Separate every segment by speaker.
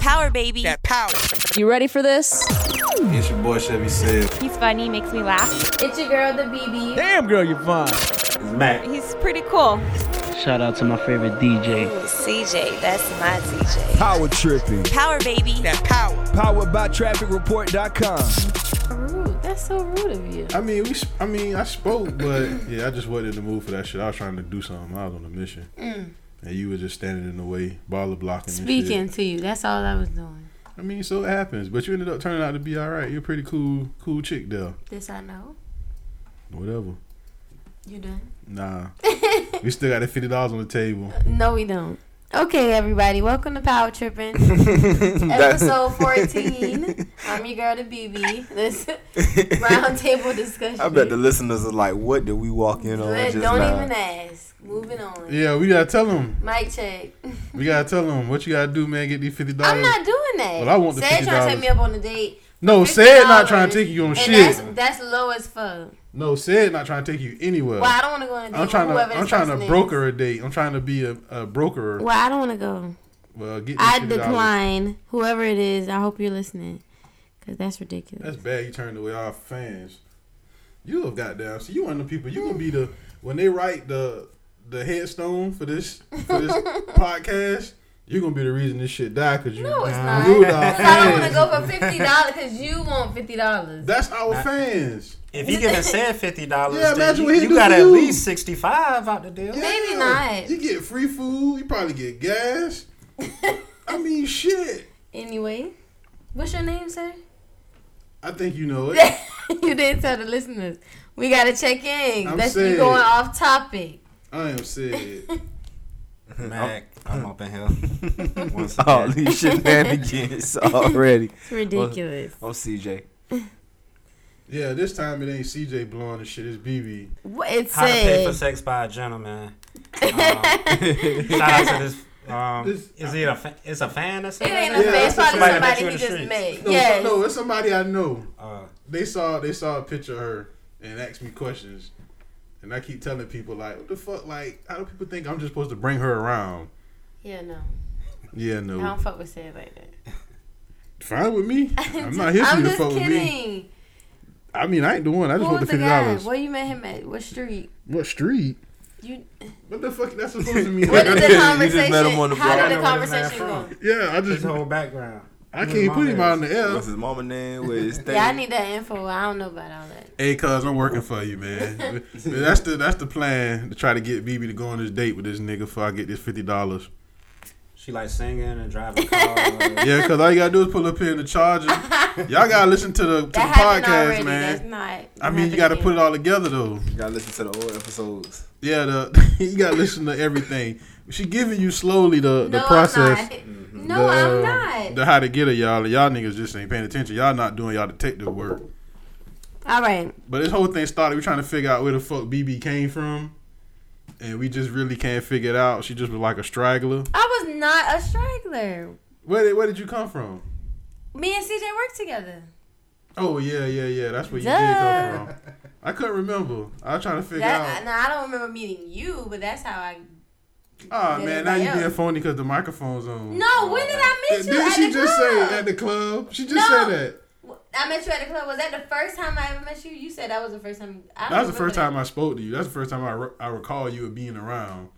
Speaker 1: power, baby.
Speaker 2: That power.
Speaker 3: You ready for this?
Speaker 4: It's your boy Chevy Sid.
Speaker 5: He's funny, makes me laugh.
Speaker 6: It's your girl, the BB.
Speaker 7: Damn, girl, you're fine.
Speaker 4: It's Mac.
Speaker 5: He's pretty cool.
Speaker 8: Shout out to my favorite DJ.
Speaker 9: CJ, that's my CJ.
Speaker 10: Power tripping.
Speaker 1: Power, baby.
Speaker 2: That power.
Speaker 10: Powered by trafficreport.com.
Speaker 6: Rude. That's so rude of you.
Speaker 4: I mean, we. sp- I mean, I spoke, but yeah, I just wasn't in the mood for that shit. I was trying to do something. I was on a mission, and you were just standing in the way, baller blocking. and shit.
Speaker 6: Mm. Speaking to you. That's all I was doing.
Speaker 4: I mean, so it happens. But you ended up turning out to be all right. You're a pretty cool, cool chick, though.
Speaker 6: This I know.
Speaker 4: Whatever.
Speaker 6: You done?
Speaker 4: Nah, we still got that fifty dollars on the table.
Speaker 6: No, we don't. Okay, everybody. Welcome to Power Tripping, episode 14. I'm your girl, the BB. This roundtable discussion.
Speaker 11: I bet the listeners are like, what did we walk in on
Speaker 6: But
Speaker 11: just
Speaker 6: Don't
Speaker 11: now?
Speaker 6: even ask. Moving on.
Speaker 4: Yeah, we gotta tell them.
Speaker 6: Mic check.
Speaker 4: We gotta tell them what you gotta do, man. Get these fifty
Speaker 6: I'm
Speaker 4: dollars.
Speaker 6: not doing that.
Speaker 4: Well, I want the
Speaker 6: Said trying to
Speaker 4: $50.
Speaker 6: take me up on a date.
Speaker 4: No, said not trying to take you on
Speaker 6: and
Speaker 4: shit.
Speaker 6: That's, that's low as fuck.
Speaker 4: no, said not trying to take you anywhere.
Speaker 6: Well, I don't want to go on a date.
Speaker 4: I'm trying to.
Speaker 6: with whoever
Speaker 4: I'm
Speaker 6: this
Speaker 4: trying
Speaker 6: person
Speaker 4: to
Speaker 6: is.
Speaker 4: broker a date. I'm trying to be a, a broker.
Speaker 6: Well, I don't want to go.
Speaker 4: Well, get these
Speaker 6: I
Speaker 4: $50.
Speaker 6: decline. Whoever it is, I hope you're listening. Because that's ridiculous.
Speaker 4: That's bad. You turned away our fans. You have got down. So you one of the people. You gonna be the when they write the the headstone for this for this podcast. You're gonna be the reason this shit die because you
Speaker 6: no, it's not.
Speaker 4: ruined our
Speaker 6: 'Cause I don't want to
Speaker 4: fans.
Speaker 6: go for fifty dollars because you want fifty dollars.
Speaker 4: That's our fans.
Speaker 2: If he giving said fifty dollars,
Speaker 4: Yeah, imagine
Speaker 2: you,
Speaker 4: what he
Speaker 2: you
Speaker 4: do
Speaker 2: got
Speaker 4: for
Speaker 2: at
Speaker 4: you.
Speaker 2: least sixty five out the deal.
Speaker 6: Maybe not.
Speaker 4: You get free food. You probably get gas. I mean, shit.
Speaker 6: Anyway, what's your name, sir?
Speaker 4: I think you know it.
Speaker 6: you didn't tell the listeners. We gotta check in.
Speaker 4: I'm
Speaker 6: That's you
Speaker 4: saying-
Speaker 6: going off topic.
Speaker 4: I am said.
Speaker 2: Mac, I'm up in here. Once
Speaker 4: Oh,
Speaker 10: Oh,
Speaker 11: All
Speaker 2: again.
Speaker 11: these shenanigans already. Oh,
Speaker 6: It's ridiculous.
Speaker 11: I'm CJ.
Speaker 4: Yeah, this time it ain't CJ blowing the shit. It's BB.
Speaker 6: What it
Speaker 2: How to pay for
Speaker 6: said?
Speaker 2: sex by a gentleman. Um, shout out to this. Um,
Speaker 4: This-
Speaker 2: is it a fa- it's a fan or
Speaker 6: It
Speaker 2: something?
Speaker 6: ain't
Speaker 4: Yeah,
Speaker 6: a fan.
Speaker 4: that's
Speaker 6: It's probably
Speaker 2: somebody
Speaker 6: somebody
Speaker 2: that you
Speaker 6: he
Speaker 2: in the
Speaker 6: just met.
Speaker 4: No,
Speaker 6: yes.
Speaker 4: no, it's somebody I know.
Speaker 2: Uh,
Speaker 4: they saw they saw a picture of her and asked me questions, and I keep telling people like, "What the fuck? Like, how do people think I'm just supposed to bring her around?"
Speaker 6: Yeah, no.
Speaker 4: Yeah,
Speaker 6: I
Speaker 4: no,
Speaker 6: don't fuck with said like that.
Speaker 4: fine with me. I'm not here for
Speaker 6: I'm
Speaker 4: you to
Speaker 6: just
Speaker 4: fuck with me.
Speaker 6: kidding.
Speaker 4: I mean, I ain't the one. I just
Speaker 6: Who
Speaker 4: want
Speaker 6: was
Speaker 4: the
Speaker 6: the
Speaker 4: fifty
Speaker 6: guy?
Speaker 4: dollars.
Speaker 6: Where you met him at? What street?
Speaker 4: What street?
Speaker 6: You
Speaker 4: What the fuck? That's supposed to mean.
Speaker 6: What did
Speaker 11: You
Speaker 6: the
Speaker 11: just
Speaker 6: conversation?
Speaker 11: met him on the
Speaker 6: how
Speaker 11: block.
Speaker 6: did the
Speaker 2: I know where this man
Speaker 6: conversation go?
Speaker 2: from.
Speaker 4: yeah, I
Speaker 2: his
Speaker 4: just
Speaker 2: whole background.
Speaker 4: I
Speaker 2: his
Speaker 4: can't
Speaker 2: mom
Speaker 4: put him out
Speaker 2: is.
Speaker 4: in the air.
Speaker 11: What's his mama name? Where his thing?
Speaker 6: Yeah, I need that info. I don't know about all that.
Speaker 4: Hey, cuz I'm working for you, man. Man, that's the that's the plan to try to get BB to go on this date with this nigga before I get this fifty dollars.
Speaker 2: She like singing and driving cars.
Speaker 4: Yeah, cause all you gotta do is pull up here in the charger. Y'all gotta listen to the to the
Speaker 6: That happened already.
Speaker 4: podcast,
Speaker 6: That's
Speaker 4: man.
Speaker 6: not.
Speaker 4: I mean, you gotta put it all together though.
Speaker 11: You gotta listen to the old episodes.
Speaker 4: Yeah, the, you gotta listen to everything. She giving you slowly the the
Speaker 6: no,
Speaker 4: process. Mm-hmm.
Speaker 6: I'm not. No,
Speaker 4: the,
Speaker 6: I'm
Speaker 4: uh,
Speaker 6: not.
Speaker 4: The how to get it, y'all. Y'all niggas just ain't paying attention. Y'all not doing y'all detective work.
Speaker 6: all right.
Speaker 4: But this whole thing started. We trying to figure out where the fuck BB came from, and we just really can't figure it out. She just was like a straggler.
Speaker 6: I was not a straggler.
Speaker 4: Where did, where did you come from?
Speaker 6: Me and CJ worked together.
Speaker 4: Oh yeah, yeah, yeah. That's where you did
Speaker 6: Duh.
Speaker 4: come from. I couldn't remember. I was trying to figure out.
Speaker 6: That, now, I don't remember meeting you, but that's how I.
Speaker 4: Oh
Speaker 6: than
Speaker 4: man, now
Speaker 6: anybody
Speaker 4: you being
Speaker 6: else.
Speaker 4: phony because the microphone's on.
Speaker 6: No, when did I meet
Speaker 4: Did
Speaker 6: you?
Speaker 4: not
Speaker 6: at
Speaker 4: Oh, she
Speaker 6: the
Speaker 4: just
Speaker 6: club?
Speaker 4: say at the club? She just
Speaker 6: No.
Speaker 4: said that.
Speaker 6: I met you at the club. Was that the first time I ever met you? You said that was the first time. I
Speaker 4: That was the first time I spoke to you. That's the first time I, re- I recall you being around.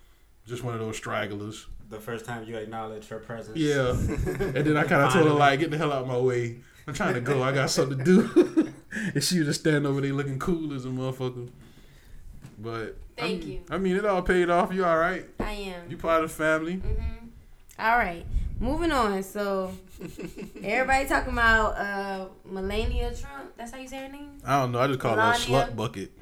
Speaker 4: Just one of those stragglers.
Speaker 2: the first time you acknowledge her presence.
Speaker 4: Yeah. and then I kind of told her like, "Get the hell out of my way. I'm trying to go. I got something to do." and she was just standing over there looking cool as a motherfucker. But I
Speaker 6: Thank
Speaker 4: mean-
Speaker 6: you.
Speaker 4: I mean, it all paid off. You all right?
Speaker 6: I am.
Speaker 4: You part of the family?
Speaker 6: Mhm. All right, moving on. So everybody talking about uh, Melania Trump. That's how you say her name.
Speaker 4: I don't know. I just call her a
Speaker 6: Melania.
Speaker 4: slut bucket.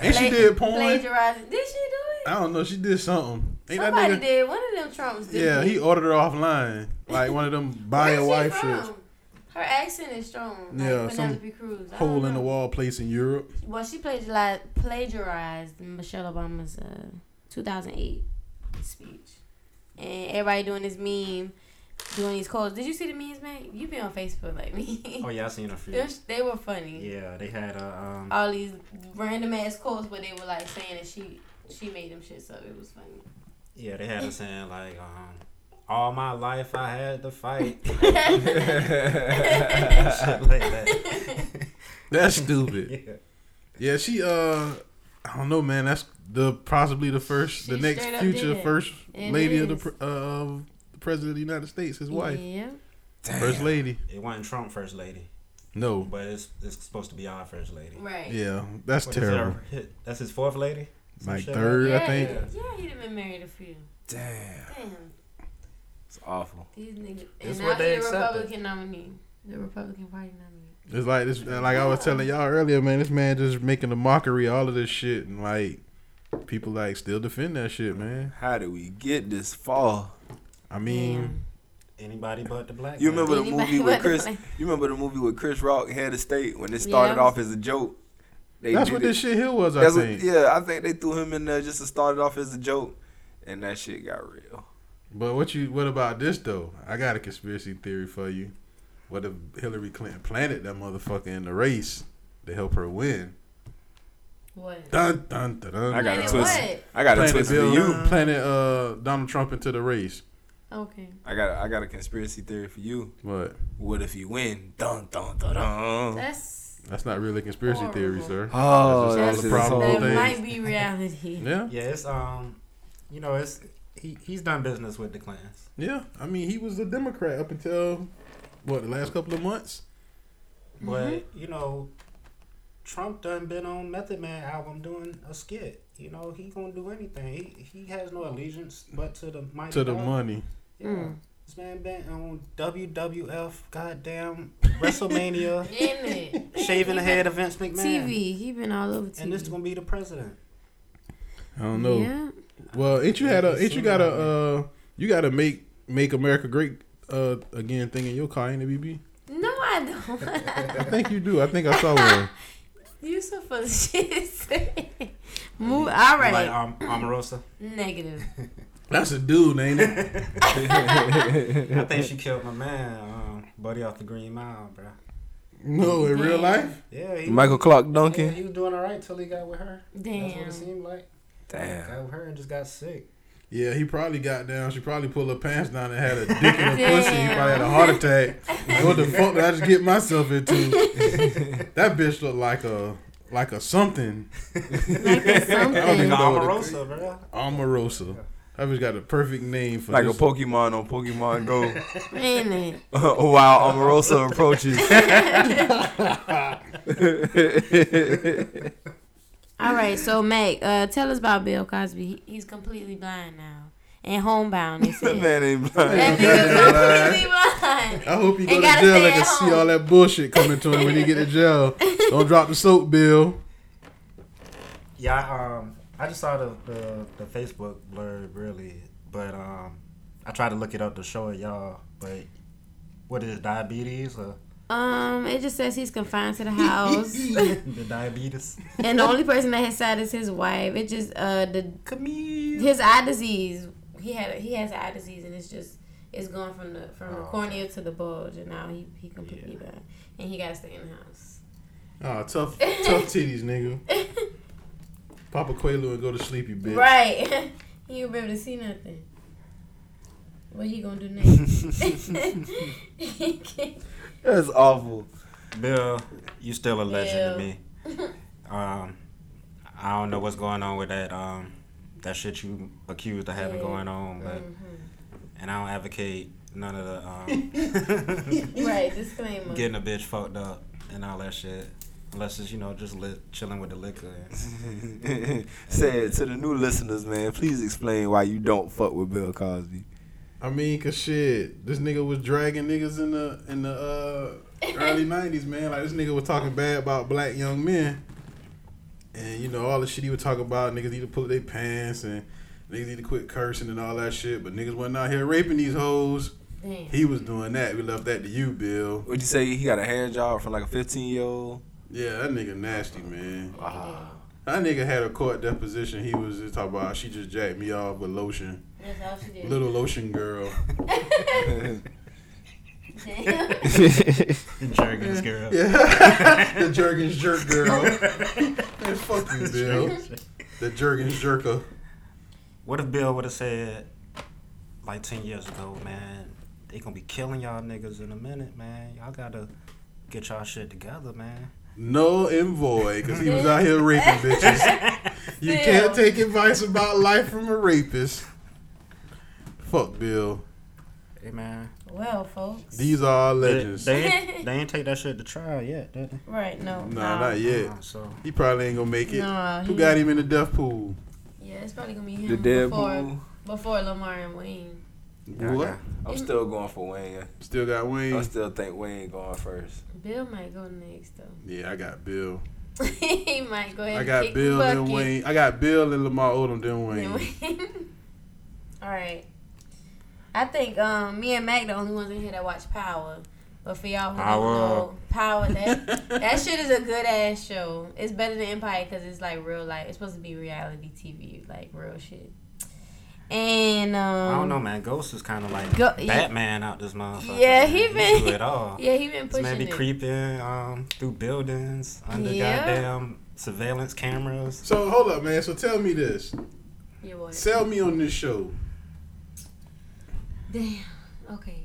Speaker 4: And she
Speaker 6: Pla-
Speaker 4: did porn.
Speaker 6: Plagiarizing. Did she do it?
Speaker 4: I don't know. She did something. Ain't
Speaker 6: Somebody
Speaker 4: that nigga?
Speaker 6: did. One of them Trumps did.
Speaker 4: Yeah,
Speaker 6: it.
Speaker 4: he ordered her offline, like one of them buy
Speaker 6: Where's
Speaker 4: a
Speaker 6: she
Speaker 4: wife
Speaker 6: from?
Speaker 4: shits,
Speaker 6: Her accent is strong. Like
Speaker 4: Yeah,
Speaker 6: yeah,
Speaker 4: some
Speaker 6: Penelope Cruz. I don't
Speaker 4: hole in the
Speaker 6: know.
Speaker 4: wall place in Europe.
Speaker 6: Well, she plagiarized, plagiarized Michelle Obama's uh, 2008 speech, and everybody doing this meme, doing these calls. Did you see the memes, man? You be on Facebook like me.
Speaker 2: Oh yeah, I seen a few.
Speaker 6: Them sh- they were funny.
Speaker 2: Yeah, they had a um,
Speaker 6: all these random ass quotes where they were like saying that she she made them shit so it was funny.
Speaker 2: yeah they had a saying like um, all my life I had to fight. Shit like that.
Speaker 4: That's stupid.
Speaker 2: Yeah.
Speaker 4: yeah, she. Uh, I don't know, man. That's the possibly the first, the
Speaker 6: She
Speaker 4: next
Speaker 6: straight up
Speaker 4: future
Speaker 6: did.
Speaker 4: first
Speaker 6: It
Speaker 4: lady of the
Speaker 6: is.
Speaker 4: pr- uh, of the president of the United States, his wife,
Speaker 6: Yeah.
Speaker 4: first lady.
Speaker 2: It wasn't Trump first lady,
Speaker 4: No,
Speaker 2: but it's it's supposed to be our first lady.
Speaker 6: Right.
Speaker 4: yeah, that's
Speaker 2: What is
Speaker 4: terrible.
Speaker 2: her- that's his fourth lady. Some
Speaker 4: Like
Speaker 2: shit
Speaker 4: third,
Speaker 6: Yeah,
Speaker 4: I think.
Speaker 6: yeah, he'd have been married a few.
Speaker 11: Damn.
Speaker 6: Damn,
Speaker 11: It's awful.
Speaker 6: these niggas.
Speaker 2: It's
Speaker 6: And
Speaker 2: what
Speaker 6: now
Speaker 2: they
Speaker 6: he's the
Speaker 2: accepted.
Speaker 6: Republican nominee, the Republican Party nominee.
Speaker 4: It's like this, like I was telling y'all earlier, man. This man just making a mockery of all of this shit, and like people like still defend that shit, man.
Speaker 11: How did we get this far?
Speaker 4: I
Speaker 11: Mm.
Speaker 4: mean,
Speaker 2: Anybody but the black.
Speaker 11: You
Speaker 2: man.
Speaker 11: remember the
Speaker 6: Anybody
Speaker 11: movie with
Speaker 6: wanna
Speaker 11: Chris?
Speaker 6: play?
Speaker 11: You remember the movie with Chris Rock, Head of State, when it started
Speaker 6: Yeah.
Speaker 11: off as a joke? They
Speaker 4: that's
Speaker 11: did
Speaker 4: what
Speaker 11: it-
Speaker 4: this shit here was. I
Speaker 11: That's what-
Speaker 4: think.
Speaker 11: yeah, I think they threw him in there just to start it off as a joke, and that shit got real.
Speaker 4: But what you what about this though? I got a conspiracy theory for you. What if Hillary Clinton planted that motherfucker in the race to help her win?
Speaker 6: What?
Speaker 4: Dun dun dun. dun.
Speaker 11: I got
Speaker 6: Planet
Speaker 11: a twist.
Speaker 6: what?
Speaker 11: I got a
Speaker 4: planted
Speaker 11: twist for
Speaker 4: Bill.
Speaker 11: you.
Speaker 4: You planted uh, Donald Trump into the race.
Speaker 6: Okay.
Speaker 11: I got a, I got a conspiracy theory for you.
Speaker 4: What?
Speaker 11: What if you win? Dun dun dun
Speaker 2: Oh.
Speaker 11: dun.
Speaker 6: That's
Speaker 4: That's not really a conspiracy theory, sir.
Speaker 11: Oh,
Speaker 4: That's just
Speaker 11: that's
Speaker 4: all the
Speaker 11: just
Speaker 6: that
Speaker 4: thing.
Speaker 6: might be reality.
Speaker 4: Yeah,
Speaker 2: Yeah, it's um, you know, it's he he's done business with the Clintons.
Speaker 4: yeah. I mean, he was a Democrat up until what the last couple of months.
Speaker 2: But
Speaker 6: Mm-hmm.
Speaker 2: you know, Trump done been on Method Man album doing a skit. You know, he gonna do anything. He, he has no allegiance but to the mighty
Speaker 4: to the
Speaker 2: dog.
Speaker 4: money.
Speaker 2: Yeah.
Speaker 6: Mm.
Speaker 2: This man been on WWF, goddamn WrestleMania,
Speaker 6: In it.
Speaker 2: shaving the head of Vince McMahon,
Speaker 6: TV. He been all over TV.
Speaker 2: and this gonna be the president.
Speaker 4: I don't
Speaker 2: Oh.
Speaker 4: know.
Speaker 6: Yeah.
Speaker 4: Well, ain't you had a ain't you got a uh you got to make make America great uh again thing in your car, ain't it, BB?
Speaker 6: No, I don't.
Speaker 4: I think you do. I think I saw one.
Speaker 6: you so full of shit. Move. All right.
Speaker 2: Like um, Omarosa.
Speaker 6: Negative.
Speaker 4: That's a dude, ain't it?
Speaker 2: I think she killed my man, um, buddy off the Green Mile, bro.
Speaker 4: No, in real life.
Speaker 2: Yeah, he
Speaker 11: Michael Clark
Speaker 2: Yeah,
Speaker 11: Duncan.
Speaker 2: he was doing all right till he got with her. That's what
Speaker 6: Damn.
Speaker 2: it seemed like.
Speaker 11: Damn.
Speaker 2: Got with her and just got sick.
Speaker 4: Yeah, he probably got down. She probably pulled her pants down and had a dick in her pussy. He probably had a heart attack. Like, what the fuck did I just get myself into? that bitch looked like a like a something
Speaker 2: Nigga,
Speaker 4: know what it-
Speaker 2: Omarosa, bro.
Speaker 4: Omarosa. That bitch got the perfect name for
Speaker 11: Like a
Speaker 4: this.
Speaker 11: Pokemon on Pokemon Go.
Speaker 6: In it.
Speaker 11: While Omarosa approaches.
Speaker 6: All right. So, Meg, uh, tell us about Bill Cosby. He, he's completely blind now and homebound. They
Speaker 11: that
Speaker 6: said.
Speaker 11: man ain't blind.
Speaker 6: That nigga completely
Speaker 4: I
Speaker 6: blind.
Speaker 4: hope he go
Speaker 6: And
Speaker 4: to
Speaker 6: gotta
Speaker 4: jail
Speaker 6: stay
Speaker 4: and
Speaker 6: at
Speaker 4: can see
Speaker 6: home.
Speaker 4: all that bullshit coming to him when he get to jail. Don't drop the soap bill.
Speaker 2: Yeah, um, I just saw the, the the Facebook blurb really, but um, I tried to look it up to show it y'all. But what is it, diabetes or
Speaker 6: Um, it just says he's confined to the house,
Speaker 2: the diabetes?
Speaker 6: and the only person at his side is his wife. It just uh the
Speaker 2: Come here.
Speaker 6: his eye disease. He had he has eye disease, and it's just it's going from the
Speaker 4: Oh,
Speaker 6: from the cornea to the bulge, and now he he completely blind, and he gotta stay in the house.
Speaker 4: Ah, tough, tough titties, nigga. Papa Quelo and go to sleep, you bitch.
Speaker 6: Right, he won't be able to see nothing. What he gonna do next?
Speaker 11: That's awful.
Speaker 2: Bill, you still a legend
Speaker 6: Bill.
Speaker 2: to me. Um, I don't know what's going on with that um that shit you accused of having
Speaker 6: Yeah. Mm.
Speaker 2: going on, but and I don't advocate none of the um
Speaker 6: right, disclaimer.
Speaker 2: getting a bitch fucked up and all that shit. Unless it's you know just li- chilling with the liquor. And,
Speaker 11: Said to the new listeners, man, please explain why you don't fuck with Bill Cosby.
Speaker 4: I mean, cause shit, this nigga was dragging niggas in the in the uh, early '90s, man. Like this nigga was talking bad about black young men, and you know all the shit he was talking about. Niggas need to pull up their pants and niggas need to quit cursing and all that shit. But niggas wasn't out here raping these hoes.
Speaker 6: Damn.
Speaker 4: He was doing that. We left that to you, Bill.
Speaker 11: Would you say he got a hand job from like a 15 year old?
Speaker 4: Yeah, that nigga nasty, man.
Speaker 2: Ah.
Speaker 4: That nigga had a court deposition. He was just talking about she just jacked me off with lotion.
Speaker 6: That's all she did.
Speaker 4: Little lotion girl.
Speaker 2: Jergens girl.
Speaker 4: the Jergens jerk girl. Man, fuck you, Bill. The Jergens jerker.
Speaker 2: What if Bill would have said, like ten years ago, man. They gonna be killing y'all niggas in a minute, man. Y'all gotta get y'all shit together, man.
Speaker 4: No envoy, because he was out here raping bitches. You can't take advice about life from a rapist. Fuck Bill.
Speaker 2: Hey, man.
Speaker 6: Well, folks.
Speaker 4: These are our
Speaker 2: They,
Speaker 4: legends.
Speaker 2: they, ain't, they ain't take that shit to trial yet, did they?
Speaker 6: right? No.
Speaker 4: nah, not yet.
Speaker 2: Uh, So
Speaker 4: He probably ain't gonna make it.
Speaker 6: Nah,
Speaker 4: Who
Speaker 6: he-
Speaker 4: got him in the death pool?
Speaker 6: Yeah, it's probably gonna be him
Speaker 11: The
Speaker 6: before
Speaker 11: Deadpool.
Speaker 6: before Lamar and Wayne.
Speaker 4: What?
Speaker 11: I'm still going for Wayne.
Speaker 4: Still got
Speaker 11: I
Speaker 4: Wayne.
Speaker 11: still think Wayne going first.
Speaker 6: Bill might go next though.
Speaker 4: Yeah, I got Bill.
Speaker 6: he might go ahead.
Speaker 4: I
Speaker 6: and
Speaker 4: got
Speaker 6: kick
Speaker 4: Bill
Speaker 6: the
Speaker 4: and
Speaker 6: bucket.
Speaker 4: Wayne. I got Bill and Lamar Odom then Wayne.
Speaker 6: All right. I think um, me and Mac the only ones in here that watch Power. But for y'all who
Speaker 2: Power.
Speaker 6: don't know, Power that that shit is a good ass show. It's better than Empire because it's like real life. It's supposed to be reality TV, like real shit. And um,
Speaker 2: I don't know, man. Ghost is kind of like
Speaker 6: Go- yeah.
Speaker 2: Batman out this motherfucker.
Speaker 6: Yeah,
Speaker 2: man.
Speaker 6: he been-
Speaker 2: do it all.
Speaker 6: Yeah, he been
Speaker 2: This
Speaker 6: pushing
Speaker 2: man be
Speaker 6: it.
Speaker 2: creeping um, through buildings under
Speaker 6: Yeah.
Speaker 2: goddamn surveillance cameras.
Speaker 4: So hold up, man. So tell me this.
Speaker 6: Yeah, what?
Speaker 4: Sell me on this show.
Speaker 6: Damn. Okay.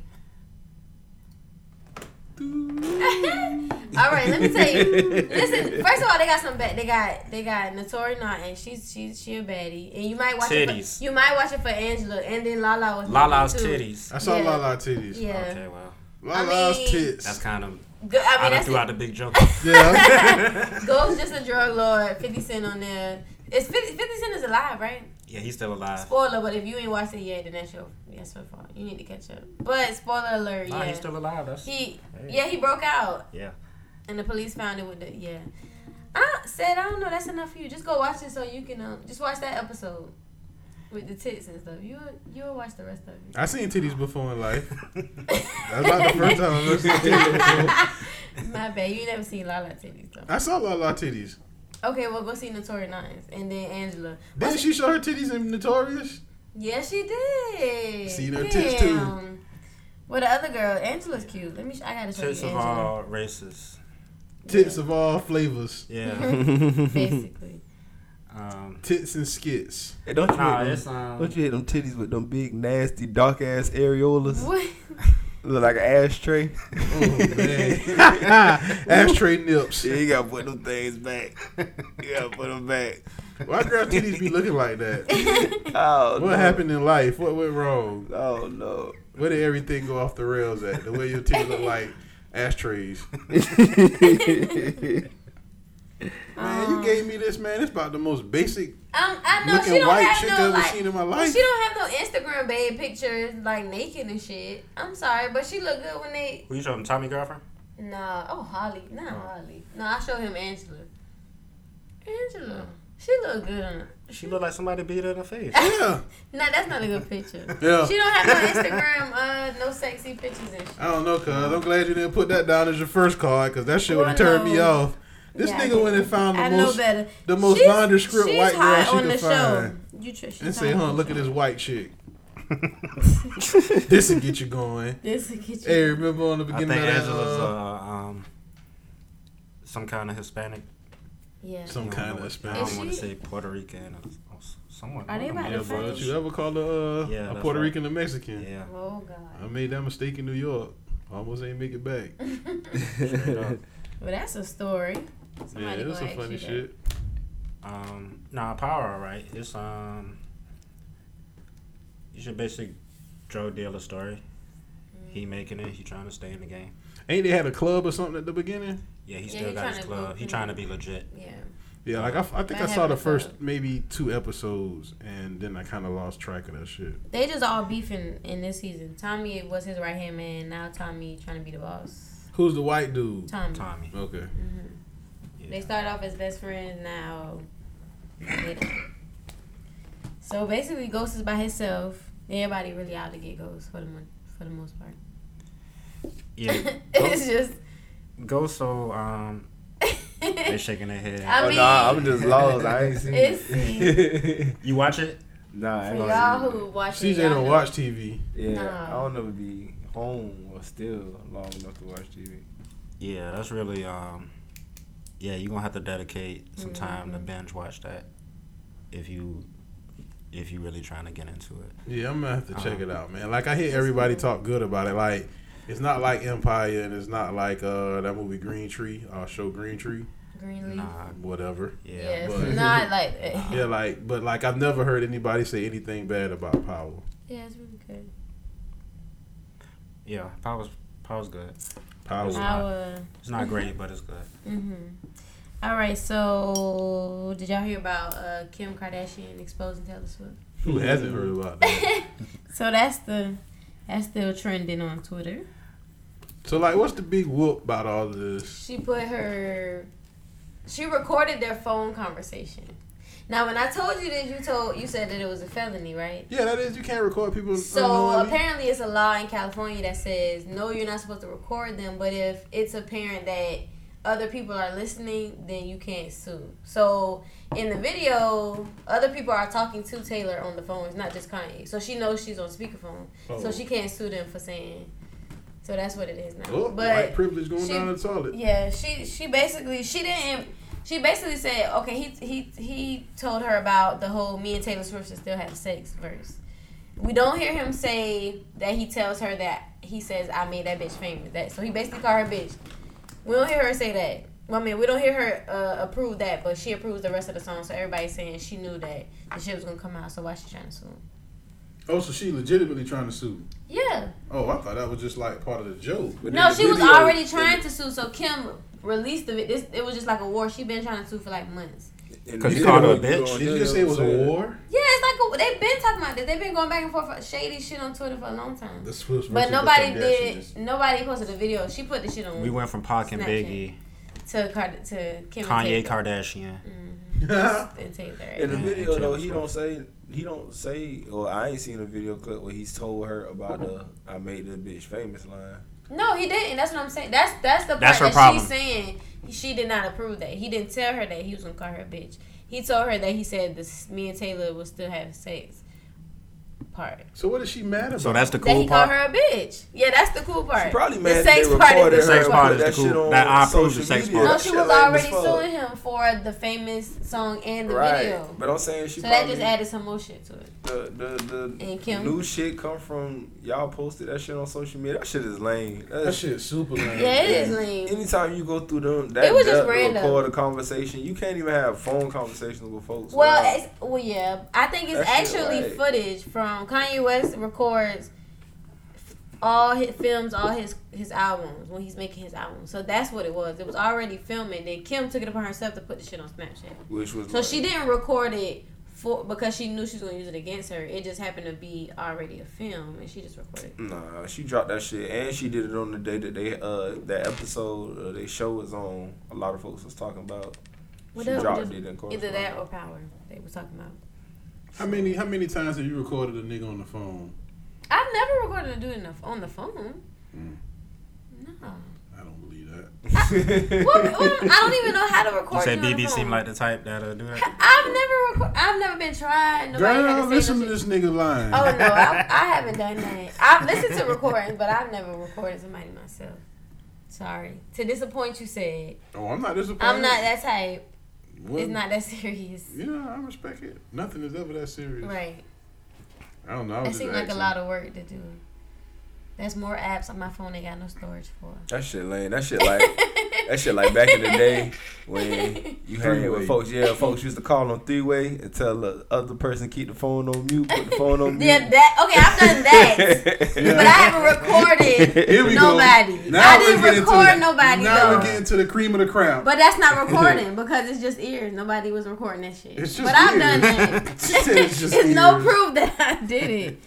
Speaker 6: all right, let me tell you. Listen, first of all, they got some bad. They got they got Notori Naughton. She's she's she a baddie, and you might watch it.
Speaker 2: Titties.
Speaker 6: For, you might watch it for Angela, and then Lala was
Speaker 2: Lala's
Speaker 6: too.
Speaker 2: titties.
Speaker 4: I saw
Speaker 6: Yeah.
Speaker 4: Lala titties.
Speaker 6: Yeah,
Speaker 2: Okay, well,
Speaker 4: Lala's
Speaker 6: I mean-
Speaker 4: tits.
Speaker 2: that's kind of.
Speaker 6: Go- I
Speaker 2: I
Speaker 6: mean
Speaker 2: done
Speaker 6: that's
Speaker 2: threw out the
Speaker 6: it.
Speaker 2: big joke.
Speaker 4: yeah.
Speaker 6: Ghost just a drug lord. Fifty Cent on there. It's 50, 50 Cent is alive, right?
Speaker 2: Yeah, he's still alive.
Speaker 6: Spoiler, but if you ain't watched it yet, then that's your that's your fault. You need to catch up. But spoiler alert,
Speaker 2: Nah,
Speaker 6: yeah,
Speaker 2: he's still alive. That's
Speaker 6: he yeah he broke out.
Speaker 2: yeah.
Speaker 6: And the police found it with the yeah. I said I don't know. That's enough for you. Just go watch it so you can um, just watch that episode with the tits and stuff. You you'll watch the rest of it.
Speaker 4: I seen titties before in life. That's about the first time I've ever seen titties before.
Speaker 6: My bad. You ain't never seen Lala titties though.
Speaker 4: I saw Lala titties.
Speaker 6: Okay, well go see Notori Nines and then Angela.
Speaker 4: Didn't she show her titties in Notorious?
Speaker 6: Yes, she did.
Speaker 4: Seen her tits, too.
Speaker 6: Damn. Well, the other girl, Angela's cute. Let me. Sh- I gotta show
Speaker 2: Tits
Speaker 6: you
Speaker 2: of
Speaker 6: Angela.
Speaker 2: all races.
Speaker 4: Tits of all flavors.
Speaker 2: Yeah.
Speaker 6: Basically,
Speaker 2: um,
Speaker 4: Tits and skits.
Speaker 11: Hey, don't you
Speaker 2: nah,
Speaker 11: hit them-
Speaker 2: it's um.
Speaker 11: Don't you hit them titties with them big nasty dark ass areolas?
Speaker 6: what?
Speaker 11: Look like an ashtray.
Speaker 4: Oh man. Ashtray nips.
Speaker 11: Yeah, you gotta put them things back. You gotta put them back.
Speaker 4: Why girl titties be looking like that?
Speaker 11: Oh
Speaker 4: What
Speaker 11: no.
Speaker 4: happened in life? What went wrong?
Speaker 11: Oh no.
Speaker 4: Where did everything go off the rails at? The way your titties look like ashtrays. Man, you gave me this man. It's about the most basic
Speaker 6: Um, I know
Speaker 4: looking
Speaker 6: she don't
Speaker 4: white chick I've
Speaker 6: have no
Speaker 4: ever
Speaker 6: like.
Speaker 4: seen in my
Speaker 6: Well,
Speaker 4: life.
Speaker 6: she don't have no Instagram babe pictures like naked and shit. I'm sorry, but she look good when they.
Speaker 2: Who you showing? Tommy girlfriend?
Speaker 6: Nah, oh Holly, not Holly. No, I show him Angela. Angela,
Speaker 4: Oh.
Speaker 6: she look good on.
Speaker 2: She looked like somebody beat her in the face.
Speaker 4: Yeah.
Speaker 6: Nah, that's not a good picture.
Speaker 4: Yeah.
Speaker 6: She don't have no Instagram, uh, no sexy pictures and shit.
Speaker 4: I don't know, cuz. I'm glad you didn't put that down as your first card, because that shit would have
Speaker 6: Well,
Speaker 4: turned me
Speaker 6: no.
Speaker 4: off. This
Speaker 6: Yeah, I
Speaker 4: nigga
Speaker 6: did.
Speaker 4: went and found the
Speaker 6: I know
Speaker 4: most
Speaker 6: better.
Speaker 4: the most
Speaker 6: She's-
Speaker 4: nondescript
Speaker 6: she's
Speaker 4: white girl
Speaker 6: hot
Speaker 4: she
Speaker 6: on
Speaker 4: could
Speaker 6: the
Speaker 4: find.
Speaker 6: show. You tr- she's
Speaker 4: And say,
Speaker 6: hot on
Speaker 4: huh,
Speaker 6: the
Speaker 4: look at
Speaker 6: show.
Speaker 4: this white chick. this will get you going.
Speaker 6: This will get you.
Speaker 4: Hey, remember on the
Speaker 2: I think
Speaker 4: beginning of that,
Speaker 2: Angela's uh,
Speaker 4: uh,
Speaker 2: um some kind of Hispanic.
Speaker 6: Yeah.
Speaker 4: some
Speaker 2: I don't
Speaker 4: kind
Speaker 2: know
Speaker 4: of
Speaker 2: what-
Speaker 4: Spanish.
Speaker 2: I
Speaker 6: Is
Speaker 2: don't want
Speaker 6: she-
Speaker 2: to say Puerto Rican or, or s- someone.
Speaker 6: Are they
Speaker 2: one of
Speaker 6: about
Speaker 4: Yeah,
Speaker 2: them.
Speaker 6: to
Speaker 4: bro,
Speaker 6: Spanish.
Speaker 4: don't you ever call a, uh,
Speaker 2: Yeah,
Speaker 4: a
Speaker 2: that's
Speaker 4: Puerto
Speaker 2: right.
Speaker 4: Rican a Mexican?
Speaker 2: Yeah.
Speaker 6: Oh God.
Speaker 4: I made that mistake in New York. Almost ain't make it back.
Speaker 11: Oh,
Speaker 2: straight up.
Speaker 6: Well, that's a story.
Speaker 4: yeah,
Speaker 6: Somebody
Speaker 4: it was
Speaker 6: gonna
Speaker 4: some
Speaker 6: ask
Speaker 4: funny
Speaker 6: you that.
Speaker 4: shit.
Speaker 2: Um, nah, power, right? It's um, it's your basic drug dealer story.
Speaker 6: Mm.
Speaker 2: He making it. He trying to stay in the game.
Speaker 4: Ain't they had a club or something at the beginning?
Speaker 2: Yeah, he
Speaker 6: Yeah,
Speaker 2: still
Speaker 6: he
Speaker 2: got his
Speaker 6: tryna go
Speaker 2: club. He
Speaker 6: through.
Speaker 2: trying to be legit.
Speaker 6: Yeah.
Speaker 4: Yeah, like I, f- I think
Speaker 6: Might
Speaker 4: I saw
Speaker 6: have
Speaker 4: the
Speaker 6: a
Speaker 4: first
Speaker 6: club.
Speaker 4: maybe two episodes, and then I kind of lost track of that shit.
Speaker 6: They just all beefing in this season. Tommy was his right hand man. Now Tommy trying to be the boss.
Speaker 4: Who's the white dude?
Speaker 6: Tommy.
Speaker 2: Tommy.
Speaker 4: Okay.
Speaker 6: They started off as best friends. Now. so basically, Ghost is by himself. Everybody really out to get Ghost for the mon- for the most part.
Speaker 2: Yeah.
Speaker 6: it's just.
Speaker 2: Go so um, they shaking their head.
Speaker 6: I
Speaker 11: Oh,
Speaker 6: mean,
Speaker 11: nah, I'm just lost. I ain't seen
Speaker 6: it's for
Speaker 11: it.
Speaker 2: You watch it?
Speaker 11: nah, I ain't
Speaker 6: y'all
Speaker 11: seen it.
Speaker 6: who watch it.
Speaker 4: CJ
Speaker 6: y'all
Speaker 4: don't
Speaker 6: know.
Speaker 4: watch TV.
Speaker 11: Yeah,
Speaker 6: Nah.
Speaker 11: I don't never be home or still long enough to watch TV.
Speaker 2: Yeah, that's really um,
Speaker 6: Mm-hmm.
Speaker 2: yeah. You gonna have to dedicate some time to binge watch that if you if you really trying to get into it.
Speaker 4: Yeah, I'm gonna have to check it out, man. Like I hear everybody talk good about it. Like it's not like Empire, and it's not like uh that movie Green Tree, uh, show Green Tree,
Speaker 1: Green
Speaker 6: Mm-hmm.
Speaker 1: leaf.
Speaker 2: Nah,
Speaker 4: whatever.
Speaker 2: yeah.
Speaker 1: yeah, it's
Speaker 4: but-
Speaker 1: not like that.
Speaker 4: Yeah, like but like I've never heard anybody say anything bad about Power.
Speaker 1: Yeah, it's really good.
Speaker 2: Yeah, Power's Power's good.
Speaker 4: Power.
Speaker 6: Our,
Speaker 2: Power. It's not great, but it's good.
Speaker 6: mm-hmm. All right, so did y'all hear about uh, Kim Kardashian exposing Taylor Swift?
Speaker 4: Who hasn't heard about that?
Speaker 6: So that's the that's still trending on Twitter.
Speaker 4: so like, what's the big whoop about all of this?
Speaker 6: She put her. She recorded their phone conversation. Now, when I told you this, you told you said that it was a felony, right?
Speaker 4: Yeah, that is you can't record people.
Speaker 6: So
Speaker 4: unknowingly.
Speaker 6: apparently, it's a law in California that says no, you're not supposed to record them. But if it's apparent that other people are listening, then you can't sue. So in the video, other people are talking to Taylor on the phone. It's not just Kanye. So she knows she's on speakerphone, so
Speaker 4: Oh.
Speaker 6: she can't sue them for saying. So that's what it is now.
Speaker 4: Oh, white privilege going
Speaker 6: she-
Speaker 4: down the toilet.
Speaker 6: Yeah, she she basically she didn't. She basically said, okay, he he he told her about the whole me and Taylor Swift should still have sex verse. We don't hear him say that he tells her that he says I made that bitch famous. That so he basically called her bitch. We don't hear her say that. Well, I mean, we don't hear her uh, approve that, but she approves the rest of the song. So everybody's saying she knew that the shit was gonna come out. So why she trying to sue? him?
Speaker 4: Oh, so she legitimately trying to sue.
Speaker 6: Yeah.
Speaker 4: Oh, I thought that was just like part of the joke.
Speaker 11: But
Speaker 6: No,
Speaker 11: in the
Speaker 6: she was
Speaker 11: video-
Speaker 6: already trying to sue. So Kim released the. This it was just like a war. She been trying to sue for like months.
Speaker 11: in the
Speaker 2: 'Cause you
Speaker 11: video,
Speaker 2: called her a
Speaker 11: go
Speaker 2: bitch.
Speaker 4: Did
Speaker 11: on
Speaker 4: you
Speaker 11: there,
Speaker 4: just say it was a
Speaker 11: saying-
Speaker 4: war?
Speaker 6: Yeah, it's like a, they've been talking about this. They've been going back and forth for shady shit on Twitter for a long time.
Speaker 4: The Swifts
Speaker 6: But
Speaker 4: versus the
Speaker 6: nobody
Speaker 4: Kardashians.
Speaker 6: did. Nobody posted a video. She put the shit on
Speaker 2: We went from Pac and Biggie,
Speaker 6: Mm-hmm. Snapchat. to Card- to Kim
Speaker 2: Kanye
Speaker 6: and Taylor.
Speaker 2: Kardashian.
Speaker 6: Mm-hmm. and Taylor.
Speaker 11: In the
Speaker 2: Yeah,
Speaker 11: video though,
Speaker 2: Taylor
Speaker 11: he
Speaker 2: Swift.
Speaker 11: don't say he don't say or I ain't seen a video clip where he's told her about the I made the bitch famous line.
Speaker 6: No, he didn't. That's what I'm saying. That's that's the part
Speaker 2: That's her
Speaker 6: that
Speaker 2: problem.
Speaker 6: she's saying she did not approve that. He didn't tell her that he was gonna call her a bitch. He told her that he said this me and Taylor will still have sex part.
Speaker 4: So what is she mad about?
Speaker 2: So that's the
Speaker 6: that
Speaker 2: cool
Speaker 6: he called
Speaker 2: part.
Speaker 6: her a bitch. Yeah, that's the cool part.
Speaker 11: She probably
Speaker 6: The
Speaker 11: mad that
Speaker 6: sex
Speaker 11: they
Speaker 6: part is
Speaker 11: recorded
Speaker 6: the
Speaker 11: her
Speaker 2: sex
Speaker 6: cool
Speaker 11: and
Speaker 2: part
Speaker 11: put
Speaker 2: is the
Speaker 11: that
Speaker 2: cool-
Speaker 11: shit on
Speaker 2: that I approve the
Speaker 11: social
Speaker 2: sex
Speaker 11: media.
Speaker 2: part.
Speaker 6: No,
Speaker 11: That
Speaker 6: she
Speaker 11: shit
Speaker 6: was
Speaker 11: lame as
Speaker 6: already
Speaker 11: fuck.
Speaker 6: suing him for the famous song and the
Speaker 11: Right,
Speaker 6: video.
Speaker 11: but I'm saying she
Speaker 6: So that
Speaker 11: probably
Speaker 6: just added some more shit to it.
Speaker 11: the the, the
Speaker 6: And Kim.
Speaker 11: new shit come from y'all posted that shit on social media. That shit is lame.
Speaker 4: that
Speaker 11: That's,
Speaker 4: shit super lame.
Speaker 6: Yeah, it is lame.
Speaker 11: Anytime you go through them, that
Speaker 6: It was just
Speaker 11: depth to
Speaker 6: random.
Speaker 11: record a conversation. You can't even have phone conversations with folks.
Speaker 6: Well,
Speaker 11: Like,
Speaker 6: it's, well, yeah. I think it's
Speaker 11: That shit,
Speaker 6: actually
Speaker 11: like-
Speaker 6: footage from Kanye West records all his films, all his his albums when he's making his album. So that's what it was. It was already filming. Then Kim took it upon herself to put the shit on Snapchat.
Speaker 11: which was
Speaker 6: So
Speaker 11: like-
Speaker 6: she didn't record it for because she knew she was gonna use it against her. It just happened to be already a film, and she just recorded. it.
Speaker 11: Nah, she dropped that shit, and she did it on the day that they uh that episode uh, they show was on. A lot of folks was talking about.
Speaker 6: What
Speaker 11: she
Speaker 6: else?
Speaker 11: dropped
Speaker 6: Just-
Speaker 11: it in court.
Speaker 6: Either that or Power. They were talking about.
Speaker 4: How many how many times have you recorded a nigga on the phone?
Speaker 6: I've never recorded a dude in the, on the phone.
Speaker 11: Mm.
Speaker 6: No.
Speaker 4: I don't believe that.
Speaker 6: What, what- I don't even know how to record.
Speaker 2: You said
Speaker 6: you on the
Speaker 2: BB
Speaker 6: phone.
Speaker 2: seemed like the type that'll do that.
Speaker 6: I've never record. I've never been tried. Nobody had
Speaker 4: Girl,
Speaker 6: to
Speaker 4: listen
Speaker 6: say
Speaker 4: to
Speaker 6: no shit.
Speaker 4: this nigga lying.
Speaker 6: Oh no, I, I haven't done that. I've listened to recordings, but I've never recorded somebody myself. Sorry to disappoint you. Said
Speaker 4: Oh, I'm not disappointed.
Speaker 6: I'm not that type.
Speaker 4: Well,
Speaker 6: It's not that serious.
Speaker 4: Yeah, I respect it. Nothing is ever that serious.
Speaker 6: Right.
Speaker 4: I don't know. I was
Speaker 6: That
Speaker 4: just
Speaker 6: seemed like a
Speaker 4: asking.
Speaker 6: lot of work to do. That's more apps on my phone. They got no storage for.
Speaker 11: That shit lame. That shit like that shit like back in the day when you had
Speaker 4: Three-way.
Speaker 11: with folks. Yeah, folks used to call on three way and tell the other person keep the phone on mute, put the phone on mute.
Speaker 6: Yeah, that okay. I've done that, but I haven't recorded
Speaker 4: Here we
Speaker 6: nobody.
Speaker 4: go.
Speaker 6: I
Speaker 4: we're
Speaker 6: didn't
Speaker 4: getting to
Speaker 6: record
Speaker 4: the-
Speaker 6: nobody,
Speaker 4: Now
Speaker 6: though.
Speaker 4: we're getting to the cream of the crop.
Speaker 6: But that's not recording because it's just ears. Nobody was recording that shit.
Speaker 4: It's just
Speaker 6: but I've
Speaker 4: ears.
Speaker 6: done that.
Speaker 4: She said it's just
Speaker 6: It's no
Speaker 4: ears.
Speaker 6: proof that I did it.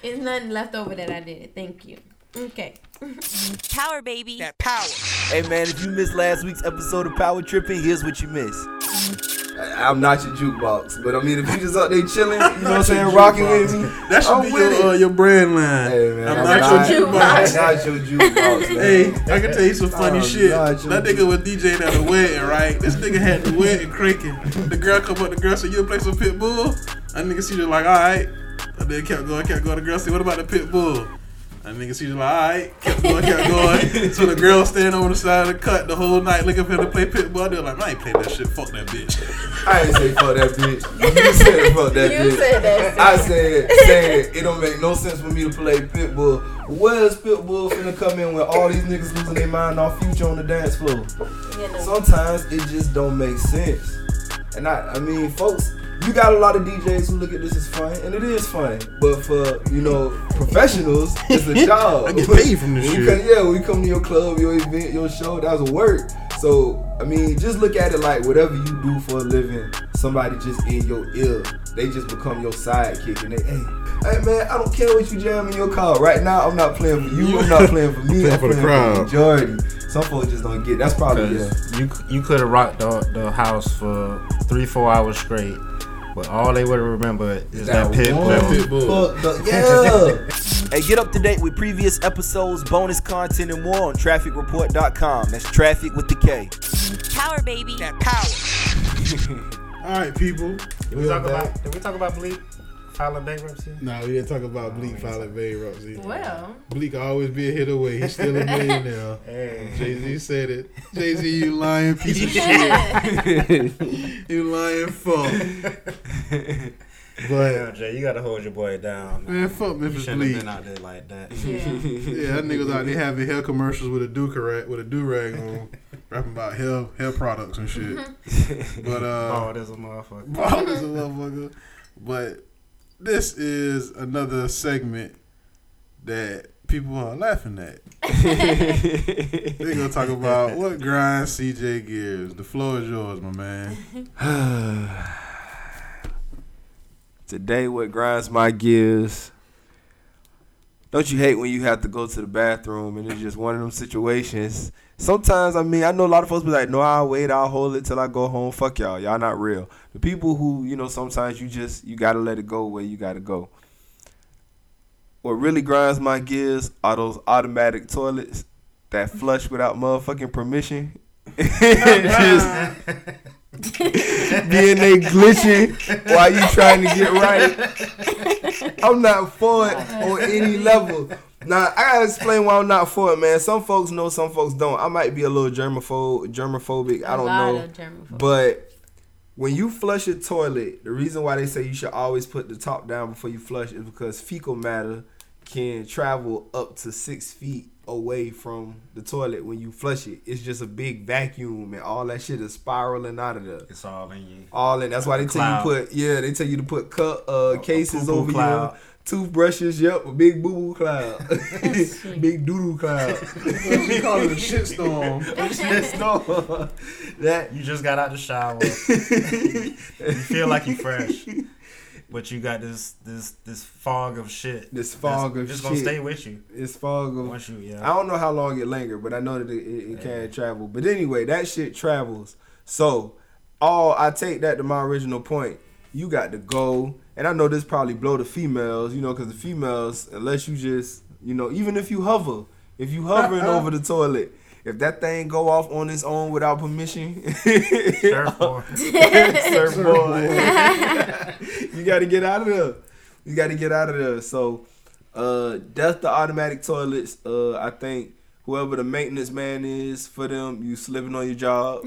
Speaker 6: It's nothing left over that I did it. Thank you. Okay.
Speaker 9: Power baby.
Speaker 11: Hey man, if you missed last week's episode of Power Tripping, here's what you missed. I'm not your jukebox, but I mean, if you just out there chilling, you know what I'm saying, rocking with me,
Speaker 4: That should
Speaker 11: I'm
Speaker 4: be
Speaker 11: with
Speaker 4: your, uh,
Speaker 11: it.
Speaker 4: your brand line.
Speaker 11: Hey man,
Speaker 4: I'm, not your jukebox.
Speaker 11: I'm not your jukebox, man.
Speaker 4: Hey, I can tell you some funny
Speaker 11: Oh,
Speaker 4: shit.
Speaker 11: God, you-
Speaker 4: that nigga was DJing at the wedding, right? This nigga had the wedding cranking. The girl come up, the girl said, "You play some pit bull?" That nigga she just like, "All right." And then kept going, kept going. The girl said, "What about the pit bull?" That nigga sees like, all right, kept going, kept going. so the girl standing over the side of the cut the whole night looking for him to play Pitbull. They're like, I ain't played that shit. Fuck that bitch.
Speaker 11: I ain't say fuck that bitch. You said fuck that
Speaker 1: You
Speaker 11: bitch.
Speaker 1: said that shit.
Speaker 11: I said, said it don't make no sense for me to play Pitbull. Where's Pitbull finna come in when all these niggas losing their mind on future on the dance floor?
Speaker 1: You know.
Speaker 11: Sometimes it just don't make sense. And I, I mean, folks, you got a lot of DJs who look at this as fun, and it is fun. But for you know professionals, it's a job.
Speaker 4: I get paid from this
Speaker 11: When you
Speaker 4: shit.
Speaker 11: come- yeah, when you come to your club, your event, your show, that's work. So I mean, just look at it like whatever you do for a living, somebody just in your ear, they just become your sidekick, and they hey. Hey man, I don't care what you jam in your car. Right now, I'm not playing for you. I'm not playing for me.
Speaker 4: Playing
Speaker 11: I'm
Speaker 4: for the crowd.
Speaker 11: majority. Some folks just don't get. it. That's
Speaker 2: Oh,
Speaker 11: probably yeah.
Speaker 2: You you could have rocked the, the house for three four hours straight, but all they would have remembered is that, pit
Speaker 11: one
Speaker 2: bull.
Speaker 4: Pitbull.
Speaker 11: fuck the- yeah.
Speaker 3: Hey, get up to date with previous episodes, bonus content, and more on trafficreport.com. That's traffic with the K.
Speaker 9: Power baby. That
Speaker 4: All right, people.
Speaker 2: Did we talk about did we talk about Bleak filing bankruptcy?
Speaker 4: Nah, we didn't talk about Bleak filing bankruptcy.
Speaker 1: Well,
Speaker 4: Bleak always be a hit away. He's still a millionaire.
Speaker 2: Hey.
Speaker 4: Jay Z said it. Jay Z, you lying piece of shit. You lying fuck.
Speaker 2: Damn,
Speaker 4: But
Speaker 2: Jay, you gotta hold your boy down.
Speaker 4: man, fuck
Speaker 2: you
Speaker 4: Memphis
Speaker 2: shouldn't have
Speaker 4: Bleak.
Speaker 2: been out there like that.
Speaker 1: yeah.
Speaker 4: Yeah, that niggas out there having hair commercials with a do correct with a do rag on, rapping about hair hair products and shit. But
Speaker 2: oh,
Speaker 4: uh,
Speaker 2: there's a motherfucker.
Speaker 4: Ball is a motherfucker. But this is another segment that people are laughing at. They're gonna talk about what grinds CJ gears. The floor is yours, my man.
Speaker 11: Today, what grinds my gears? Don't you hate when you have to go to the bathroom and it's just one of them situations? Sometimes, I mean, I know a lot of folks be like, "No, I'll wait. I'll hold it till I go home." Fuck y'all. Y'all not real. The people who, you know, sometimes you just you gotta let it go where you gotta go. What really grinds my gears are those automatic toilets that flush without motherfucking permission. just being they glitching while you trying to get right. I'm not for it on any level. Now I gotta explain why I'm not for it, man. Some folks know, some folks don't. I might be a little germaphobe, germophobic. I
Speaker 6: A
Speaker 11: don't
Speaker 6: lot
Speaker 11: know.
Speaker 6: of germaphobe.
Speaker 11: But when you flush a toilet, the reason why they say you should always put the top down before you flush is because fecal matter can travel up to six feet away from the toilet when you flush it. It's just a big vacuum and all that shit is spiraling out of there.
Speaker 2: It's all in you.
Speaker 11: All in. That's why they
Speaker 2: Cloud.
Speaker 11: tell you put yeah, they tell you to put cup uh, cases
Speaker 2: poo-poo
Speaker 11: over
Speaker 2: cloud.
Speaker 11: your toothbrushes. Yep, a big boo boo cloud, big doo doo cloud.
Speaker 4: She called it a shitstorm.
Speaker 11: no, that
Speaker 2: You just got out the shower. you feel like you fresh, but you got this this this fog of shit.
Speaker 11: This fog
Speaker 2: that's,
Speaker 11: of
Speaker 2: it's gonna
Speaker 11: shit.
Speaker 2: stay with you
Speaker 11: is fog of
Speaker 2: once you yeah.
Speaker 11: I don't know how long it lingered, but I know that it, it, it can travel. But anyway, that shit travels. So, all I take that to my original point. You got to go, and I know this probably blow the females, you know, because the females, unless you just, you know, even if you hover, if you hovering over the toilet, if that thing go off on its own without permission,
Speaker 2: Therefore,
Speaker 11: surfboard. you got to get out of there. You got to get out of there. So uh, that's the automatic toilets. Uh, I think whoever the maintenance man is for them, you slipping on your job.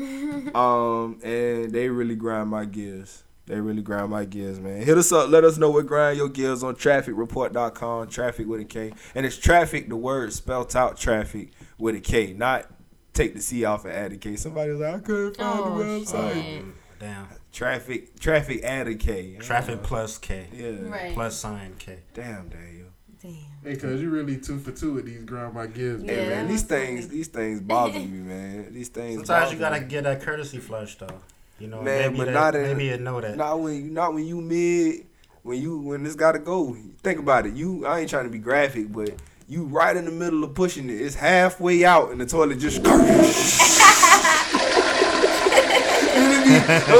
Speaker 11: um, and they really grind my gears. They really grind my gears, man. Hit us up. Let us know what grind your gears on trafficreport.com. Traffic with a K. And it's traffic, the word spelt out traffic with a K, not take the C off and add a K. Somebody was like, I couldn't find
Speaker 6: Oh,
Speaker 11: the website.
Speaker 6: shit.
Speaker 2: damn.
Speaker 11: Traffic, traffic add a K.
Speaker 2: Traffic plus K.
Speaker 11: Yeah.
Speaker 6: Right.
Speaker 2: Plus sign K.
Speaker 11: Damn, Daniel.
Speaker 4: Hey, cause you really two for two with these grind my gears.
Speaker 11: Hey,
Speaker 6: Yeah,
Speaker 11: man,
Speaker 6: that
Speaker 11: these
Speaker 6: was funny.
Speaker 11: things, these things bother me, man. These things.
Speaker 2: Sometimes you
Speaker 11: bother
Speaker 2: gotta get that courtesy flush though. You know,
Speaker 11: Man,
Speaker 2: maybe
Speaker 11: but
Speaker 2: that,
Speaker 11: not in-
Speaker 2: maybe you know
Speaker 11: me.
Speaker 2: that.
Speaker 11: Not when you, not when you mid, when you when this gotta go. Think about it. You, I ain't trying to be graphic, but you right in the middle of pushing it. It's halfway out, and the toilet just. Don't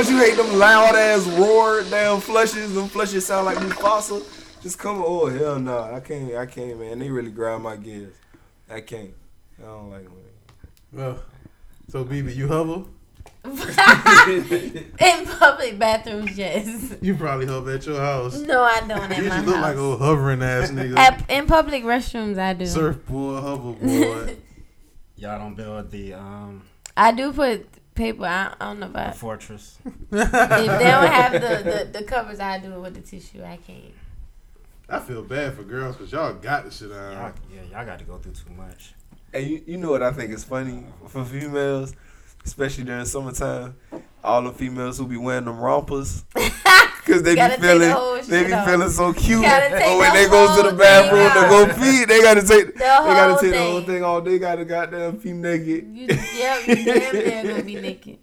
Speaker 11: you hate them loud ass roar down flushes? Them flushes sound like new fossil. Just come. Oh hell no, I can't. I can't, man. They really grind my gears. I can't. I don't like them.
Speaker 4: Well, so BB, you hover?
Speaker 6: In public bathrooms, yes.
Speaker 4: You probably hover at your house.
Speaker 6: No, I don't at
Speaker 4: you
Speaker 6: my
Speaker 4: just look like
Speaker 6: house.
Speaker 4: a old hovering ass nigga.
Speaker 6: At, in public restrooms, I do.
Speaker 4: Surfboard, hoverboard.
Speaker 2: Y'all don't build the um
Speaker 6: I do put paper. I, I don't know
Speaker 2: the
Speaker 6: about.
Speaker 2: fortress.
Speaker 6: if they don't have the, the, the covers, I do it with the tissue. I can't.
Speaker 4: I feel bad for girls because y'all got to sit
Speaker 2: Y'all,
Speaker 4: down.
Speaker 2: yeah, y'all got to go through too much.
Speaker 11: And you, you know what I think is funny for females, especially during summertime, all the females who be wearing them rompers. Cause they be
Speaker 6: Gotta take the
Speaker 11: feeling,
Speaker 6: whole
Speaker 11: they be
Speaker 6: shit off.
Speaker 11: feeling so cute.
Speaker 6: Gotta take
Speaker 11: But when
Speaker 6: the
Speaker 11: they go
Speaker 6: whole
Speaker 11: to the
Speaker 6: thing
Speaker 11: bathroom to
Speaker 6: off.
Speaker 11: go pee, they gotta take,
Speaker 6: The
Speaker 11: they gotta
Speaker 6: whole
Speaker 11: take the whole
Speaker 6: thing.
Speaker 11: thing off. They gotta goddamn pee naked.
Speaker 6: You, yeah, you damn near gonna be naked.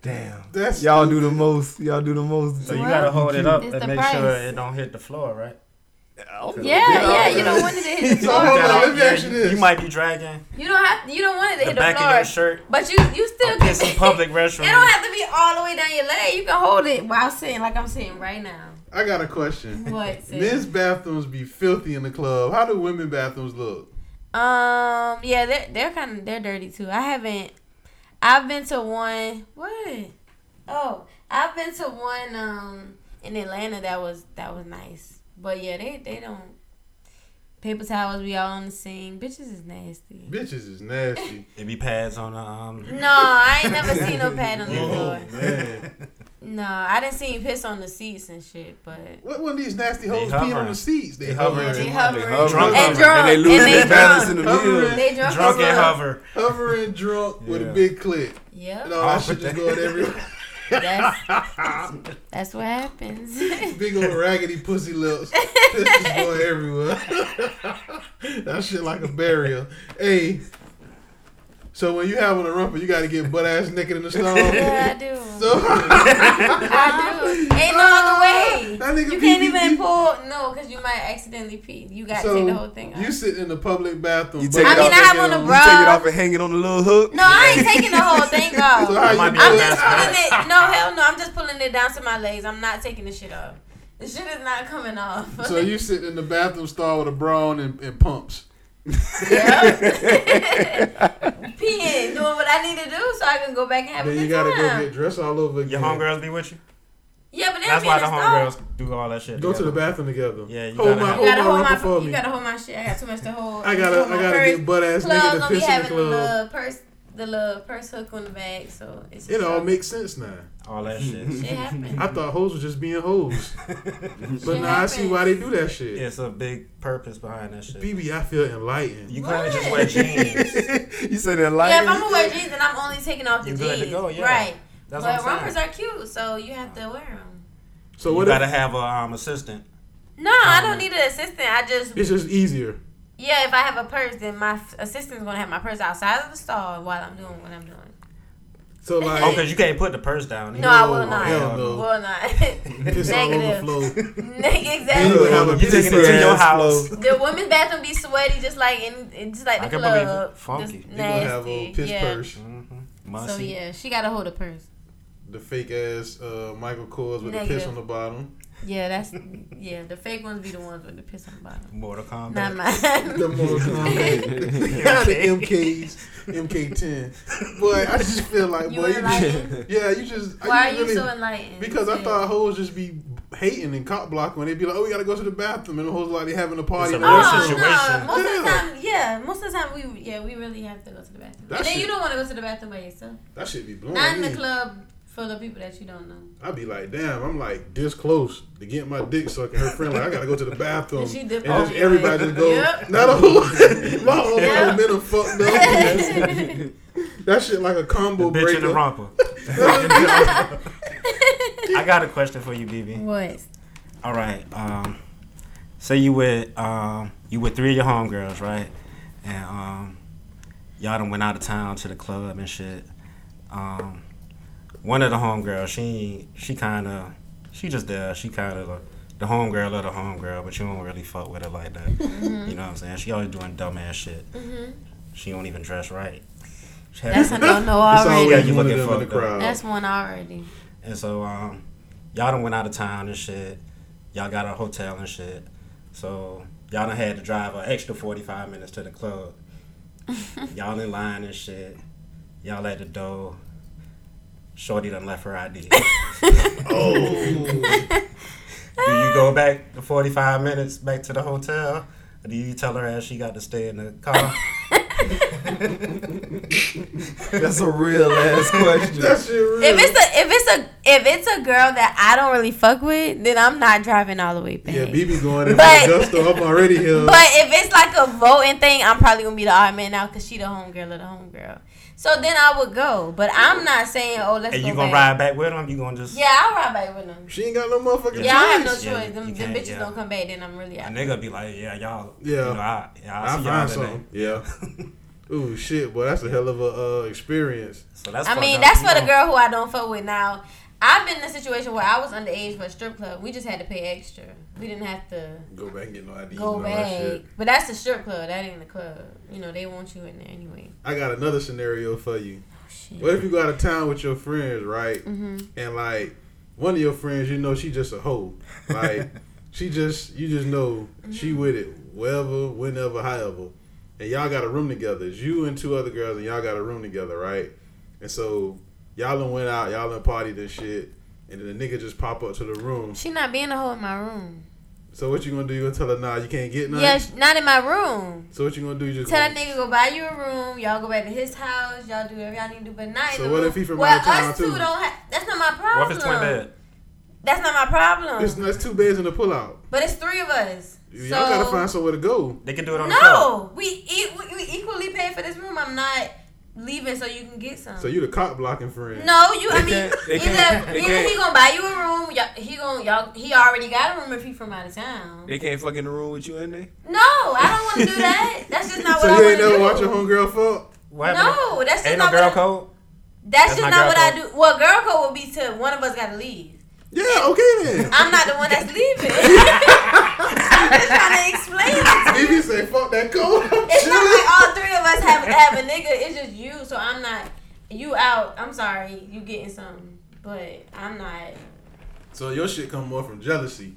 Speaker 11: Damn,
Speaker 4: That's
Speaker 11: y'all do the most. Y'all do the most.
Speaker 2: So you got to hold it up
Speaker 6: It's
Speaker 2: and
Speaker 6: the
Speaker 2: make sure
Speaker 6: price.
Speaker 2: it don't hit the floor, right?
Speaker 6: Yeah, yeah, you don't want it to hit the
Speaker 4: So Oh, hold on, let
Speaker 6: floor.
Speaker 4: me ask you this.
Speaker 2: You might be dragging
Speaker 6: You don't have. You don't want it to
Speaker 2: the
Speaker 6: hit the
Speaker 2: back of your
Speaker 6: floor.
Speaker 2: shirt.
Speaker 6: But you, you still
Speaker 2: Get some public
Speaker 6: It
Speaker 2: restroom.
Speaker 6: don't have to be all the way down your leg. You can hold it while sitting, like I'm sitting right now.
Speaker 4: I got a question.
Speaker 6: What? sis?
Speaker 4: Men's bathrooms be filthy in the club. How do women bathrooms look?
Speaker 6: Um. Yeah, they're they're kind of they're dirty too. I haven't. I've been to one. What? Oh, I've been to one. Um, in Atlanta that was that was nice. But yeah, they they don't. Paper towels be all on the sink. Bitches is nasty.
Speaker 4: Bitches is nasty.
Speaker 2: It be pads on the um.
Speaker 6: No, I ain't never seen no pad on the
Speaker 4: oh
Speaker 6: floor.
Speaker 4: man,
Speaker 6: No, I didn't see you piss on the seats and shit, but.
Speaker 4: what one of these nasty
Speaker 2: They
Speaker 4: hoes peeing on
Speaker 2: hovering.
Speaker 4: the seats? They,
Speaker 2: They
Speaker 4: hovering,
Speaker 2: hovering.
Speaker 6: They
Speaker 4: hovering,
Speaker 6: hovering. and
Speaker 2: Drunk hovering.
Speaker 6: drunk.
Speaker 11: and they lose
Speaker 6: and
Speaker 11: their
Speaker 6: they
Speaker 11: balance in
Speaker 6: drunk.
Speaker 11: the middle.
Speaker 6: They drunk.
Speaker 2: Drunk
Speaker 6: as
Speaker 2: and
Speaker 6: well.
Speaker 2: hover.
Speaker 4: drunk with a
Speaker 11: Yeah.
Speaker 4: big clip. And
Speaker 6: Yep.
Speaker 4: all that shit just going everywhere.
Speaker 6: That's, that's what happens.
Speaker 4: Big old raggedy pussy lips. This is going everywhere. that shit like a barrier. Hey. So when you having a rumper, you gotta get butt ass naked in the snow.
Speaker 6: yeah, I do.
Speaker 4: So
Speaker 6: I do. Ain't no other way.
Speaker 4: that nigga pee,
Speaker 6: You can't
Speaker 4: pee, pee.
Speaker 6: even pull. No, because you might accidentally pee. You got to
Speaker 4: so
Speaker 6: take the whole thing off.
Speaker 4: you sit in the public bathroom.
Speaker 11: You
Speaker 4: butt
Speaker 11: take
Speaker 6: I
Speaker 11: it
Speaker 6: mean, I
Speaker 11: off. and
Speaker 6: have
Speaker 11: hang
Speaker 6: on
Speaker 11: it
Speaker 6: a
Speaker 11: on-
Speaker 6: bra.
Speaker 11: You take it off and hang it on the little hook.
Speaker 6: no, I ain't taking the whole thing
Speaker 4: So
Speaker 6: off.
Speaker 4: how
Speaker 2: Might
Speaker 4: you
Speaker 2: be
Speaker 4: do
Speaker 6: I'm
Speaker 2: the
Speaker 4: it?
Speaker 6: just
Speaker 2: That's bad.
Speaker 6: pulling it. No, hell no. I'm just pulling it down to my legs. I'm not taking the shit off. The shit is not coming off.
Speaker 4: So you sit in the bathroom stall with a bra on and, and pumps.
Speaker 6: peeing, doing what I need to do so I can go back and have
Speaker 4: Then
Speaker 6: a
Speaker 4: you
Speaker 6: good
Speaker 4: gotta go
Speaker 6: time.
Speaker 4: get dressed all over again.
Speaker 2: Your homegirls be with you.
Speaker 6: yeah, but
Speaker 2: That's
Speaker 6: that's
Speaker 2: why
Speaker 6: why
Speaker 2: the homegirls do all that shit.
Speaker 4: Go to the
Speaker 2: together.
Speaker 4: bathroom together.
Speaker 2: Yeah, you
Speaker 4: hold
Speaker 2: gotta
Speaker 4: my
Speaker 2: have-
Speaker 6: You
Speaker 4: hold
Speaker 6: gotta
Speaker 4: my
Speaker 6: hold my.
Speaker 4: rumper for
Speaker 6: you
Speaker 4: me.
Speaker 6: gotta hold my shit. I got too much to hold.
Speaker 4: I gotta
Speaker 6: Hold
Speaker 4: I
Speaker 6: my
Speaker 4: gotta
Speaker 6: purse.
Speaker 4: get butt ass
Speaker 6: Clubs
Speaker 4: naked to
Speaker 6: gonna be
Speaker 4: piss in the
Speaker 6: having the
Speaker 4: club.
Speaker 6: little purse, the little purse hook on the back, so it's just
Speaker 4: It all makes sense now.
Speaker 2: All that shit.
Speaker 6: shit happen.
Speaker 4: I thought hoes was just being hoes. but now I see why they do that shit.
Speaker 2: It's a big purpose behind that shit.
Speaker 4: BB, I feel enlightened.
Speaker 2: You kind of just wear
Speaker 6: What?
Speaker 2: jeans.
Speaker 11: you said that like
Speaker 6: Yeah, if I'm gonna wear jeans, then I'm only taking off the
Speaker 2: You good
Speaker 6: jeans,
Speaker 2: to go, yeah.
Speaker 6: right?
Speaker 2: That's
Speaker 6: but
Speaker 2: what I'm
Speaker 6: rompers
Speaker 2: saying.
Speaker 6: are cute, so you have to wear them.
Speaker 4: so what
Speaker 2: you gotta
Speaker 4: if,
Speaker 2: have a um, assistant.
Speaker 6: No, I don't need an assistant. I just
Speaker 4: it's just easier.
Speaker 6: yeah, if I have a purse, then my f- assistant's gonna have my purse outside of the stall while I'm doing what I'm doing.
Speaker 4: So like
Speaker 2: Oh, cause you can't put the purse down. Oh,
Speaker 6: No, I will not.
Speaker 4: hell no.
Speaker 6: Will not.
Speaker 4: piss all over the
Speaker 6: Negative.
Speaker 4: floor.
Speaker 6: Neg-
Speaker 4: Then you would
Speaker 6: exactly.
Speaker 4: have a
Speaker 2: You taking it
Speaker 4: pissy
Speaker 2: to your
Speaker 4: ass
Speaker 2: house.
Speaker 4: flow.
Speaker 6: The women's bathroom be sweaty, just like in, in- just like
Speaker 2: I
Speaker 6: the
Speaker 2: can believe
Speaker 6: club.
Speaker 2: it. Funky.
Speaker 6: Just
Speaker 2: You
Speaker 4: You gonna have a
Speaker 6: nasty.
Speaker 4: little piss
Speaker 6: yeah.
Speaker 4: purse.
Speaker 2: Mm-hmm. Must
Speaker 6: So yeah, she gotta hold a purse.
Speaker 4: The fake ass uh, Michael Kors with the piss
Speaker 6: Negative.
Speaker 4: on the bottom.
Speaker 6: Yeah, that's yeah. The fake ones be the ones with the piss on the bottom.
Speaker 2: Mortal Kombat.
Speaker 6: Not mine.
Speaker 4: The Mortal Kombat. Yeah, the MKs, MK10. Boy, I just feel like,
Speaker 6: You
Speaker 4: boy, you just,
Speaker 6: enlightened?
Speaker 4: yeah, you just.
Speaker 6: Why are you
Speaker 4: really-
Speaker 6: so enlightened?
Speaker 4: Because I
Speaker 6: Yeah.
Speaker 4: thought hoes just be hating and cock blocking when they be like, oh, we gotta go to the bathroom. And the hoes like they having a party.
Speaker 2: It's a
Speaker 4: And
Speaker 2: real
Speaker 4: all that
Speaker 6: Oh
Speaker 4: shit.
Speaker 6: no!
Speaker 2: situation.
Speaker 6: Most of the
Speaker 4: Yeah.
Speaker 6: time, yeah. Most of the time, we yeah we really have to go to the bathroom.
Speaker 4: That
Speaker 6: and then
Speaker 4: shit-
Speaker 6: you don't want to go to the bathroom by yourself.
Speaker 4: That shit be blowing.
Speaker 6: Not in the
Speaker 4: me.
Speaker 6: club full of people that you don't know.
Speaker 4: I'd be like, damn, I'm like this close to getting my dick sucked. And her friend like, I gotta go to the bathroom.
Speaker 6: And she
Speaker 4: And
Speaker 6: dipped
Speaker 4: just
Speaker 6: off.
Speaker 4: everybody just go.
Speaker 6: Yep.
Speaker 4: Not a whole. My whole
Speaker 6: Yep.
Speaker 4: momentum fucked up. that shit like a
Speaker 2: The
Speaker 4: combo
Speaker 2: bitch in the
Speaker 4: breaker.
Speaker 2: romper. I got a question for you, BB.
Speaker 6: What?
Speaker 2: All right. Um, say you with um, you with three of your homegirls, right? And um, y'all done went out of town to the club and shit. Um, one of the homegirls, she she kind of she just there. She kind of the, the homegirl of the homegirl, but you don't really fuck with her like that. You know what I'm saying? She always doing dumb ass shit. She don't even dress right.
Speaker 6: That's a no no
Speaker 4: It's
Speaker 6: already.
Speaker 2: Yeah,
Speaker 4: always
Speaker 2: you
Speaker 4: one of
Speaker 2: looking
Speaker 4: them in the
Speaker 2: fucked up.
Speaker 4: crowd.
Speaker 6: That's one already.
Speaker 2: And so, um, y'all done went out of town and shit. Y'all got a hotel and shit. So y'all done had to drive an extra forty five minutes to the club. y'all in line and shit. Y'all at the door. Shorty done left her ID.
Speaker 4: Oh.
Speaker 2: Do you go back the 45 minutes back to the hotel? Or do you tell her as she got to stay in the car?
Speaker 11: That's a real ass question.
Speaker 4: That shit real.
Speaker 6: If it's
Speaker 2: Mm.
Speaker 6: a if it's a if it's a girl that I don't really fuck with, then I'm not driving all the way back.
Speaker 4: yeah, BB going in
Speaker 6: But-
Speaker 4: with Gusto. I'm already here.
Speaker 6: But if it's like a voting thing, I'm probably gonna be the odd man out because she the homegirl or the homegirl. So then I would go, but I'm not saying oh let's
Speaker 2: and
Speaker 6: go
Speaker 2: you gonna
Speaker 6: back.
Speaker 2: ride back with him? You gonna just.
Speaker 6: Yeah, I'll ride back with them.
Speaker 4: she ain't got no motherfucking
Speaker 6: Yeah, I have no
Speaker 4: choice.
Speaker 6: choice.
Speaker 2: Yeah, you
Speaker 6: them them
Speaker 2: can't,
Speaker 6: bitches
Speaker 2: yeah.
Speaker 6: don't come back, then I'm really
Speaker 2: A
Speaker 6: out.
Speaker 2: nigga be like, yeah, y'all.
Speaker 4: Yeah.
Speaker 2: You know, I, yeah, I,
Speaker 4: I
Speaker 2: see
Speaker 4: find
Speaker 2: y'all today.
Speaker 4: something. Yeah. Ooh shit, boy, that's a hell of a uh, experience.
Speaker 2: So that's
Speaker 6: I
Speaker 2: fucked
Speaker 6: mean,
Speaker 2: up.
Speaker 6: that's
Speaker 2: You
Speaker 6: for the
Speaker 2: gonna-
Speaker 6: girl who I don't fuck with now. I've been in a situation where I was underage for a strip club. We just had to pay extra. We didn't have to
Speaker 4: Go back and get no ID.
Speaker 6: go
Speaker 4: and all that shit.
Speaker 6: back. But that's the strip club. That ain't the club. You know, they want you in there anyway.
Speaker 4: I got another scenario for you.
Speaker 6: Shit.
Speaker 4: What if you go out of town with your friends, right?
Speaker 6: Mm-hmm.
Speaker 4: And like one of your friends, you know she just a hoe. Like she just you just know she
Speaker 6: Mm-hmm.
Speaker 4: with it wherever, whenever, however. And y'all got a room together. It's you and two other girls and y'all got a room together, right? And so y'all done went out, y'all done partied and shit. And then the nigga just pop up to the room.
Speaker 6: She not being a hoe in my room.
Speaker 4: So what you gonna do? You gonna tell her nah, you can't get none.
Speaker 6: Yeah, sh- not in my room.
Speaker 4: So what you gonna do? You just
Speaker 6: Tell that
Speaker 4: gonna-
Speaker 6: nigga go buy you a room. Y'all go back to his house. Y'all do whatever y'all need to do, but not
Speaker 4: So
Speaker 6: in the
Speaker 4: what
Speaker 6: room.
Speaker 4: if he from
Speaker 6: well,
Speaker 4: out of town,
Speaker 6: us two
Speaker 4: too?
Speaker 6: don't. Ha- that's not my problem.
Speaker 2: What if it's twin bed?
Speaker 6: That's not my problem.
Speaker 4: It's, it's two beds in the pullout.
Speaker 6: but it's three of us.
Speaker 4: Y'all
Speaker 6: so
Speaker 4: gotta find somewhere to go.
Speaker 2: They can do it on the floor.
Speaker 6: No, we, e- we we equally pay for this room. I'm not leaving so you can get some.
Speaker 4: So you the cop blocking friend.
Speaker 6: no, you. I
Speaker 11: They
Speaker 6: mean,
Speaker 11: can't- they
Speaker 6: either,
Speaker 11: can't- they
Speaker 6: either
Speaker 11: can't.
Speaker 6: he gonna buy you a room. Y'all, he gonna y'all. He already got a room if he from out of town.
Speaker 11: They can't fuck in the room with you in there.
Speaker 6: No, I don't want to do that. That's just not
Speaker 4: so
Speaker 6: what I
Speaker 4: you
Speaker 6: want to
Speaker 4: ain't
Speaker 6: do.
Speaker 4: never watch your homegirl fuck?
Speaker 2: What happened?
Speaker 6: No, that's just
Speaker 2: Ain't no
Speaker 6: not
Speaker 2: girl
Speaker 6: what I,
Speaker 2: code?
Speaker 6: that's,
Speaker 2: That's
Speaker 6: just
Speaker 2: not
Speaker 6: not what
Speaker 2: girl
Speaker 6: I do. Well, girl code would be to one of us got to leave.
Speaker 4: Yeah, okay then.
Speaker 6: I'm not the one that's leaving. I'm just trying to explain it. to you.
Speaker 4: BB say fuck that code. I'm
Speaker 6: It's not
Speaker 4: chilling.
Speaker 6: like all three of us have have a nigga. It's just you. So I'm not. You out. I'm sorry. You getting something, but I'm not.
Speaker 4: So your shit come more from jealousy.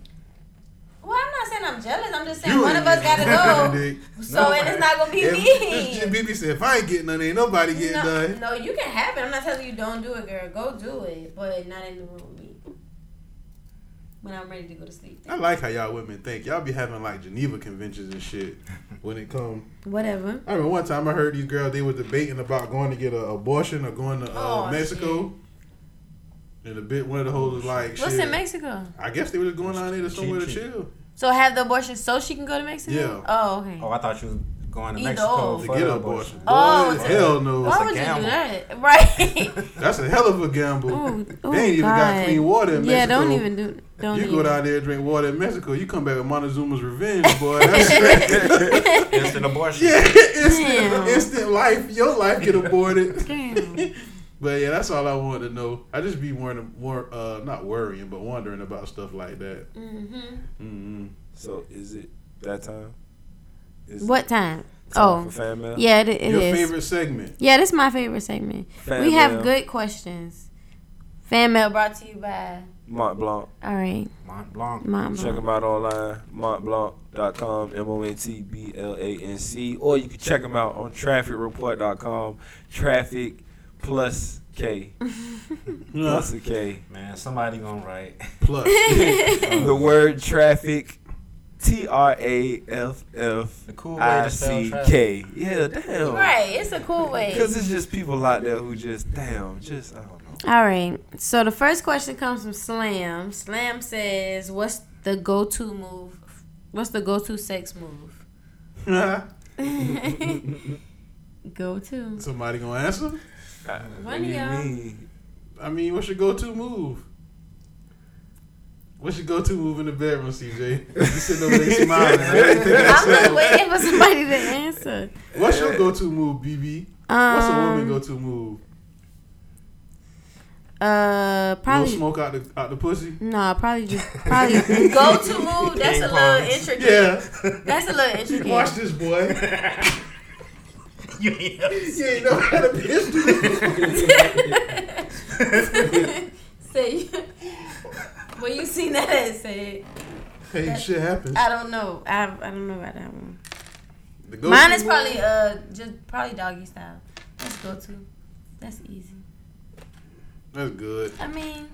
Speaker 6: Well, I'm not saying I'm jealous. I'm just saying
Speaker 4: You
Speaker 6: one
Speaker 4: ain't
Speaker 6: of us
Speaker 4: getting
Speaker 6: got
Speaker 4: none,
Speaker 6: to
Speaker 4: dick.
Speaker 6: go. So and it's not gonna be
Speaker 4: If-
Speaker 6: me.
Speaker 4: if BB said if I ain't getting none, ain't nobody getting
Speaker 6: No,
Speaker 4: none.
Speaker 6: no, you can have it. I'm not telling you don't do it, girl. Go do it, but not in the room with me. When I'm ready to go to sleep.
Speaker 4: I like how y'all women think. Y'all be having like Geneva conventions and shit when it come.
Speaker 6: Whatever.
Speaker 4: I remember one time I heard these girls they were debating about going to get an abortion or going to uh,
Speaker 6: Oh,
Speaker 4: Mexico. And the bit one of the hoes was like,
Speaker 6: What's
Speaker 4: shit,
Speaker 6: in Mexico?
Speaker 4: I guess they were just going down there to somewhere to
Speaker 2: Cheap, cheap.
Speaker 4: chill.
Speaker 6: So have the abortion so she can go to Mexico?
Speaker 4: Yeah.
Speaker 6: Oh, okay.
Speaker 2: Oh, I thought you was going to
Speaker 6: Either
Speaker 2: Mexico
Speaker 6: or.
Speaker 4: To
Speaker 2: for
Speaker 4: get
Speaker 2: the
Speaker 4: an abortion.
Speaker 6: Oh,
Speaker 4: Boy,
Speaker 6: it's a-
Speaker 4: hell no.
Speaker 6: Why
Speaker 2: a
Speaker 6: would you do
Speaker 2: gamble.
Speaker 6: that? Right.
Speaker 4: That's a hell of a gamble.
Speaker 6: Ooh, ooh,
Speaker 4: they ain't even
Speaker 6: oh, God.
Speaker 4: got clean water in
Speaker 6: yeah,
Speaker 4: Mexico.
Speaker 6: don't even do. Don't
Speaker 4: You go
Speaker 6: even.
Speaker 4: down there and drink water in Mexico, you come back with Montezuma's revenge, boy. That's
Speaker 2: Instant abortion.
Speaker 4: yeah,
Speaker 6: Damn.
Speaker 4: instant, instant life. Your life get aborted.
Speaker 6: Damn.
Speaker 4: But yeah, that's all I wanted to know. I just be worrying, wor- uh, not worrying, but wondering about stuff like that.
Speaker 6: Mhm.
Speaker 2: Mm-hmm.
Speaker 4: mm
Speaker 11: So is it that time? Is
Speaker 6: What time?
Speaker 11: it time
Speaker 6: Oh,
Speaker 11: for fan mail?
Speaker 6: yeah, it, it is.
Speaker 4: Your favorite segment?
Speaker 6: Yeah, this is my favorite segment.
Speaker 11: Fan
Speaker 6: we have
Speaker 11: mail.
Speaker 6: good questions. Fan mail brought to you by.
Speaker 11: Mont Blanc.
Speaker 6: All right,
Speaker 2: Mont Blanc.
Speaker 6: mom.
Speaker 11: Check them out online, montblanc.com, M O N T B L A N C, or you can check them out on trafficreport.com, traffic plus K, plus a K.
Speaker 2: Man, somebody gonna write.
Speaker 4: Plus,
Speaker 11: The word traffic, T R A F F
Speaker 2: The cool way
Speaker 11: I
Speaker 2: to spell
Speaker 11: C
Speaker 2: traffic.
Speaker 11: K. Yeah, damn.
Speaker 6: Right, it's a cool way.
Speaker 11: Because it's just people out there who just, damn, just, I don't know.
Speaker 6: All right. So the first question comes from Slam. Slam says, "What's the go-to move? What's the go-to sex move?" go-to.
Speaker 4: somebody gonna answer?
Speaker 11: What do you
Speaker 6: y'all.
Speaker 11: mean?
Speaker 4: I mean, what's your go-to move? What's your go-to move in the bedroom, CJ? You sitting over there smiling. I ain't thinking
Speaker 6: I'm
Speaker 4: that
Speaker 6: not waiting for somebody to answer.
Speaker 4: shit. What's your go-to move, BB?
Speaker 6: Um,
Speaker 4: What's a woman go-to move?
Speaker 6: Uh,
Speaker 4: Probably.
Speaker 6: probably.
Speaker 4: smoke out the out the pussy.
Speaker 6: No, probably just probably go to move. That's a little
Speaker 2: Ping-pong.
Speaker 6: intricate.
Speaker 4: Yeah,
Speaker 6: That's a little intricate.
Speaker 4: watch this boy.
Speaker 2: You ain't-
Speaker 4: You ain't know how to piss.
Speaker 6: say, well, you seen that ad say,
Speaker 4: Hey, shit happens.
Speaker 6: I don't know. I I don't know about that one.
Speaker 4: The go-to
Speaker 6: Mine is
Speaker 4: move-
Speaker 6: probably uh just probably doggy style. Let's go to. That's easy.
Speaker 4: That's good.
Speaker 6: I mean,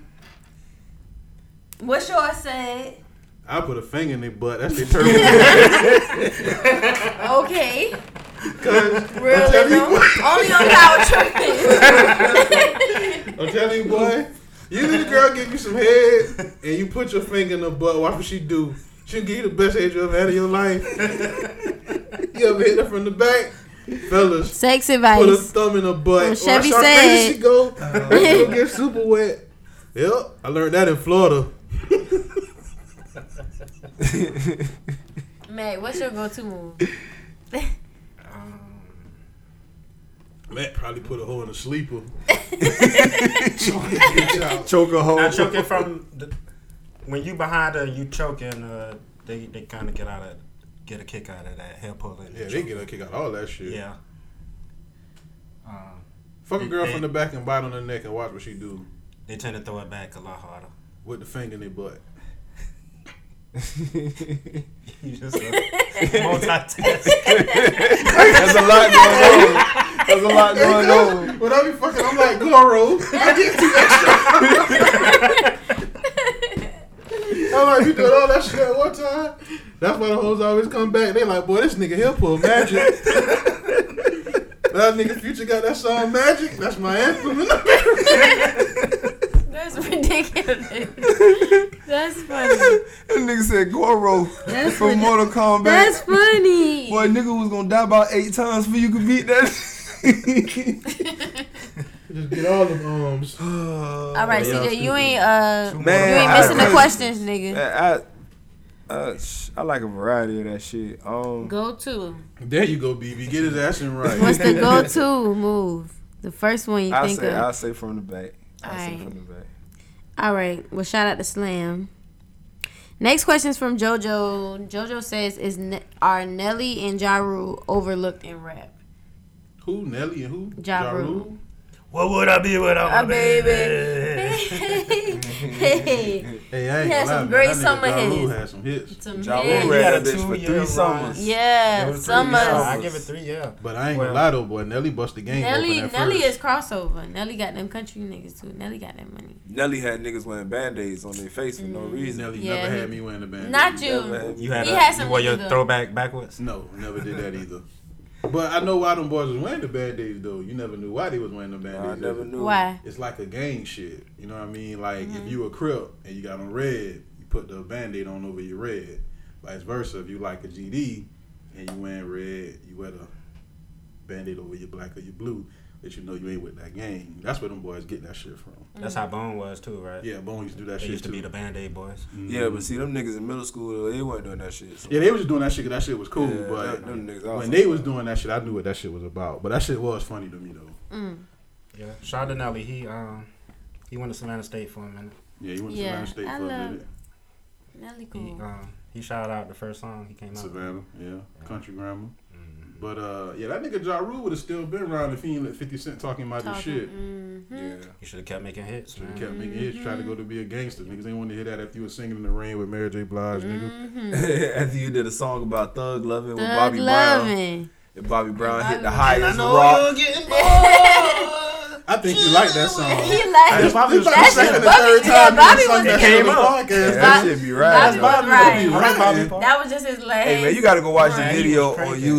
Speaker 6: what Shaw said.
Speaker 4: I put a finger in their butt. That's their turn.
Speaker 6: Okay.
Speaker 4: I'm
Speaker 6: Really?
Speaker 4: telling you
Speaker 6: No?
Speaker 4: what.
Speaker 6: Only on power tripping.
Speaker 4: I'm telling you, boy. You let the girl give you some head, and you put your finger in her butt. Watch what she do. She'll give you the best head you ever had in your life. you ever hit her from the back, fellas?
Speaker 6: Sex
Speaker 4: Put a
Speaker 6: advice.
Speaker 4: thumb in her butt.
Speaker 6: Well,
Speaker 4: Watch
Speaker 6: Chevy
Speaker 4: how crazy
Speaker 6: said-
Speaker 4: she go. She'll get super wet. Yep, I learned that in Florida.
Speaker 6: Meg, what's your go-to move?
Speaker 2: Um,
Speaker 4: Matt probably put a hole in a sleeper.
Speaker 11: Choke a hole.
Speaker 2: Now choking from the, when you behind her, you choking. Uh, they they kind of get out of get a kick out of that hair pulling.
Speaker 4: Yeah, they get a kick out all that shit.
Speaker 2: Yeah. Um,
Speaker 4: Fuck a girl from the back and bite on her neck and watch what she do
Speaker 2: they tend to throw it back a lot harder.
Speaker 4: with the finger in their butt.
Speaker 2: You just uh, multitask.
Speaker 11: There's a lot going on. There's a lot going on.
Speaker 4: When I be fucking, I'm like, Goro. I get too extra. I'm like, you doing all that shit at one time? That's why the hoes always come back. They like, boy, this nigga here pull magic. that nigga Future got that song Magic. That's my anthem.
Speaker 6: That's ridiculous. That's funny.
Speaker 11: That nigga said Goro
Speaker 6: That's
Speaker 11: from
Speaker 6: ridic-
Speaker 11: Mortal Kombat.
Speaker 6: That's funny.
Speaker 11: Boy, nigga was gonna die about eight times before you could beat that.
Speaker 4: Just get all them um, arms.
Speaker 11: Uh,
Speaker 6: All right,
Speaker 4: Yeah,
Speaker 6: CJ, you
Speaker 4: stupid.
Speaker 6: ain't uh,
Speaker 11: Man,
Speaker 6: you ain't
Speaker 11: I-
Speaker 6: missing the
Speaker 11: I-
Speaker 6: questions, nigga.
Speaker 11: I, I, uh, sh- I like a variety of that shit. Um,
Speaker 6: Go to.
Speaker 4: There you go, BB. Get his ass in right.
Speaker 6: What's the go-to move? The first one you
Speaker 11: I
Speaker 6: think
Speaker 11: say,
Speaker 6: of.
Speaker 11: I say from the back. I say
Speaker 6: Aight.
Speaker 11: from the back.
Speaker 6: All right. Well, shout out to Slam. Next question is from JoJo. JoJo says, "Is ne- are Nelly and Ja Rule overlooked in rap?"
Speaker 4: Who Nelly and who?
Speaker 6: Ja
Speaker 4: Ja
Speaker 6: Rule.
Speaker 4: Rule?
Speaker 2: what would I be
Speaker 11: Oh,
Speaker 2: without my
Speaker 6: A Uh, baby.
Speaker 2: baby?
Speaker 6: hey,
Speaker 4: Hey, I ain't
Speaker 6: He had
Speaker 4: gonna lie,
Speaker 6: some
Speaker 4: man.
Speaker 6: great
Speaker 4: That nigga Ja Rule
Speaker 6: summer hits.
Speaker 4: had some hits,
Speaker 6: some
Speaker 11: Ja Rule
Speaker 6: hits.
Speaker 2: He had
Speaker 11: ran
Speaker 2: a
Speaker 11: that bitch for
Speaker 2: two-year
Speaker 11: three
Speaker 2: run.
Speaker 11: summers.
Speaker 2: It
Speaker 6: yeah,
Speaker 2: was pretty- yeah,
Speaker 6: summers.
Speaker 2: I give it three. Yeah.
Speaker 4: but I ain't
Speaker 2: Well-
Speaker 4: gonna lie though, boy. Nelly bust the game.
Speaker 6: Nelly,
Speaker 4: open at
Speaker 6: Nelly
Speaker 4: first.
Speaker 6: is crossover. Nelly got them country niggas too. Nelly got that money.
Speaker 11: Nelly had niggas wearing band aids on their face for no
Speaker 6: Mm.
Speaker 11: reason.
Speaker 4: Nelly
Speaker 6: Yeah,
Speaker 4: never
Speaker 6: he-
Speaker 4: had me wearing a band.
Speaker 6: Not
Speaker 11: never
Speaker 6: you.
Speaker 11: had-
Speaker 2: You had
Speaker 6: He
Speaker 2: a,
Speaker 6: had
Speaker 2: you
Speaker 6: some
Speaker 2: wore your
Speaker 6: nigga.
Speaker 2: throwback backwards.
Speaker 4: No, never did that either. But I know why them boys was wearing the band aids though. You never knew why they was wearing the band aids.
Speaker 11: I never knew.
Speaker 6: Why?
Speaker 4: It's like a gang shit. You know what I mean? Like
Speaker 6: Mm-hmm.
Speaker 4: if you a crip and you got on red, you put the band aid on over your red. Vice versa, if you like a GD and you wearing red, you wear the band aid over your black or your blue. That you know you ain't with that gang. That's where them boys get that shit from.
Speaker 6: Mm-hmm.
Speaker 2: That's how Bone was too, right?
Speaker 4: Yeah, Bone used to do that
Speaker 2: They
Speaker 4: shit
Speaker 2: used to
Speaker 4: too. Mm-hmm.
Speaker 2: be the Band Aid boys.
Speaker 11: Yeah, but see, them niggas in middle school, they weren't doing that shit. So.
Speaker 4: Yeah, they was just doing that shit 'cause that shit was cool.
Speaker 11: Yeah,
Speaker 4: but
Speaker 11: them- them niggas
Speaker 4: when
Speaker 11: awesome.
Speaker 4: they was doing that shit, I knew what that shit was about. But that shit was funny to me though.
Speaker 2: Yeah. Shout out to Nelly. He um he went to Savannah State for a minute.
Speaker 4: Yeah, you went to
Speaker 6: Yeah,
Speaker 4: Savannah State
Speaker 6: I
Speaker 4: for a
Speaker 6: love-
Speaker 4: minute.
Speaker 6: Nelly
Speaker 2: He
Speaker 6: cool.
Speaker 2: um he shouted out the first song he came out. with.
Speaker 4: Savannah, yeah, country grandma. But uh, yeah, that nigga Ja Rule would have still been around if he ain't let Fifty Cent talking about this shit.
Speaker 6: Mm-hmm.
Speaker 11: Yeah.
Speaker 2: You should have kept making hits, man.
Speaker 4: Kept making hits, tried to go to be a gangster. Niggas ain't want to hear that after you was singing in the rain with Mary J. Blige,
Speaker 6: Mm-hmm.
Speaker 4: nigga.
Speaker 11: After you did a song about thug loving with
Speaker 6: Thug
Speaker 11: Bobby Brown,
Speaker 6: loving.
Speaker 11: and Bobby Brown hit the
Speaker 6: Bobby-
Speaker 11: highest rock.
Speaker 4: I think you like that song.
Speaker 6: He like
Speaker 4: It's probably the
Speaker 6: That's
Speaker 4: second and
Speaker 6: just Bobby-
Speaker 4: third
Speaker 6: yeah,
Speaker 4: time
Speaker 6: Bobby
Speaker 4: you sung
Speaker 6: was-
Speaker 4: that
Speaker 6: It
Speaker 4: shit on
Speaker 2: came
Speaker 4: the
Speaker 2: up.
Speaker 11: Yeah,
Speaker 4: podcast.
Speaker 11: that shit be right.
Speaker 6: Bobby was
Speaker 4: Bobby
Speaker 6: right.
Speaker 4: Brown.
Speaker 6: That was just his last.
Speaker 11: Hey man, you gotta go watch
Speaker 6: Right.
Speaker 11: the video
Speaker 2: He was
Speaker 11: on
Speaker 2: cranking.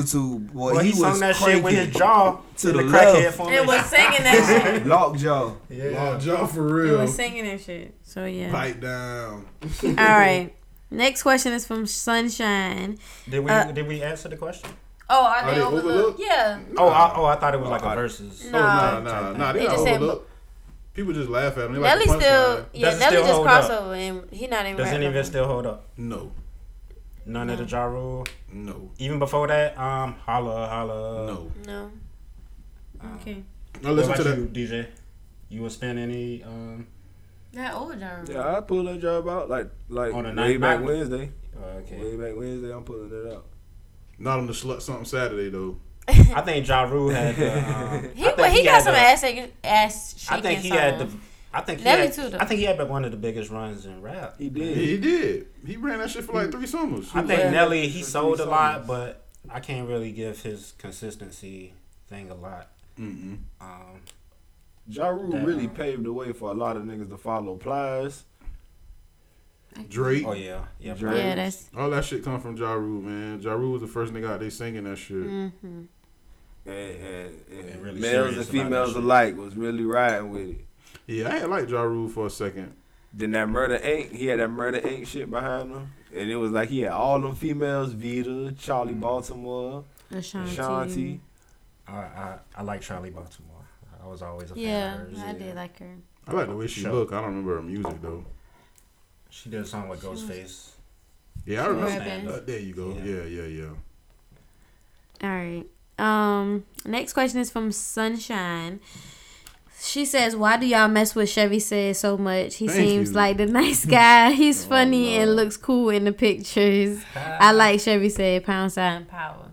Speaker 11: YouTube. Boy,
Speaker 2: Well, he,
Speaker 11: he,
Speaker 2: sung
Speaker 11: was
Speaker 2: that shit with his
Speaker 11: cranking.
Speaker 2: jaw
Speaker 11: To
Speaker 2: in
Speaker 11: the
Speaker 2: crackhead
Speaker 11: left.
Speaker 6: It
Speaker 2: formation.
Speaker 6: was singing that shit.
Speaker 11: Lockjaw.
Speaker 4: Law
Speaker 2: Yeah.
Speaker 4: Jaw Oh, for
Speaker 6: It
Speaker 4: real.
Speaker 6: was singing and shit. So yeah.
Speaker 4: Pipe down.
Speaker 6: All right. Next question is from Sunshine.
Speaker 2: Did we
Speaker 6: Uh,
Speaker 2: did we answer the question?
Speaker 6: Oh, are,
Speaker 4: Are
Speaker 6: they,
Speaker 4: they
Speaker 6: overlooked?
Speaker 4: overlooked?
Speaker 6: Yeah.
Speaker 2: Oh, I, oh, I thought it was
Speaker 11: Oh,
Speaker 2: like
Speaker 11: I-
Speaker 2: a versus.
Speaker 6: No.
Speaker 4: No, Oh, nah, nah, nah. They,
Speaker 6: Um, They
Speaker 4: not
Speaker 6: just said-
Speaker 4: overlooked. People just laugh at them. They
Speaker 6: Nelly
Speaker 4: like the
Speaker 6: still,
Speaker 4: punchline.
Speaker 6: yeah,
Speaker 2: Does it
Speaker 6: Nelly
Speaker 2: still
Speaker 6: just
Speaker 2: hold
Speaker 6: crossed
Speaker 2: up?
Speaker 6: over and he not even.
Speaker 2: Does
Speaker 6: rap
Speaker 2: any of
Speaker 6: no
Speaker 2: it still hold up?
Speaker 4: No,
Speaker 2: None of the Ja Rule.
Speaker 4: no,
Speaker 2: Even before that, um, holla, holla.
Speaker 4: no.
Speaker 6: more. No. Okay.
Speaker 4: I
Speaker 2: What
Speaker 4: listen
Speaker 2: about
Speaker 4: to
Speaker 2: you,
Speaker 4: that.
Speaker 2: DJ? You would spend any um?
Speaker 6: That old genre.
Speaker 11: Yeah, I pull that job out like like
Speaker 2: On a
Speaker 11: way
Speaker 2: night
Speaker 11: back
Speaker 2: back?
Speaker 11: Wednesday.
Speaker 2: uh,
Speaker 11: Way
Speaker 2: Okay.
Speaker 11: back Wednesday, I'm pulling it out.
Speaker 4: Not on the slut something Saturday though.
Speaker 2: I think Ja Rule had. The, um,
Speaker 6: He,
Speaker 2: I think
Speaker 6: but he, got
Speaker 2: had
Speaker 6: some
Speaker 2: the-
Speaker 6: ass shaking, ass
Speaker 2: I
Speaker 6: shaking
Speaker 2: think he
Speaker 6: songs.
Speaker 2: had the. I think he
Speaker 6: Nelly
Speaker 2: had,
Speaker 6: too, though.
Speaker 2: I think he had one of the biggest runs in rap.
Speaker 11: He did.
Speaker 4: He did. He ran that shit for like three summers.
Speaker 2: I think
Speaker 11: Yeah.
Speaker 2: Nelly he
Speaker 11: For three
Speaker 2: sold a
Speaker 11: songs.
Speaker 2: lot, but I can't really give his consistency thing a lot.
Speaker 4: Mm-mm.
Speaker 2: Um,
Speaker 7: Ja Rule really paved the way for a lot of niggas to follow Plies.
Speaker 4: Drake.
Speaker 2: Oh yeah, yeah.
Speaker 4: Drake.
Speaker 6: Yeah, that's-
Speaker 4: all that shit come from Ja Rule, man. Ja Rule was the first nigga out there singing that shit.
Speaker 6: Mm-hmm.
Speaker 11: And, and, and
Speaker 2: And really
Speaker 11: males and
Speaker 2: serious about
Speaker 11: females
Speaker 2: that shit.
Speaker 11: alike was really riding with it.
Speaker 4: Yeah, I had like Ja Rule for a second.
Speaker 11: Then that Murder Inc. He had that Murder Inc. shit behind him, and it was like he had all them females: Vita, Charlie Baltimore,
Speaker 6: Ashanti.
Speaker 11: Ashanti.
Speaker 2: I, I I like Charlie Baltimore. I was always a fan
Speaker 6: Yeah,
Speaker 2: of hers.
Speaker 6: I did like her.
Speaker 4: I like the way she
Speaker 2: Sure.
Speaker 4: looked. I don't remember her music though.
Speaker 2: She did a song with Ghostface.
Speaker 4: Yeah, I
Speaker 6: She
Speaker 4: remember.
Speaker 6: rap band.
Speaker 4: Uh, there you go. Yeah, yeah, yeah.
Speaker 6: All right. Um, next question is from Sunshine. She says, "Why do y'all mess with Chevy says so much? He
Speaker 4: Thank
Speaker 6: seems
Speaker 4: you.
Speaker 6: like the nice guy.
Speaker 2: Oh,
Speaker 6: He's funny and looks cool in the pictures. I like Chevy said pound sign power.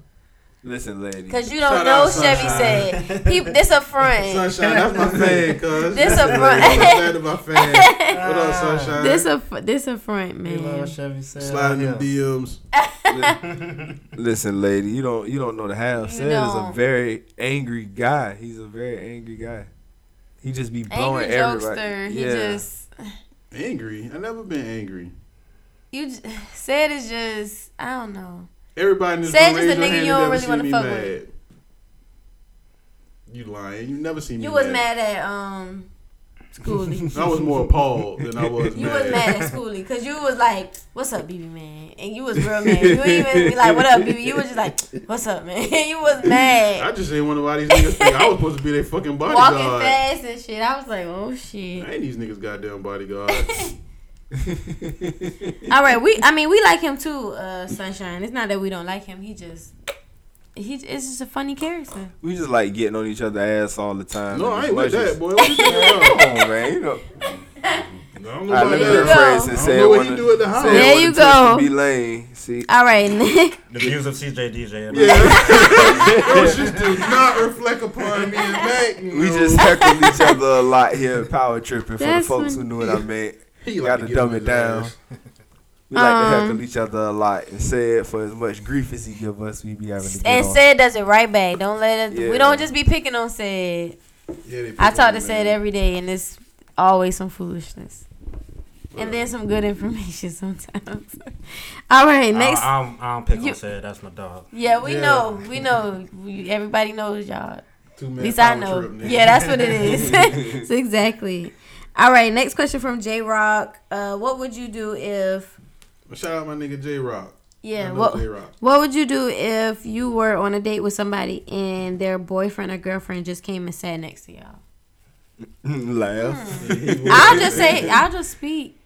Speaker 11: Listen, lady.
Speaker 6: Cause you don't
Speaker 4: Shout
Speaker 6: know
Speaker 4: out
Speaker 6: Chevy
Speaker 4: Sunshine.
Speaker 6: said he this a friend.
Speaker 4: Sunshine, that's my fan, cuz.
Speaker 6: This a
Speaker 4: Yeah,
Speaker 6: front.
Speaker 4: I'm glad to my fan. What up, Sunshine?
Speaker 6: This a fr- this a friend
Speaker 2: We
Speaker 6: man.
Speaker 2: love Chevy Said.
Speaker 4: Sliding them DMs.
Speaker 11: Listen, lady. You don't you don't know the half.
Speaker 6: You
Speaker 11: Said is a
Speaker 6: don't.
Speaker 11: very angry guy. He's a very angry guy. He just be blowing
Speaker 6: Angry
Speaker 11: everybody.
Speaker 6: jokester. He
Speaker 11: yeah.
Speaker 6: just
Speaker 4: Angry. I never been angry.
Speaker 6: you j- said is just I don't know.
Speaker 4: Everybody in this
Speaker 6: Said
Speaker 4: room raise
Speaker 6: just a
Speaker 4: your
Speaker 6: nigga
Speaker 4: hand
Speaker 6: you
Speaker 4: and
Speaker 6: don't
Speaker 4: never
Speaker 6: really
Speaker 4: seen
Speaker 6: wanna
Speaker 4: me
Speaker 6: fuck
Speaker 4: mad.
Speaker 6: with.
Speaker 4: You lying. You never seen me
Speaker 6: You was mad at um Schoolie.
Speaker 4: I was more appalled than I was
Speaker 6: You
Speaker 4: mad.
Speaker 6: was mad at Schoolie because you was like, "What's up, BB man?" And you was real mad. You ain't even be like, "What up, BB?" You was just like, "What's up, man?" you was
Speaker 4: I
Speaker 6: mad,
Speaker 4: just ain't one of all these niggas think I was supposed to be their fucking bodyguard.
Speaker 6: walking fast and shit. I was like, "Oh
Speaker 4: I
Speaker 6: shit."
Speaker 4: ain't these niggas goddamn bodyguards.
Speaker 6: All right, we. I mean, we like him too, uh, Sunshine. It's not that we don't like him. He just, he. It's just a funny character.
Speaker 11: we just like getting on each other's ass all the time.
Speaker 4: no,
Speaker 11: And
Speaker 4: I
Speaker 11: as
Speaker 4: ain't with
Speaker 11: much as-
Speaker 4: that, boy. What you doing?
Speaker 11: Come on, man. You know,
Speaker 4: I don't know
Speaker 11: I
Speaker 4: about
Speaker 6: there
Speaker 11: literally
Speaker 6: you go.
Speaker 4: that.
Speaker 11: phrased and
Speaker 4: I
Speaker 11: said
Speaker 4: don't know what
Speaker 11: one
Speaker 4: he
Speaker 11: of-
Speaker 4: do at the house.
Speaker 11: said
Speaker 6: There
Speaker 11: one
Speaker 6: you
Speaker 11: of the tips
Speaker 6: go.
Speaker 11: to Be lane. See,
Speaker 6: All right, Nick.
Speaker 2: The views of CJ DJ.
Speaker 4: Those just do not reflect upon me and Mac. you
Speaker 11: we
Speaker 4: know.
Speaker 11: just heckled each other a lot here at Power Tripping for the
Speaker 6: That's
Speaker 11: folks
Speaker 6: what-
Speaker 11: who knew what I meant.
Speaker 4: He
Speaker 11: Gotta
Speaker 4: give
Speaker 11: dumb
Speaker 4: him
Speaker 11: it
Speaker 4: his
Speaker 11: down.
Speaker 4: ass.
Speaker 11: We like to
Speaker 6: Um.
Speaker 11: heckle each other a lot and say it for as much grief as he give us. We be having to get
Speaker 6: And
Speaker 11: on.
Speaker 6: said does it right back. Don't let us.
Speaker 11: Yeah.
Speaker 6: We don't just be picking on said.
Speaker 4: Yeah, they
Speaker 6: I
Speaker 4: pick on
Speaker 6: talk to
Speaker 4: him,
Speaker 6: said
Speaker 4: man.
Speaker 6: every day, and it's always some foolishness. And then some good information sometimes. All right, next.
Speaker 2: I, I, don't, I don't pick
Speaker 6: You-
Speaker 2: on Said. That's my dog.
Speaker 6: yeah, we
Speaker 4: Yeah.
Speaker 6: know. We know. We, everybody knows y'all.
Speaker 4: Two
Speaker 6: At
Speaker 4: man
Speaker 6: least I
Speaker 4: power
Speaker 6: know.
Speaker 4: trip, nigga.
Speaker 6: yeah, that's what it is. so exactly. All right, next question from J Rock. Uh, what would you do if?
Speaker 4: Shout out my nigga J Rock.
Speaker 6: Yeah.
Speaker 4: What?
Speaker 6: What?
Speaker 4: J Rock.
Speaker 6: What would you do if you were on a date with somebody and their boyfriend or girlfriend just came and sat next to y'all?
Speaker 11: Laugh.
Speaker 6: I'll just say, I'll just speak.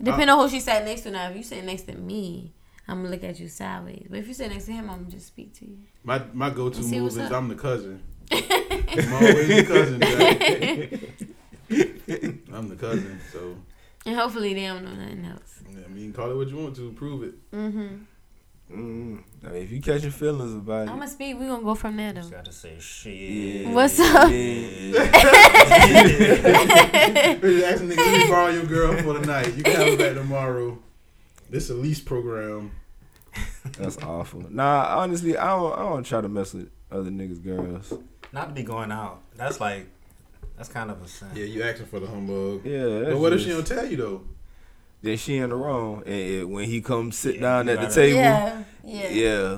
Speaker 4: Uh,
Speaker 6: Depending on who she sat next to. Now, if you sit next to me, I'm gonna look at you sideways. But if you sit next to him, I'm gonna just speak to you.
Speaker 4: My my go to
Speaker 6: Let's see
Speaker 4: move
Speaker 6: what's
Speaker 4: is
Speaker 6: up.
Speaker 4: I'm the cousin. I'm always the cousin. Jack. I'm the cousin, so
Speaker 6: And hopefully they don't know nothing else.
Speaker 4: yeah, I mean, call it what you want to, prove it.
Speaker 6: Mm-hmm.
Speaker 11: Mm. I mean, if you catching feelings about
Speaker 6: I'm
Speaker 11: it,
Speaker 6: gonna speak. We gonna go from there
Speaker 2: Just
Speaker 6: though.
Speaker 2: got to say shit.
Speaker 11: Yeah.
Speaker 6: What's up?
Speaker 11: Yeah.
Speaker 4: Really, Ask a nigga, let me borrow your girl for the night. You can have her back tomorrow. This a lease program.
Speaker 11: That's awful. Nah, honestly, I don't. I don't try to mess with other niggas' girls.
Speaker 2: Not to be going out. That's like, that's kind of a sin.
Speaker 4: Yeah, you asking for the humbug.
Speaker 11: Yeah. that's
Speaker 4: But what if
Speaker 11: just-
Speaker 4: she don't tell you though?
Speaker 11: Then she in the wrong. And it- when he comes sit
Speaker 2: Yeah,
Speaker 11: down
Speaker 2: you
Speaker 11: at the
Speaker 2: gotta-
Speaker 11: table, yeah,
Speaker 6: Yeah, yeah.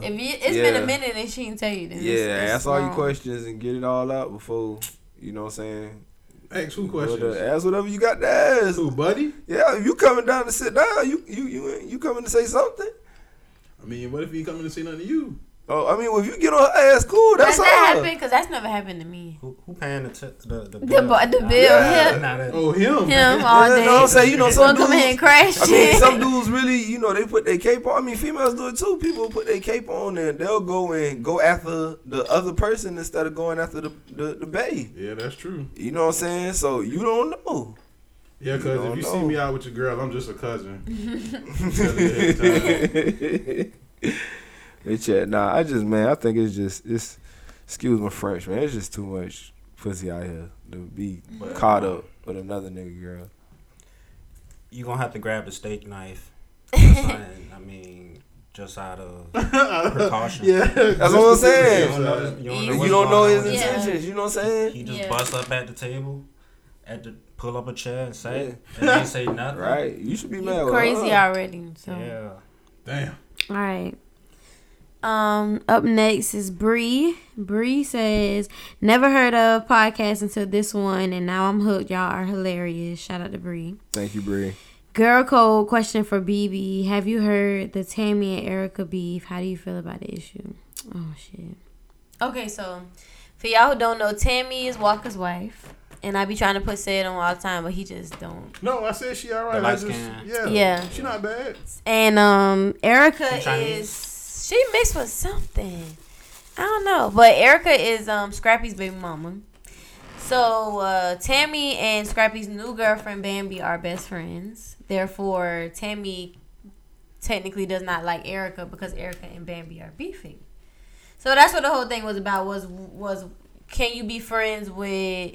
Speaker 11: yeah,
Speaker 6: If you, it's been
Speaker 11: Yeah.
Speaker 6: a minute and she ain't tell you, then it's- it's
Speaker 11: ask all your
Speaker 6: wrong.
Speaker 11: questions and get it all out before. You know what I'm saying?
Speaker 4: Ask who
Speaker 11: Go to-
Speaker 4: questions?
Speaker 11: Ask whatever you got to ask.
Speaker 4: Who, buddy?
Speaker 11: Yeah, if you coming down to sit down, you you you you coming to say something.
Speaker 4: I mean, what if he coming to see nothing to you?
Speaker 11: Oh, I mean, well, if you get on her ass, cool. That's
Speaker 6: Has that
Speaker 11: all.
Speaker 6: happened? Cause that's never happened to me.
Speaker 2: Who, who paying the, t- the the
Speaker 6: The
Speaker 2: bill?
Speaker 6: bu- the bill,
Speaker 11: Yeah.
Speaker 6: him,
Speaker 2: Not that-
Speaker 4: Oh, him.
Speaker 6: him all
Speaker 11: Yeah,
Speaker 6: day.
Speaker 11: no, I'm saying you know some
Speaker 6: Welcome
Speaker 11: dudes.
Speaker 6: in, crash.
Speaker 11: I mean, some dudes really, you know, they put their cape on. I mean, females do it too. People put their cape on and they'll go and go after the other person instead of going after the the, the babe.
Speaker 4: Yeah, that's true.
Speaker 11: You know what I'm saying? So you don't know.
Speaker 4: Yeah,
Speaker 11: You
Speaker 4: cause
Speaker 11: don't
Speaker 4: if you see
Speaker 11: know.
Speaker 4: me out with your girl, I'm just a cousin. I'm telling you every time.
Speaker 11: It's yeah, nah. I just man, I think it's just it's. Excuse my French, man. It's just too much pussy out here to be caught up with another nigga girl.
Speaker 2: you gonna have to grab a steak knife. or something. I mean, just out of precaution.
Speaker 11: yeah, that's what I'm saying.
Speaker 2: You don't
Speaker 11: You
Speaker 2: know- you
Speaker 11: don't know,
Speaker 2: don't know
Speaker 11: his
Speaker 2: what's going on.
Speaker 11: intentions. You know what I'm saying?
Speaker 2: He just bust up at the table, at the pull up a chair and say, and didn't say nothing.
Speaker 11: Right. You should be
Speaker 6: You
Speaker 11: mad. with
Speaker 6: crazy
Speaker 11: her.
Speaker 6: already. So.
Speaker 2: Yeah.
Speaker 4: Damn.
Speaker 6: All right. Um, up next is Bree. Bree says, "Never heard of podcast until this one, and now I'm hooked. Y'all are hilarious. Shout out to Bree."
Speaker 11: Thank you, Bree.
Speaker 6: Girl code question for BB: Have you heard the Tammy and Erica beef? How do you feel about the issue? Oh shit. Okay, so for y'all who don't know, Tammy is Walker's wife, and I be trying to put said on all the time, but he just don't.
Speaker 4: No, I said she all
Speaker 2: The
Speaker 4: right. I
Speaker 2: light
Speaker 4: just,
Speaker 2: skin.
Speaker 4: yeah,
Speaker 6: Yeah.
Speaker 4: She not bad.
Speaker 6: And um, Erica
Speaker 2: She Chinese?
Speaker 6: is she mixed with something. I don't know, but Erica is um Scrappy's baby mama. So uh, Tammy and Scrappy's new girlfriend Bambi are best friends. Therefore, Tammy technically does not like Erica because Erica and Bambi are beefing. So that's what the whole thing was about. Was was can you be friends with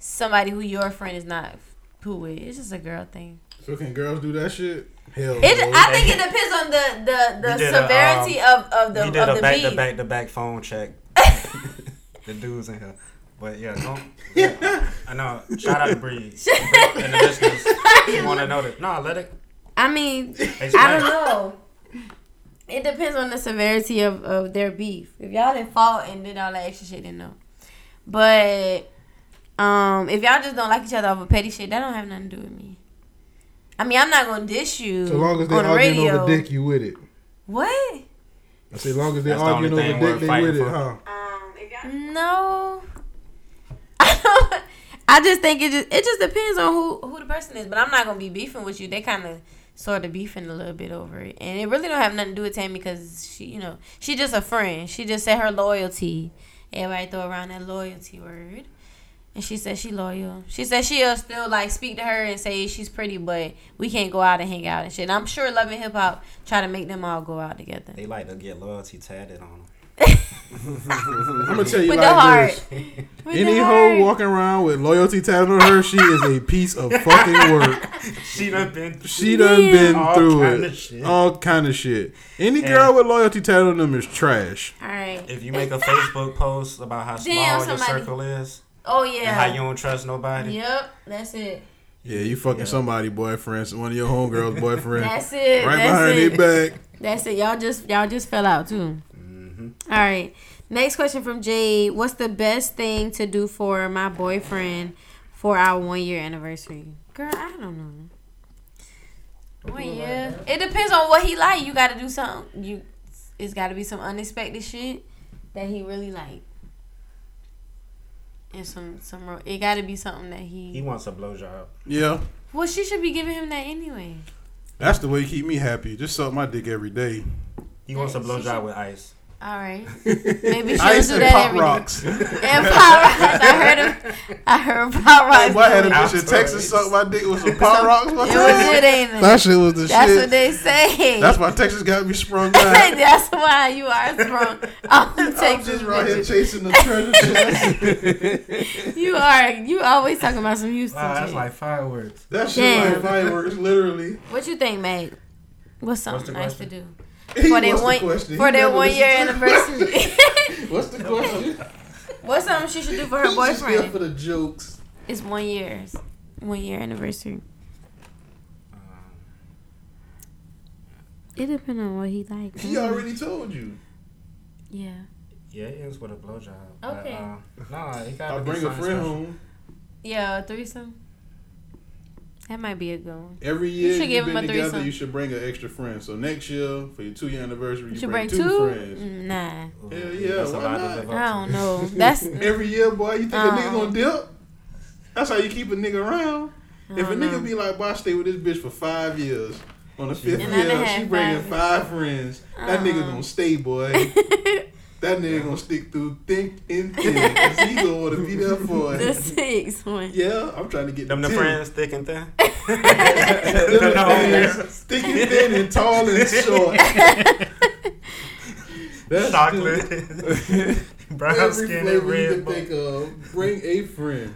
Speaker 6: somebody who your friend is not who with? It's just a girl thing.
Speaker 4: So can girls do that shit? Hell
Speaker 6: It,
Speaker 4: no.
Speaker 6: I think it depends on the the,
Speaker 2: We
Speaker 6: the
Speaker 2: did a, um,
Speaker 6: severity of of the
Speaker 2: we did
Speaker 6: of
Speaker 2: a
Speaker 6: the
Speaker 2: back
Speaker 6: beef.
Speaker 2: to back to back phone check. the dudes in here. But yeah, don't, I know. Shout out to Breeze. and the listeners. You want to know that? No, let it.
Speaker 6: I mean, I
Speaker 2: Explain.
Speaker 6: don't know. It depends on the severity of, of their beef. If y'all didn't fall and did all that extra shit, then no. But um, if y'all just don't like each other over petty shit, that don't have nothing to do with me. I mean, I'm not gonna dish you
Speaker 4: So long as they
Speaker 6: on the
Speaker 4: arguing
Speaker 6: radio.
Speaker 4: over dick, you with it.
Speaker 6: What?
Speaker 4: I say, long as they
Speaker 2: That's the
Speaker 4: arguing
Speaker 2: only
Speaker 4: over
Speaker 2: thing
Speaker 4: dick,
Speaker 2: worth
Speaker 4: they
Speaker 2: fighting
Speaker 4: with it,
Speaker 2: for.
Speaker 4: huh?
Speaker 6: No. I don't. I just think it just it just depends on who who the person is. But I'm not gonna be beefing with you. They kind of sort of beefing a little bit over it, and it really don't have nothing to do with Tammy because she, you know, she just a friend. She just said her loyalty. Everybody throw around that loyalty word. And she said she loyal. She said she'll still like speak to her and say she's pretty, but we can't go out and hang out and shit. And I'm sure Love and Hip Hop try to make them all go out together.
Speaker 2: They like to get loyalty tatted on them.
Speaker 4: I'm gonna tell you
Speaker 6: With
Speaker 4: like
Speaker 6: the heart.
Speaker 4: this.
Speaker 6: With
Speaker 4: Any
Speaker 6: the
Speaker 4: hoe
Speaker 6: heart.
Speaker 4: walking around with loyalty tatted on her, she is a piece of fucking work.
Speaker 2: She done been.
Speaker 4: She done been
Speaker 2: All
Speaker 4: through
Speaker 2: kinda
Speaker 4: it.
Speaker 2: shit.
Speaker 4: All kind of shit. Any girl with loyalty tatted on them is trash.
Speaker 6: All right.
Speaker 2: If you make a Facebook post about how small
Speaker 6: Damn,
Speaker 2: your
Speaker 6: somebody-
Speaker 2: circle is
Speaker 6: Oh
Speaker 2: and how
Speaker 6: yeah.
Speaker 2: you don't trust nobody,
Speaker 6: Yep, that's it.
Speaker 4: Yeah, you fucking somebody boyfriend, one of your homegirls boyfriend,
Speaker 6: That's it.
Speaker 4: right
Speaker 6: that's
Speaker 4: behind
Speaker 6: it.
Speaker 4: their back.
Speaker 6: That's it. Y'all just y'all just fell out too. All right. Next question from Jade. What's the best thing to do for my boyfriend for our one year anniversary? Girl, I don't know. One year. It depends on what he like. You gotta do something. You it's gotta be some unexpected shit that he really like. And some some ro- it gotta be something that
Speaker 2: he
Speaker 6: he
Speaker 2: wants a blowjob.
Speaker 4: Yeah,
Speaker 6: Well she should be giving him that anyway.
Speaker 4: that's the way you keep me happy. Just suck my dick every day.
Speaker 2: He wants a
Speaker 6: Yeah, she
Speaker 2: blowjob with ice.
Speaker 6: All right. Maybe she'll
Speaker 4: Ice
Speaker 6: do
Speaker 4: and
Speaker 6: that
Speaker 4: pop
Speaker 6: every day.
Speaker 4: rocks.
Speaker 6: And pop rocks. I heard him. I heard pop rocks.
Speaker 4: Boy, I had a
Speaker 6: doing it.
Speaker 4: bitch in Texas suck my dick with some pop rocks. one
Speaker 6: It was
Speaker 4: time.
Speaker 6: good, ain't it?
Speaker 4: That shit was the
Speaker 6: That's
Speaker 4: shit.
Speaker 6: what they say.
Speaker 4: That's
Speaker 6: That's,
Speaker 4: why Texas got me sprung out.
Speaker 6: why you are strong. I'm from
Speaker 4: I'm
Speaker 6: Texas.
Speaker 4: just right here
Speaker 6: bitches.
Speaker 4: chasing the treasure chest.
Speaker 6: You are. You always talking about some Houston.
Speaker 2: Wow, that's
Speaker 6: shit.
Speaker 2: like fireworks.
Speaker 4: That shit
Speaker 6: Damn.
Speaker 4: like fireworks, literally.
Speaker 6: what you think, mate? What's something
Speaker 2: the
Speaker 6: nice
Speaker 2: question?
Speaker 6: to do
Speaker 4: He-
Speaker 6: for their
Speaker 4: what's the
Speaker 6: one
Speaker 4: question?
Speaker 6: for
Speaker 4: He
Speaker 6: their
Speaker 4: never
Speaker 6: one year
Speaker 4: listens to-
Speaker 6: anniversary?
Speaker 4: What's the question?
Speaker 6: What's something she should do for
Speaker 4: He's
Speaker 6: her
Speaker 4: just here
Speaker 6: boyfriend?
Speaker 4: for the jokes.
Speaker 6: It's one year. One year anniversary.
Speaker 2: Um,
Speaker 6: It depends on what he likes.
Speaker 4: He already told you.
Speaker 6: Yeah.
Speaker 2: Yeah, it is with a blowjob. but,
Speaker 6: Okay.
Speaker 2: um, nah, it
Speaker 4: I
Speaker 2: gotta be
Speaker 4: bring a
Speaker 2: something
Speaker 4: friend
Speaker 2: special.
Speaker 4: home
Speaker 6: Yeah, a threesome. That might be a good one.
Speaker 4: every
Speaker 6: You
Speaker 4: year.
Speaker 6: should
Speaker 4: You've
Speaker 6: give him
Speaker 4: been
Speaker 6: a
Speaker 4: together.
Speaker 6: threesome.
Speaker 4: You should bring an extra friend. So next year for your two year anniversary, you,
Speaker 6: Should Mm,
Speaker 4: bring, two, friends.
Speaker 6: Nah,
Speaker 4: Hell yeah,
Speaker 2: That's a
Speaker 4: why
Speaker 2: lot to
Speaker 4: not?
Speaker 2: live up
Speaker 6: I don't
Speaker 2: to.
Speaker 6: know. That's
Speaker 4: Every year, boy, you think a nigga
Speaker 6: Uh-uh.
Speaker 4: gonna dip? That's how you keep a nigga around. If a
Speaker 6: don't
Speaker 4: nigga
Speaker 6: know.
Speaker 4: be like, boy, I stay with this bitch for five years. On the fifth
Speaker 6: And I done
Speaker 4: year,
Speaker 6: had
Speaker 4: she bringing
Speaker 6: five. Uh-uh.
Speaker 4: five friends. That nigga gonna stay, boy. That nigga gonna stick through thick and thin. Cause he gonna wanna be there for
Speaker 6: the
Speaker 4: it.
Speaker 6: sixth one.
Speaker 4: Yeah, I'm trying to get
Speaker 2: Them the
Speaker 4: ten.
Speaker 2: friends thick and thin.
Speaker 4: Them the
Speaker 2: No,
Speaker 4: friends. Thick and thin and tall and short. That's good.
Speaker 2: Chocolate, brown
Speaker 4: Every
Speaker 2: skin, and
Speaker 4: flavor you
Speaker 2: red.
Speaker 4: can think
Speaker 2: bone.
Speaker 4: of. Bring a friend.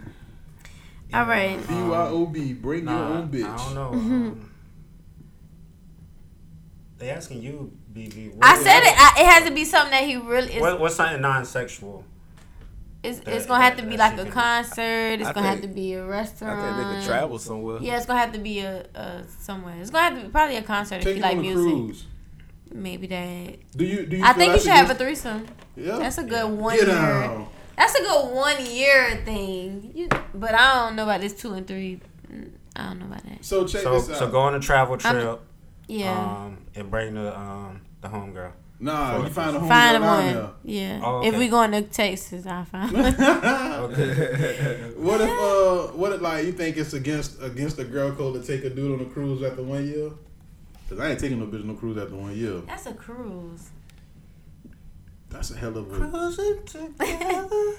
Speaker 6: All right. Mm-hmm.
Speaker 4: B Y O B. Bring your
Speaker 2: Nah,
Speaker 4: own bitch.
Speaker 2: I don't know. Um, they asking you BV.
Speaker 6: I said it. I, it has to be something that he really is.
Speaker 2: What, what's something non-sexual?
Speaker 11: uh,
Speaker 6: It's,
Speaker 2: that-
Speaker 6: it's gonna have to
Speaker 2: that-
Speaker 6: be like
Speaker 2: that she
Speaker 6: a
Speaker 2: can-
Speaker 6: concert. It's
Speaker 11: I
Speaker 6: gonna have to
Speaker 11: think-
Speaker 6: be a restaurant.
Speaker 11: I think they could travel somewhere.
Speaker 6: Yeah, it's gonna have to be a, a somewhere. It's gonna have to be probably a concert if
Speaker 4: Take him
Speaker 6: you like
Speaker 4: on a
Speaker 6: music.
Speaker 4: cruise.
Speaker 6: Maybe that.
Speaker 4: Do you? Do you
Speaker 6: I
Speaker 4: feel
Speaker 6: think you should have a
Speaker 4: that's
Speaker 6: threesome.
Speaker 4: against- Yeah.
Speaker 6: That's a good one
Speaker 4: Get
Speaker 6: year.
Speaker 4: out.
Speaker 6: That's a good one year thing. You, but I don't know about this two and three. Mm, I don't know about that.
Speaker 4: So check
Speaker 2: So
Speaker 4: this out.
Speaker 2: so go on a travel
Speaker 6: I'm-
Speaker 2: trip.
Speaker 11: Uh,
Speaker 6: Yeah.
Speaker 2: Um, and bring the um the homegirl.
Speaker 4: nah, you find a home
Speaker 6: Find
Speaker 4: girl down
Speaker 6: one. Yeah.
Speaker 2: Oh,
Speaker 6: If
Speaker 2: okay.
Speaker 6: we going to Texas, I'll find one.
Speaker 4: there.
Speaker 2: Okay.
Speaker 4: What if uh what if like you think it's against against a girl code to take a dude on a cruise after one year? Cause I ain't taking no bitch on no cruise after one year.
Speaker 6: That's a cruise.
Speaker 4: That's a hell of a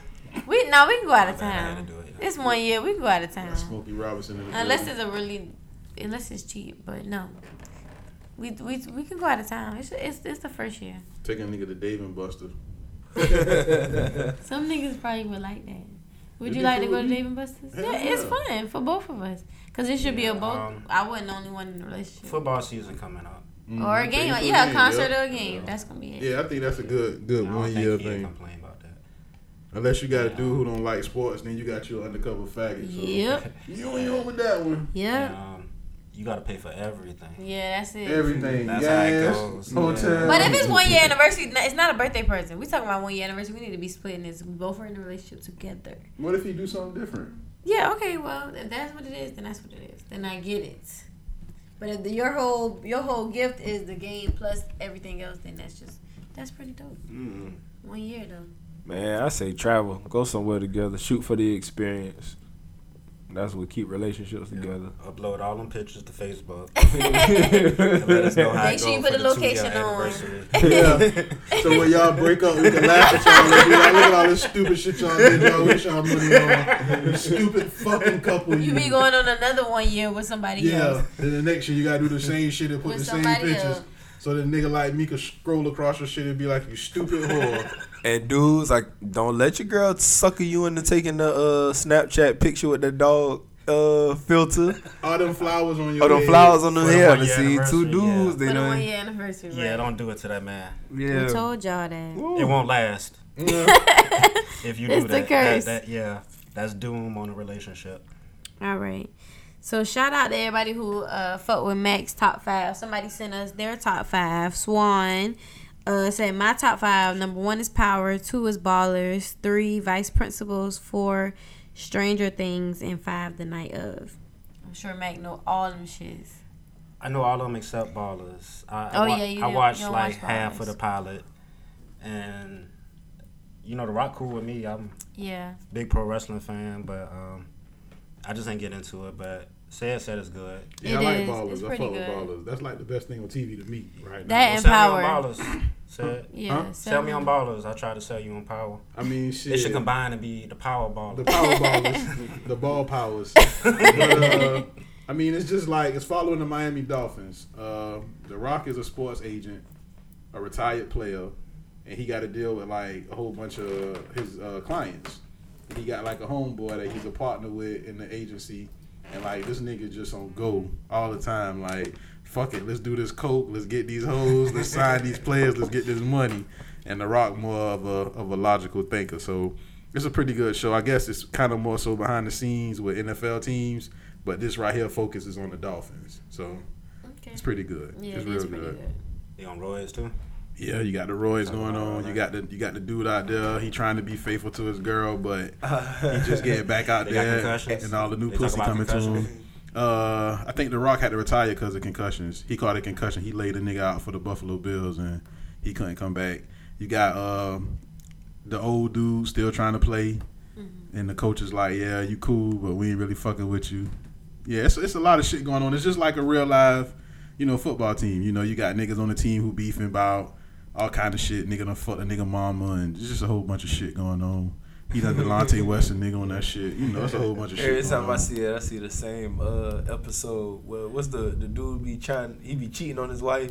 Speaker 6: We no, we can go out of
Speaker 2: Oh, I had to
Speaker 6: town.
Speaker 2: do it, yeah.
Speaker 6: It's one year. We can go out
Speaker 4: that's
Speaker 6: of town.
Speaker 4: Smokey Robinson. In the
Speaker 6: Unless
Speaker 4: building.
Speaker 6: it's a really, unless it's cheap. But no, we we we can go out of town. It's it's, it's the first year.
Speaker 4: taking a nigga to Dave and Buster.
Speaker 6: Some niggas probably would like that. Would
Speaker 4: It'd
Speaker 6: you
Speaker 4: be
Speaker 6: like to
Speaker 4: cool
Speaker 6: go to
Speaker 4: with me.
Speaker 6: Dave and Buster's?
Speaker 4: Hell
Speaker 6: Yeah, it's
Speaker 4: yeah.
Speaker 6: fun for both of us. Cause it should be a
Speaker 2: Yeah,
Speaker 6: both.
Speaker 2: um,
Speaker 6: I wasn't the only one in the relationship.
Speaker 2: Football season coming up.
Speaker 6: or a
Speaker 4: Mhm.
Speaker 6: game,
Speaker 4: Thank you for
Speaker 6: yeah,
Speaker 4: the
Speaker 6: a
Speaker 4: game,
Speaker 6: concert
Speaker 4: yeah.
Speaker 6: or a game. That's gonna be it.
Speaker 4: Yeah, I think that's a good
Speaker 2: I
Speaker 4: good
Speaker 2: don't
Speaker 4: one
Speaker 2: think
Speaker 4: year
Speaker 2: he'd
Speaker 4: thing.
Speaker 2: complain about that.
Speaker 4: Unless you got a dude who don't like sports, then you got your undercover faggot. So.
Speaker 6: Yep.
Speaker 4: You and you with that one.
Speaker 2: And,
Speaker 6: Yep.
Speaker 2: um, you got to pay for everything.
Speaker 6: Yeah, that's it.
Speaker 4: Everything.
Speaker 2: That's how it
Speaker 4: gas,
Speaker 2: goes.
Speaker 4: hotel.
Speaker 6: But if it's one year anniversary, it's not a birthday present. We talking about one year anniversary. We need to be splitting this. We both are in a relationship together.
Speaker 4: What if he do something different?
Speaker 6: Yeah. Okay. Well, if that's what it is, then that's what it is. Then I get it. But if the, your whole your whole gift is the game plus everything else, then that's just that's pretty dope.
Speaker 11: Mm.
Speaker 6: One year though.
Speaker 11: Man, I say travel. Go somewhere together. Shoot for the experience. That's what keep relationships together.
Speaker 2: Upload all them pictures to Facebook. and let us know how
Speaker 11: yeah.
Speaker 2: it
Speaker 6: Make sure you
Speaker 2: go
Speaker 6: put
Speaker 2: for
Speaker 6: the
Speaker 2: two-year
Speaker 6: location on.
Speaker 2: anniversary.
Speaker 4: Yeah. So when y'all break up, we can laugh at y'all and be like, look at all this stupid shit y'all did. Y'all wish y'all money on. You Stupid fucking couple.
Speaker 6: You be going on another one year with somebody
Speaker 4: Yeah.
Speaker 6: else.
Speaker 4: Then the next year you gotta do the same shit and put
Speaker 6: With
Speaker 4: the same
Speaker 6: somebody
Speaker 4: pictures.
Speaker 6: else.
Speaker 4: So the nigga like me could scroll across your shit and be like, you stupid whore.
Speaker 11: And dudes, like, don't let your girl sucker you into taking the uh, Snapchat picture with the dog uh, filter
Speaker 4: All them flowers on your
Speaker 2: Oh,
Speaker 11: or the
Speaker 4: head.
Speaker 11: flowers on Oh, the
Speaker 2: For the
Speaker 11: hair.
Speaker 2: one-year
Speaker 11: See, two
Speaker 2: anniversary,
Speaker 11: dudes,
Speaker 2: yeah.
Speaker 11: they
Speaker 6: For the one
Speaker 11: done.
Speaker 6: year anniversary. Right?
Speaker 2: Yeah, don't do it to that man.
Speaker 6: We
Speaker 11: Yeah.
Speaker 6: told y'all that.
Speaker 2: It won't last. if you do
Speaker 6: It's the
Speaker 2: that, that-
Speaker 6: curse.
Speaker 2: That, yeah, that's doom on a relationship.
Speaker 6: All right. So shout out to everybody who uh fuck with Max top five. Somebody sent us their top five. Swan uh said my top five. Number one is Power. Two is Ballers. Three Vice Principals. Four Stranger Things. And five The Night of. I'm sure Mac know all them shits.
Speaker 2: I know all of them except Ballers. I,
Speaker 6: Oh,
Speaker 2: I, wa-
Speaker 6: yeah, you
Speaker 2: I
Speaker 6: don't-
Speaker 2: watched
Speaker 6: you don't
Speaker 2: like
Speaker 6: watch
Speaker 2: half
Speaker 6: Ballers.
Speaker 2: of the pilot, and you know, The Rock cool with me. I'm
Speaker 6: Yeah.
Speaker 2: a big pro wrestling fan, but um, I just ain't get into it. But said said it's good.
Speaker 4: Yeah,
Speaker 6: It
Speaker 4: I
Speaker 6: is.
Speaker 4: like ballers.
Speaker 6: It's
Speaker 4: I
Speaker 6: pretty
Speaker 4: fuck
Speaker 6: good.
Speaker 4: with ballers. That's like the best thing on TV to me right now.
Speaker 6: That and
Speaker 2: Well,
Speaker 6: Power.
Speaker 2: Sell me on Ballers. Said.
Speaker 6: Yeah.
Speaker 4: Huh?
Speaker 2: Sell me on Ballers. I try to sell you on Power.
Speaker 4: I mean, shit.
Speaker 2: It should combine and be the Power Baller.
Speaker 4: the power ballers, the ball powers. But, uh, I mean, it's just like it's following the Miami Dolphins. Uh, the Rock is a sports agent, a retired player, and he got to deal with like a whole bunch of his uh, clients. He got like a homeboy that he's a partner with in the agency, and like this nigga just on go all the time. Like, fuck it, let's do this coke, let's get these hoes, let's sign these players, let's get this money. And The Rock more of a of a logical thinker, so it's a pretty good show. I guess it's kind of more so behind the scenes with NFL teams, but this right here focuses on the Dolphins, so
Speaker 6: Okay.
Speaker 4: it's pretty good.
Speaker 6: Yeah,
Speaker 4: it's
Speaker 6: it
Speaker 4: real
Speaker 6: is
Speaker 4: good.
Speaker 6: pretty good.
Speaker 2: They on roids too.
Speaker 4: Yeah, you got the Roy's going on. You got the you got the dude out there. He trying to be faithful to his girl, but he just getting back out
Speaker 2: They got
Speaker 4: there,
Speaker 2: concussions.
Speaker 4: and all the new
Speaker 2: They talk
Speaker 4: pussy
Speaker 2: about
Speaker 4: coming to
Speaker 2: concussions.
Speaker 4: him. Uh, I think The Rock had to retire because of concussions. He caught a concussion. He laid a nigga out for the Buffalo Bills, and he couldn't come back. You got um, the old dude still trying to play, and the coach is like, "Yeah, you cool, but we ain't really fucking with you." Yeah, it's, it's a lot of shit going on. It's just like a real live, you know, football team. You know, you got niggas on the team who beefing about all kind of shit. Nigga done fuck a nigga mama, and it's just a whole bunch of shit going on. He done Delonte West and nigga on that shit. You know, it's a whole bunch of shit.
Speaker 11: Every
Speaker 4: going
Speaker 11: time I
Speaker 4: on.
Speaker 11: see it, I see the same uh, episode. Well, what's the the dude be trying? He be cheating on his wife.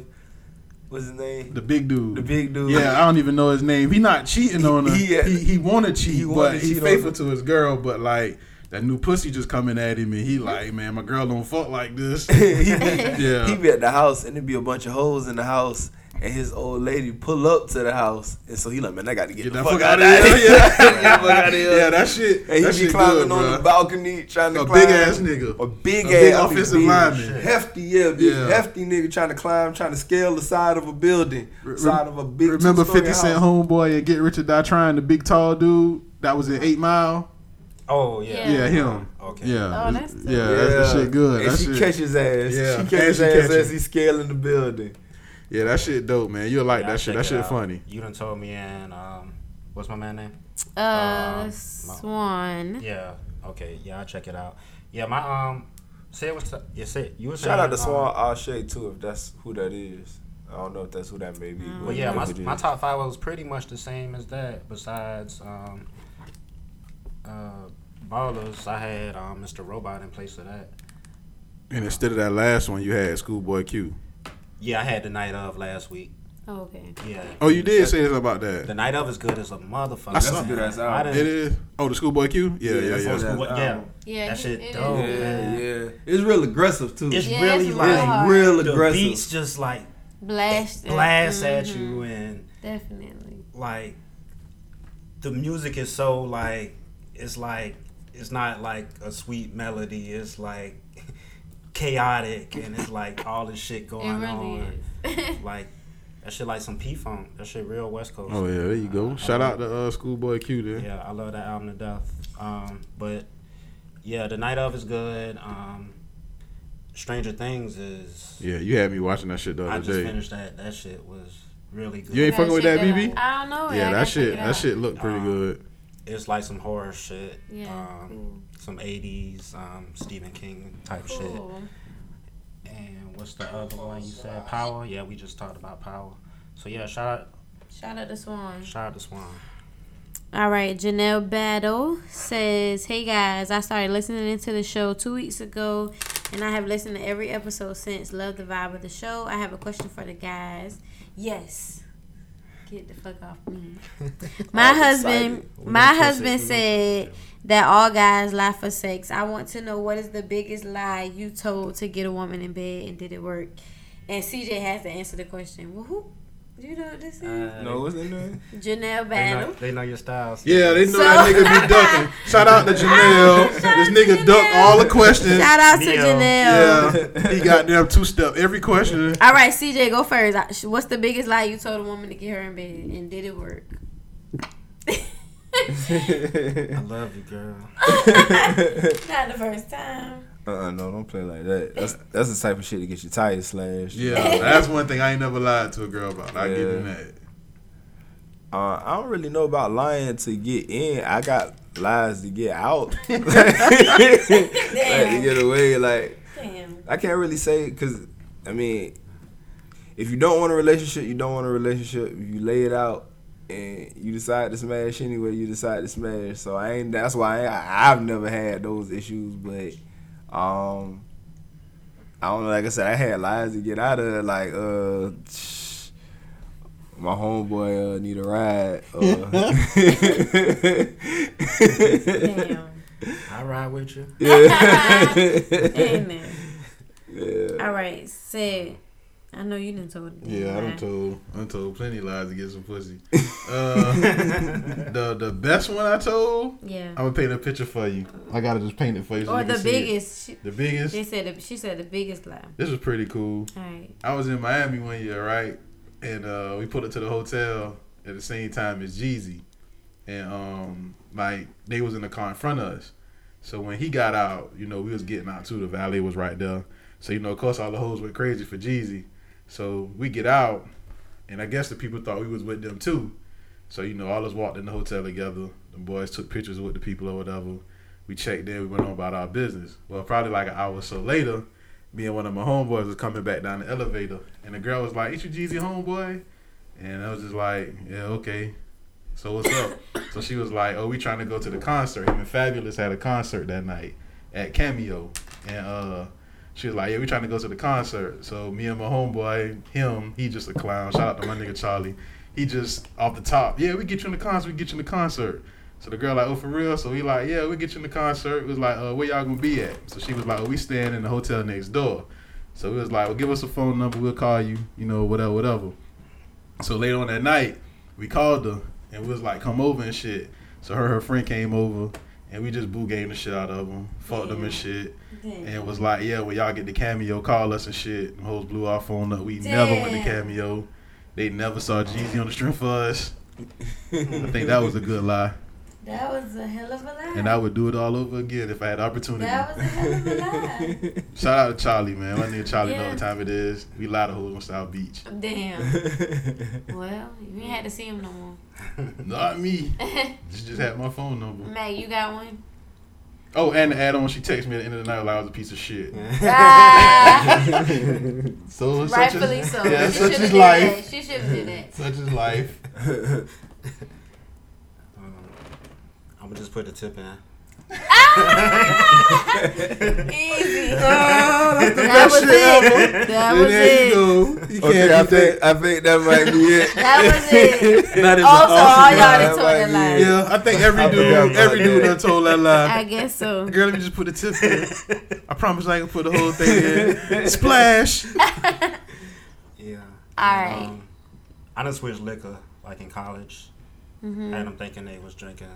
Speaker 11: What's his name?
Speaker 4: The big dude.
Speaker 11: The big dude.
Speaker 4: Yeah, I don't even know his name. He not cheating on her.
Speaker 11: He-
Speaker 4: He
Speaker 11: he-
Speaker 4: he, wanna cheat,
Speaker 11: he wanna
Speaker 4: but he
Speaker 11: cheat on
Speaker 4: faithful
Speaker 11: her.
Speaker 4: to his girl. But like that new pussy just coming at him, and he like, man, my girl don't fuck like this.
Speaker 11: he, be,
Speaker 4: Yeah.
Speaker 11: he be at the house and there be a bunch of hoes in the house and his old lady pull up to the house, and so he like, man, I got to get, the fuck, out of here.
Speaker 4: Yeah.
Speaker 11: Get the fuck outta here.
Speaker 4: Yeah, that shit-
Speaker 11: And he
Speaker 4: that
Speaker 11: be
Speaker 4: shit
Speaker 11: climbing
Speaker 4: good,
Speaker 11: on
Speaker 4: bruh.
Speaker 11: the balcony trying to
Speaker 4: A
Speaker 11: climb.
Speaker 4: big-ass nigga.
Speaker 11: a big
Speaker 4: A
Speaker 11: ass
Speaker 4: big offensive lineman.
Speaker 11: hefty, yeah, big,
Speaker 4: Yeah.
Speaker 11: hefty nigga trying to climb, trying to scale the side of a building, side of a big.
Speaker 4: Remember
Speaker 11: two-story
Speaker 4: 50 Cent
Speaker 11: house.
Speaker 4: Homeboy and Get Rich or Die Trying, the big tall dude that was in 8 Mile?
Speaker 2: Oh
Speaker 4: Yeah,
Speaker 2: yeah.
Speaker 4: him.
Speaker 2: Okay.
Speaker 4: Yeah.
Speaker 6: Oh, that's
Speaker 4: yeah, That's, that shit good.
Speaker 11: And
Speaker 4: that
Speaker 11: she
Speaker 4: shit,
Speaker 11: catch his ass.
Speaker 4: Yeah.
Speaker 11: She catch his
Speaker 4: And she
Speaker 11: ass
Speaker 4: catch
Speaker 11: as
Speaker 4: him.
Speaker 11: he's scaling the building.
Speaker 4: Yeah, that shit dope, man. You'll like
Speaker 2: Yeah, I
Speaker 4: that shit.
Speaker 2: check
Speaker 4: That
Speaker 2: it
Speaker 4: shit
Speaker 2: out.
Speaker 4: funny.
Speaker 2: You done told me and um, what's my man name?
Speaker 6: Uh,
Speaker 2: Um,
Speaker 6: Swan.
Speaker 2: Yeah. Okay. Yeah, I'll check it out. Yeah, my um, say what's up. You say you was
Speaker 11: Shout out
Speaker 4: Uh-huh.
Speaker 11: to
Speaker 2: saying, um,
Speaker 11: Swan Al Shay too, if that's who that is. I don't know if that's who that may be.
Speaker 2: Well,
Speaker 11: but
Speaker 2: yeah, my,
Speaker 11: whoever it
Speaker 2: my
Speaker 11: is.
Speaker 2: top five was pretty much the same as that. Besides um, uh, Ballers, I had um, Mr. Robot in place of that.
Speaker 4: And instead of that last one, you had Schoolboy Q.
Speaker 2: Yeah, I had the night of last week.
Speaker 6: Oh, okay.
Speaker 2: Yeah,
Speaker 4: Oh, you did say something about that.
Speaker 2: the night of is good as a motherfucker.
Speaker 4: I saw-
Speaker 11: That's
Speaker 2: I
Speaker 11: out.
Speaker 2: didn't-
Speaker 4: It is. Oh, the Schoolboy Q? Yeah,
Speaker 11: Yeah,
Speaker 4: yeah,
Speaker 11: that's
Speaker 4: yeah.
Speaker 11: what
Speaker 2: School-
Speaker 11: that
Speaker 2: yeah,
Speaker 11: album.
Speaker 6: Yeah,
Speaker 2: that
Speaker 6: he-
Speaker 2: shit
Speaker 6: it
Speaker 2: dope.
Speaker 11: Yeah,
Speaker 6: is.
Speaker 2: man.
Speaker 11: yeah. It's real aggressive too.
Speaker 2: It's
Speaker 6: Yeah,
Speaker 2: really
Speaker 6: it's
Speaker 2: like
Speaker 6: hard.
Speaker 11: real
Speaker 2: the
Speaker 11: aggressive.
Speaker 2: beats just like
Speaker 6: Blast.
Speaker 2: blast at
Speaker 6: Mhm.
Speaker 2: you and
Speaker 6: Definitely.
Speaker 2: like the music is so like it's like it's not like a sweet melody. It's like chaotic and it's like all this shit going
Speaker 6: it really
Speaker 2: on.
Speaker 6: is.
Speaker 2: Like that shit like some P funk. That shit real West Coast.
Speaker 4: Oh, yeah, there you go. Shout out to uh, Schoolboy Q then.
Speaker 2: Yeah, I love that album to death. Um, but yeah, the night of is good. Um, Stranger Things is.
Speaker 4: Yeah, you had me watching that shit the
Speaker 2: I
Speaker 4: other
Speaker 2: just
Speaker 4: day.
Speaker 2: finished that. That shit was really good.
Speaker 4: You ain't fucking with
Speaker 6: check
Speaker 4: that, BB?
Speaker 6: out. I don't know. it. Oh, I
Speaker 4: Yeah,
Speaker 6: gotta
Speaker 4: that shit.
Speaker 6: check it
Speaker 4: That
Speaker 6: out.
Speaker 4: shit looked pretty
Speaker 11: Uh,
Speaker 2: Um,
Speaker 4: good.
Speaker 2: It's like some horror shit.
Speaker 6: Yeah,
Speaker 2: Um,
Speaker 6: cool.
Speaker 2: Some '80s um, Stephen King type
Speaker 6: Cool.
Speaker 2: shit. And what's the other one you said? Power. Yeah, we just talked about Power. So yeah, shout out,
Speaker 6: Shout out to Swan.
Speaker 2: shout out to Swan.
Speaker 6: All right, Janelle Battle says, "Hey guys, I started listening to the show two weeks ago, and I have listened to every episode since. Love the vibe of the show. I have a question for the guys. Yes, get the fuck off me. my
Speaker 11: All
Speaker 6: husband,
Speaker 11: excited.
Speaker 2: We
Speaker 6: my
Speaker 2: gonna fix it.
Speaker 6: husband
Speaker 2: We gonna
Speaker 6: said that all guys lie for sex. I want to know what is the biggest lie you told to get a woman in bed, and did it work? And CJ has to answer the question. Well, who? You know what this is?
Speaker 11: No, what's in there?
Speaker 6: Janelle
Speaker 2: Uh, They
Speaker 6: Battle.
Speaker 2: know, they know your styles.
Speaker 4: Yeah, they know
Speaker 6: So-
Speaker 4: that nigga be ducking. Shout out to Janelle.
Speaker 6: Shout
Speaker 4: this
Speaker 6: out
Speaker 4: nigga
Speaker 6: to
Speaker 4: ducked
Speaker 6: Janelle.
Speaker 4: all the questions.
Speaker 6: Shout out to
Speaker 2: Neo.
Speaker 6: Janelle.
Speaker 4: yeah, he got them two step every question.
Speaker 6: All right, CJ, go first. I- sh- What's the biggest lie you told a woman to get her in bed, and did it work?
Speaker 2: I love you, girl.
Speaker 6: Not the first time.
Speaker 11: Uh-uh, no, don't play like that. That's that's the type of shit that gets your tires slashed.
Speaker 4: Yeah, that's one thing I ain't never lied to a girl about. I give
Speaker 11: Yeah.
Speaker 4: him that.
Speaker 11: Uh, I don't really know about lying to get in. I got lies to get out. like, to get away. Like
Speaker 6: Damn.
Speaker 11: I can't really say because I mean, if you don't want a relationship, you don't want a relationship. If you lay it out and you decide to smash anyway, you decide to smash. So I ain't. That's why I, I've never had those issues. But um, I don't know. Like I said, I had lies to get out of. Like uh. my homeboy uh, need a ride. Uh,
Speaker 6: Damn.
Speaker 2: I ride with you.
Speaker 6: Amen.
Speaker 11: yeah.
Speaker 6: All right, Sid. I know you didn't told. me.
Speaker 4: Yeah, I
Speaker 6: Right.
Speaker 4: done told I done told plenty lies to get some pussy. Uh, the the best one I told, I'm
Speaker 6: Yeah.
Speaker 4: gonna paint a picture for you. I gotta just paint it for you. So
Speaker 6: Or
Speaker 4: you can
Speaker 6: the
Speaker 4: see it.
Speaker 6: biggest. She,
Speaker 4: The biggest.
Speaker 6: they said the, she said the biggest lie.
Speaker 4: This was pretty cool.
Speaker 6: All right.
Speaker 4: I was in Miami one year, right? And uh, we pulled up to the hotel at the same time as Jeezy, and um, like they was in the car in front of us. So when he got out, you know, we was getting out too. The valet was right there, so you know, of course, all the hoes went crazy for Jeezy. So we get out, and I guess the people thought we was with them too. So you know, all us walked in the hotel together. The boys took pictures with the people or whatever. We checked in. We went on about our business. Well, probably like an hour or so later, me and one of my homeboys was coming back down the elevator, and the girl was like, "It's your Jeezy homeboy," and I was just like, "Yeah, okay." So what's up? so she was like, "Oh, we trying to go to the concert. Him and Fabulous had a concert that night at Cameo, and uh." She was like, "Yeah, we trying to go to the concert." So me and my homeboy, him, he just a clown. Shout out to my nigga Charlie. He just off the top, yeah, we get you in the concert. We get you in the concert. So the girl like, oh for real? So we like, yeah, we get you in the concert. It was like, uh, where y'all gonna be at? So she was like, oh, we staying in the hotel next door. So we was like, well, give us a phone number. We'll call you. You know, whatever, whatever. So later on that night, we called her and we was like, "Come over and shit." So her her friend came over and we just boo game the shit out of them, fucked them and shit, and was like, "Yeah, when y'all get the cameo, call us and shit." And hoes blew our phone up. We never went to
Speaker 6: Damn.
Speaker 4: cameo. They never saw Jeezy on the stream for us. I think that was a good lie,
Speaker 6: That was a hell of a lie.
Speaker 4: and I would do it all over again if I had the opportunity.
Speaker 6: That was a hell of a lie.
Speaker 4: Shout out to Charlie, man. My nigga Charlie know
Speaker 6: Yeah.
Speaker 4: what time it is. We lie to hoes on South Beach.
Speaker 6: Damn. Well, you ain't had to see him no more.
Speaker 4: Not me. She just had my phone number.
Speaker 6: Matt, you got one?
Speaker 4: Oh, and the add on, she texted me at the end of the night like I was a piece of shit. so it's such is-
Speaker 6: Rightfully so.
Speaker 4: Yeah,
Speaker 6: She
Speaker 4: such
Speaker 6: should've
Speaker 4: is
Speaker 6: did
Speaker 4: life.
Speaker 6: that. She should've did that.
Speaker 4: Such is life.
Speaker 2: um, I'm gonna just put the tip in.
Speaker 6: Easy.
Speaker 4: that's the
Speaker 6: that
Speaker 4: best
Speaker 6: was
Speaker 4: shit
Speaker 6: it.
Speaker 4: ever.
Speaker 6: That
Speaker 4: And
Speaker 6: was
Speaker 4: there you
Speaker 6: it.
Speaker 4: go. You can't
Speaker 11: Okay,
Speaker 4: beat
Speaker 11: I
Speaker 4: that.
Speaker 11: think I think that might be it.
Speaker 6: That was it.
Speaker 2: That is
Speaker 6: Also, all y'all
Speaker 11: lie.
Speaker 6: done told that lie.
Speaker 4: Yeah, Uh, I think every
Speaker 11: I forgot
Speaker 4: dude,
Speaker 11: about
Speaker 4: every dude done
Speaker 11: that.
Speaker 4: told that
Speaker 6: I
Speaker 4: lie.
Speaker 6: guess so.
Speaker 4: Girl, let me just put the tip in. I promise I can put the whole thing in. Splash.
Speaker 2: Yeah.
Speaker 6: Alright.
Speaker 2: Um, I done switched liquor like in college,
Speaker 6: Mm-hmm.
Speaker 2: and I'm thinking they was drinking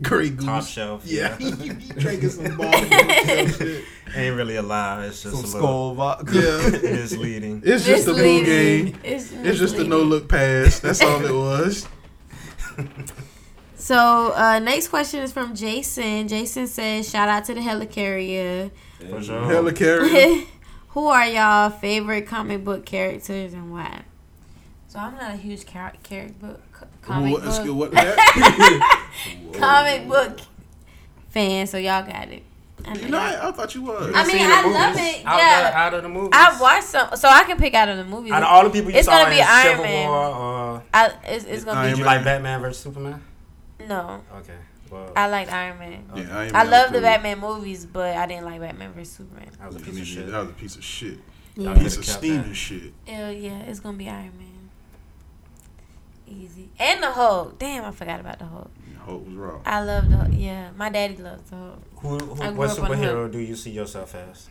Speaker 4: Great goose.
Speaker 2: top shelf.
Speaker 4: Yeah,
Speaker 2: yeah.
Speaker 4: you drinking some ball. shit.
Speaker 2: ain't really allowed. It's just
Speaker 11: Some
Speaker 2: a little
Speaker 11: skull vodka.
Speaker 4: Yeah.
Speaker 2: misleading.
Speaker 4: It's just a blue game.
Speaker 6: Misleading. It's,
Speaker 4: It's just a
Speaker 6: misleading.
Speaker 4: no look pass. That's all it was.
Speaker 6: So uh, next question is from Jason. Jason says, "Shout out to the helicarrier.
Speaker 2: For sure.
Speaker 4: Hella carry.
Speaker 6: Who are y'all favorite comic book characters and why?" So I'm not a huge char- character book co- comic
Speaker 4: What,
Speaker 6: book
Speaker 4: what that?
Speaker 6: comic book fan. So y'all got it. I know
Speaker 4: you know,
Speaker 6: y'all-
Speaker 4: I, I thought you was.
Speaker 6: I mean,
Speaker 2: Seen the
Speaker 6: I love
Speaker 2: movies.
Speaker 6: it,
Speaker 2: Out,
Speaker 6: yeah.
Speaker 2: the- out of the movies.
Speaker 6: I watched some, so I can pick out of the movies.
Speaker 2: Out of all the people you
Speaker 6: It's
Speaker 2: saw
Speaker 6: gonna be
Speaker 2: in
Speaker 6: Iron
Speaker 2: Civil
Speaker 6: Man.
Speaker 2: War, uh,
Speaker 6: I, it's, it's gonna
Speaker 4: Iron
Speaker 2: did you
Speaker 4: Man.
Speaker 2: like Batman versus Superman?
Speaker 6: be no.
Speaker 2: Okay. Well,
Speaker 6: I liked Iron Man.
Speaker 4: Yeah, Iron
Speaker 6: I
Speaker 4: Man
Speaker 6: love the
Speaker 4: was
Speaker 6: Batman movies, but I didn't like Batman vs Superman.
Speaker 2: that was a
Speaker 4: cool.
Speaker 2: piece of shit.
Speaker 4: That was a piece of shit.
Speaker 2: Y'all
Speaker 4: Piece
Speaker 2: could've
Speaker 4: of
Speaker 2: kept
Speaker 4: steaming
Speaker 2: that.
Speaker 4: shit.
Speaker 6: Hell yeah, it's gonna be Iron Man. Easy. And the Hulk. Damn, I forgot about the Hulk.
Speaker 4: Hope was wrong.
Speaker 6: I love the Hulk. Yeah, my daddy loves the Hulk.
Speaker 2: Who,
Speaker 6: I
Speaker 2: who,
Speaker 6: grew
Speaker 2: what
Speaker 6: up on
Speaker 2: superhero do you see yourself as?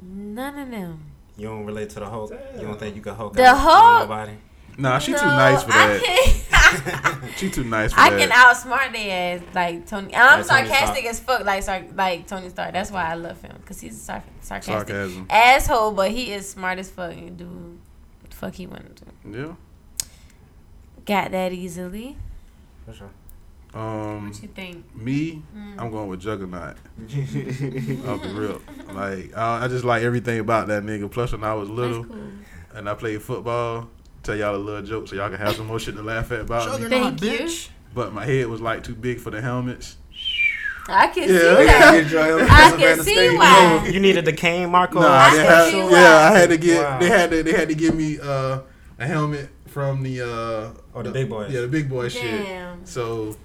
Speaker 6: None of them.
Speaker 2: You don't relate to the Hulk. You don't think you can Hulk
Speaker 6: The
Speaker 2: out on
Speaker 6: Hulk?
Speaker 2: Nobody.
Speaker 4: Nah, she
Speaker 6: No,
Speaker 4: too nice for
Speaker 6: I
Speaker 4: that.
Speaker 6: can't-
Speaker 4: She too nice for
Speaker 6: I
Speaker 4: that.
Speaker 6: can outsmart their ass like Tony. And I'm
Speaker 2: Like Tony
Speaker 6: sarcastic
Speaker 2: Stark.
Speaker 6: as fuck, like sar- like Tony Stark. That's why I love him because he's a sar- sarcastic
Speaker 4: Sarcasm.
Speaker 6: asshole, but he is smart as fuck and do what the fuck he wanted to. do.
Speaker 4: Yeah.
Speaker 6: Got that easily.
Speaker 2: For sure.
Speaker 4: Um,
Speaker 6: What you think?
Speaker 4: me,
Speaker 6: Mm.
Speaker 4: I'm going with Juggernaut. Off the rip. Like, I, I just like everything about that nigga. Plus, when I was little
Speaker 6: That's cool.
Speaker 4: and I played football, tell y'all a little joke so y'all can have some more shit to laugh at about me.
Speaker 6: Thank you.
Speaker 4: But my head was like too big for the helmets.
Speaker 6: I can see
Speaker 4: Yeah.
Speaker 6: that. I can see why.
Speaker 2: You needed the cane, Marco.
Speaker 4: Nah, they
Speaker 6: Oh, can
Speaker 4: had,
Speaker 6: see
Speaker 4: yeah,
Speaker 6: why.
Speaker 4: I had to get
Speaker 2: Wow.
Speaker 4: they had to they had to give me uh, a helmet from the uh
Speaker 2: Oh, the big boys.
Speaker 4: Yeah, the big boy shit.
Speaker 6: Damn.
Speaker 4: So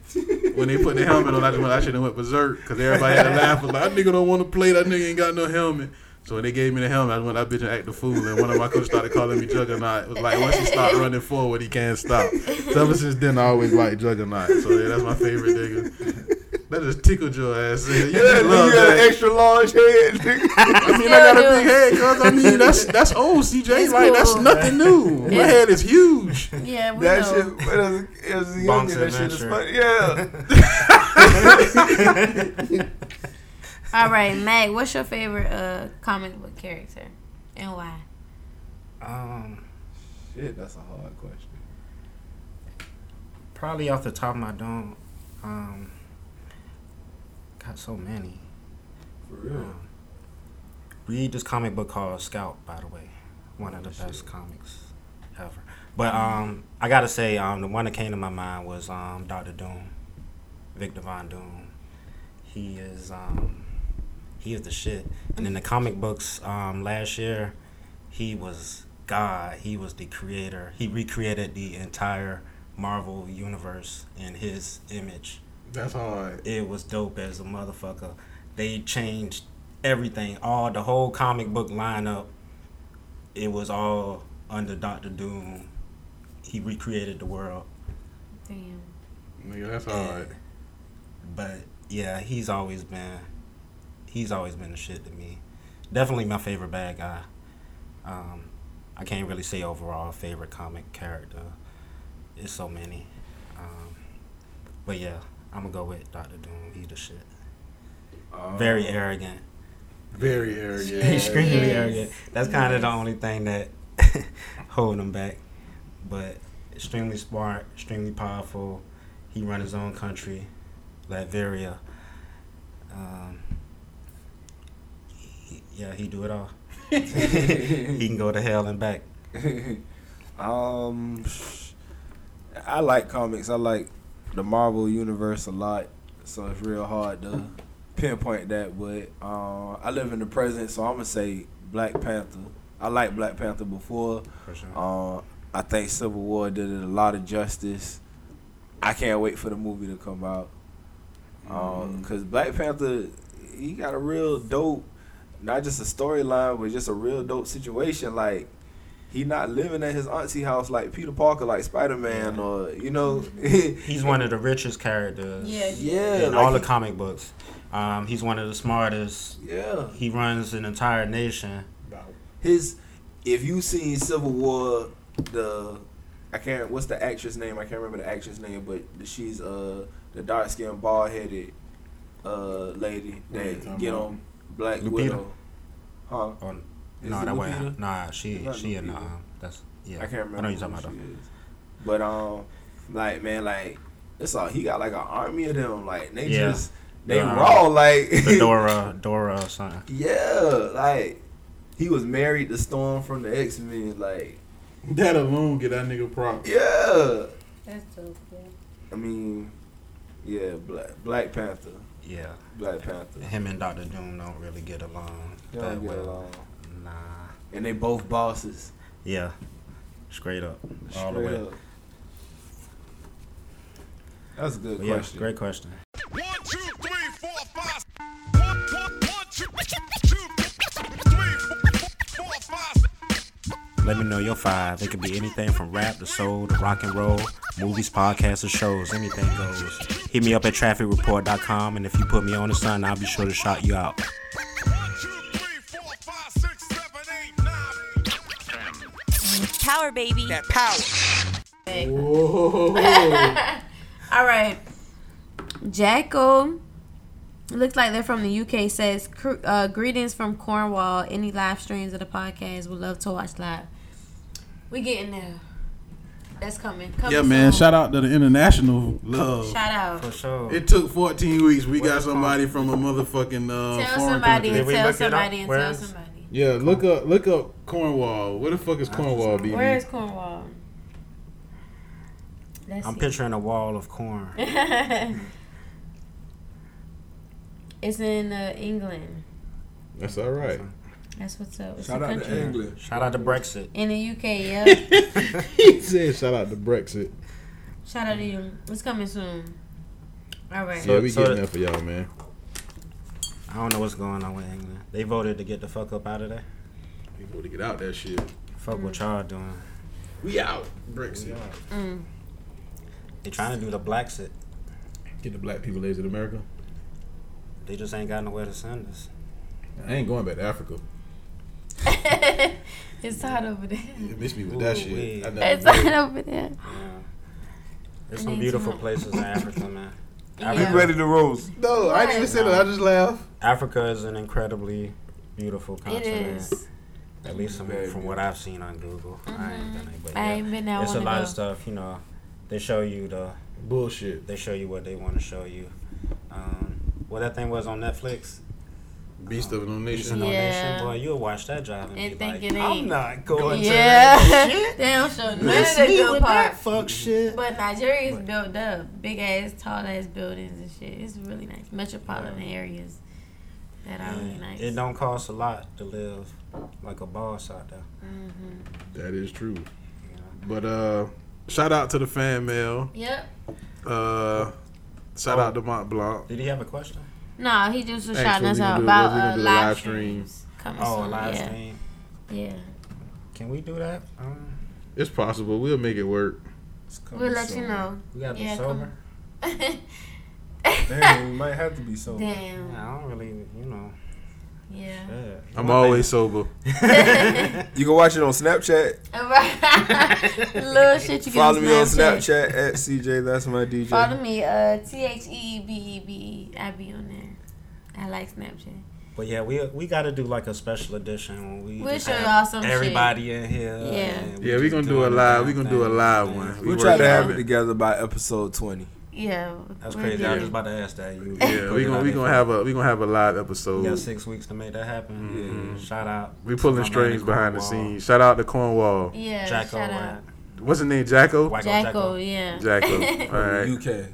Speaker 4: when they put the helmet on, I just went, I should have went berserk because everybody had a laugh. Was like, that nigga don't want to play. That nigga ain't got no helmet. So when they gave me the helmet, I went out bitch and act the fool. And one of my coaches started calling me Juggernaut. It was like once he start running forward, he can't stop. So ever since then, I always like Juggernaut. So yeah, that's my favorite nigga. That just tickled your ass. You
Speaker 11: You had
Speaker 4: just love
Speaker 11: an
Speaker 4: that.
Speaker 11: extra large head. nigga.
Speaker 4: I mean, I got
Speaker 6: Still
Speaker 4: a
Speaker 6: do
Speaker 4: big head, cause I mean that's that's old CJ.
Speaker 6: It's
Speaker 4: like that's
Speaker 6: cool.
Speaker 4: nothing new. My
Speaker 6: Yeah.
Speaker 4: head is huge.
Speaker 6: Yeah, we
Speaker 11: That
Speaker 6: know.
Speaker 11: shit, but as a, as a
Speaker 2: Bonk's
Speaker 11: youngin, that shit is
Speaker 2: adventure.
Speaker 11: funny. Yeah.
Speaker 6: All right, Meg, what's your favorite uh, comic book character and why?
Speaker 2: Um,
Speaker 11: Shit, that's a hard question.
Speaker 2: probably off the top of my dome. Um, got so many.
Speaker 11: For real.
Speaker 2: Um, read this comic book called Scout, by the way. One of the best comics ever. But um, I gotta say, um, the one that came to my mind was um, Doctor Doom, Victor Von Doom. He is um, he is the shit. And in the comic books um, last year, he was God. He was the creator. He recreated the entire Marvel universe in his image
Speaker 4: That's hard.
Speaker 2: it was dope as a motherfucker. They changed everything, all the whole comic book lineup. It was all under Doctor Doom. He recreated the world,
Speaker 6: Damn.
Speaker 4: Nigga, that's hard.
Speaker 2: but yeah, he's always been, he's always been the shit to me. Definitely my favorite bad guy. Um, I can't really say overall favorite comic character, it's so many. Um, but yeah, I'm gonna go with Doctor Doom. He the shit. Very arrogant.
Speaker 4: Very arrogant.
Speaker 2: He's extremely
Speaker 4: Yes.
Speaker 2: arrogant. That's kind of the only thing that holding him back. But extremely smart, extremely powerful. He run his own country, Latveria. Um, he- yeah, he do it all. he can go to hell and back.
Speaker 11: um, I like comics. I like the Marvel universe a lot, so it's real hard to pinpoint that. But uh, I live in the present, so I'm gonna say Black Panther. I like Black Panther before.
Speaker 2: For sure.
Speaker 11: Uh, I think Civil War did it a lot of justice. I can't wait for the movie to come out. Because Black Panther, he got a real dope, not just a storyline, but just a real dope situation. Like, he not living at his auntie house like Peter Parker, like Spider Man, or, you know.
Speaker 2: He's one of the richest characters.
Speaker 12: Yeah.
Speaker 11: yeah.
Speaker 2: in
Speaker 11: like
Speaker 2: all the
Speaker 11: he-
Speaker 2: comic books. Um, he's one of the smartest.
Speaker 11: yeah.
Speaker 2: He runs an entire nation.
Speaker 11: his if you seen Civil War, the I can't what's the actress name? I can't remember the actress name, but she's uh the dark skinned bald headed uh lady
Speaker 4: What you
Speaker 11: that
Speaker 4: talking
Speaker 11: get
Speaker 4: about?
Speaker 11: on Black
Speaker 2: Lupita?
Speaker 11: Widow. Huh?
Speaker 2: On
Speaker 11: Is
Speaker 2: no,
Speaker 11: it
Speaker 2: that
Speaker 11: Lupita?
Speaker 2: wasn't. Nah, she
Speaker 11: It's not
Speaker 2: she and
Speaker 11: Lupita.
Speaker 2: um, that's yeah.
Speaker 11: I can't remember.
Speaker 2: I know you're talking about.
Speaker 11: who
Speaker 2: though.
Speaker 11: she is. But um, like man, like it's all he got like an army of them. Like they
Speaker 2: Yeah.
Speaker 11: just they
Speaker 2: The, um,
Speaker 11: raw like
Speaker 2: The Dora Dora or something.
Speaker 11: yeah, like he was married to Storm from the X Men. Like
Speaker 4: That alone get that nigga props.
Speaker 11: yeah.
Speaker 12: That's dope. Yeah.
Speaker 11: I mean, yeah, Black Black Panther,
Speaker 2: Yeah,
Speaker 11: Black Panther.
Speaker 2: him and Doctor Doom don't really get along
Speaker 11: They
Speaker 2: that
Speaker 11: don't get
Speaker 2: well.
Speaker 11: along.
Speaker 2: Nah.
Speaker 11: And they both bosses.
Speaker 2: Yeah, straight up, all the
Speaker 11: Straight
Speaker 2: way.
Speaker 11: up. That's a good
Speaker 2: But yeah,
Speaker 11: question.
Speaker 2: great question. Let me know your five. It could be anything from rap to soul to rock and roll, movies, podcasts, or shows. Anything goes. Hit me up at trafficreport.com, and if you put me on the sun, I'll be sure to shout you out.
Speaker 9: Power baby. That power.
Speaker 6: All right. Jacko, looks like they're from the UK, says, "Cr- uh, Greetings from Cornwall. Any live streams of the podcast? Would love to watch live. we getting there. That's coming. coming
Speaker 4: Yeah, man.
Speaker 6: soon.
Speaker 4: Shout out to the international love.
Speaker 6: Shout out.
Speaker 2: For sure.
Speaker 4: It took 14 weeks. We got somebody from a motherfucking uh,
Speaker 6: Tell
Speaker 4: foreign country.
Speaker 6: somebody,
Speaker 2: Did
Speaker 6: and
Speaker 2: we
Speaker 6: tell
Speaker 2: look it up?
Speaker 6: somebody, and
Speaker 2: Where
Speaker 6: tell
Speaker 2: is-
Speaker 6: somebody.
Speaker 4: Yeah, look up, look up Cornwall. Where the fuck is Cornwall, BB?
Speaker 6: Where is Cornwall? Let's
Speaker 2: I'm
Speaker 6: see.
Speaker 2: picturing a wall of corn.
Speaker 6: it's in uh, England.
Speaker 4: That's all right.
Speaker 6: That's what's up. It's
Speaker 11: Shout
Speaker 6: a
Speaker 11: out
Speaker 6: country.
Speaker 11: to England.
Speaker 2: Shout out to Brexit.
Speaker 6: In the UK, yeah.
Speaker 4: he said, "Shout out to Brexit."
Speaker 6: Shout out to you. It's coming soon. All right.
Speaker 4: yeah, we
Speaker 2: so-
Speaker 4: getting that for y'all, man.
Speaker 2: I don't know what's going on with England. They voted to get the fuck up out of there.
Speaker 4: We able to get out that shit.
Speaker 2: Fuck what y'all doing.
Speaker 4: We out. Brexit.
Speaker 6: Mm.
Speaker 2: They trying to do the Blacksit.
Speaker 4: Get the black people lazy in America.
Speaker 2: They just ain't got nowhere to send us.
Speaker 4: I ain't going back to Africa.
Speaker 6: it's hot over there.
Speaker 4: It missed me with that
Speaker 2: Ooh,
Speaker 4: shit.
Speaker 2: wee.
Speaker 4: I never
Speaker 6: It's
Speaker 4: went.
Speaker 6: hot over there.
Speaker 2: Yeah. There's
Speaker 6: I
Speaker 2: some
Speaker 6: need
Speaker 2: beautiful
Speaker 6: some-
Speaker 2: places in Africa, man.
Speaker 6: Yeah.
Speaker 2: Africa,
Speaker 13: Ready to rose.
Speaker 4: No, Oh, I didn't even say that. I just laughed.
Speaker 2: Africa is an incredibly beautiful
Speaker 6: It
Speaker 2: continent.
Speaker 6: is.
Speaker 2: At least from,
Speaker 11: Very
Speaker 2: from what I've seen on Google. I ain't done it, but
Speaker 6: Mm-hmm. I
Speaker 2: yeah.
Speaker 6: ain't been there. I
Speaker 2: It's a
Speaker 6: wanna
Speaker 2: lot
Speaker 6: go.
Speaker 2: of stuff, you know. They show you the
Speaker 4: Bullshit.
Speaker 2: they show you what they want to show you. Um, what that thing was on Netflix,
Speaker 4: Beast of no
Speaker 2: Beast of
Speaker 4: nation.
Speaker 2: No
Speaker 6: Yeah.
Speaker 2: Nation, boy, you'll watch that job and,
Speaker 6: And
Speaker 2: be
Speaker 6: think
Speaker 2: like,
Speaker 6: it ain't.
Speaker 2: I'm not going to
Speaker 6: Yeah. they don't show none of the good part.
Speaker 2: fuck shit.
Speaker 6: But Nigeria is built up. Big ass, tall ass buildings and shit. It's really nice. Metropolitan areas that are really nice.
Speaker 2: It don't cost a lot to live like a boss out there.
Speaker 4: That is true. But uh, shout out to the fan mail.
Speaker 6: Yep.
Speaker 4: Uh, shout out to Mont Blanc.
Speaker 2: Did he have a question?
Speaker 6: No, he just was
Speaker 4: Actually,
Speaker 6: shouting us
Speaker 4: we gonna
Speaker 6: out
Speaker 4: do-
Speaker 6: about
Speaker 4: we gonna
Speaker 6: uh,
Speaker 4: do the
Speaker 6: live,
Speaker 4: live
Speaker 6: streams.
Speaker 4: streams.
Speaker 6: Coming
Speaker 2: Oh, a
Speaker 6: soon.
Speaker 2: live
Speaker 6: yeah.
Speaker 2: stream.
Speaker 6: Yeah.
Speaker 2: Can we do that? Um,
Speaker 4: It's possible. We'll make it work.
Speaker 2: it's
Speaker 6: We'll
Speaker 2: coming
Speaker 6: let you
Speaker 2: soon.
Speaker 6: know.
Speaker 2: We gotta
Speaker 6: Yeah,
Speaker 2: be sober.
Speaker 11: Damn, we might have to be so.
Speaker 6: Damn.
Speaker 2: Yeah, I don't really, you know.
Speaker 1: Yeah.
Speaker 4: I'm always sober.
Speaker 11: you can watch it on Snapchat.
Speaker 6: Little shit you get
Speaker 11: Follow me on
Speaker 6: Snapchat.
Speaker 11: Snapchat at CJ. That's my DJ.
Speaker 6: Follow me, uh, T H E B E B E. I be on there. I like Snapchat.
Speaker 2: But yeah, we we got to do like a special edition when we
Speaker 6: We'll
Speaker 2: just
Speaker 6: show
Speaker 2: have
Speaker 6: y'all some shit.
Speaker 2: everybody in here.
Speaker 6: Yeah.
Speaker 2: and
Speaker 4: Yeah, we
Speaker 2: just
Speaker 4: gonna do a
Speaker 2: doing
Speaker 4: live.
Speaker 2: our
Speaker 4: We gonna do a
Speaker 2: thing.
Speaker 4: live
Speaker 2: Yeah.
Speaker 4: one.
Speaker 11: We'll
Speaker 4: We
Speaker 11: try to
Speaker 4: working
Speaker 11: have
Speaker 4: on
Speaker 11: it together by episode twenty.
Speaker 6: Yeah.
Speaker 2: That's
Speaker 6: we'll
Speaker 2: crazy.
Speaker 6: do
Speaker 2: I was
Speaker 6: it.
Speaker 2: just about to ask that. You,
Speaker 4: Yeah, we gonna we gonna have a we gonna have a live episode.
Speaker 2: We got six weeks to make that happen.
Speaker 4: Mhm.
Speaker 2: Shout out.
Speaker 4: We
Speaker 2: to my
Speaker 4: pulling
Speaker 2: man,
Speaker 4: strings behind the
Speaker 2: Cornwall.
Speaker 4: scenes. Shout out to Cornwall.
Speaker 6: Yeah.
Speaker 2: Jacko
Speaker 6: shout out.
Speaker 2: and
Speaker 4: What's his name? Jacko.
Speaker 2: Wacko
Speaker 6: Jacko, yeah.
Speaker 4: Jacko. All right.
Speaker 11: UK.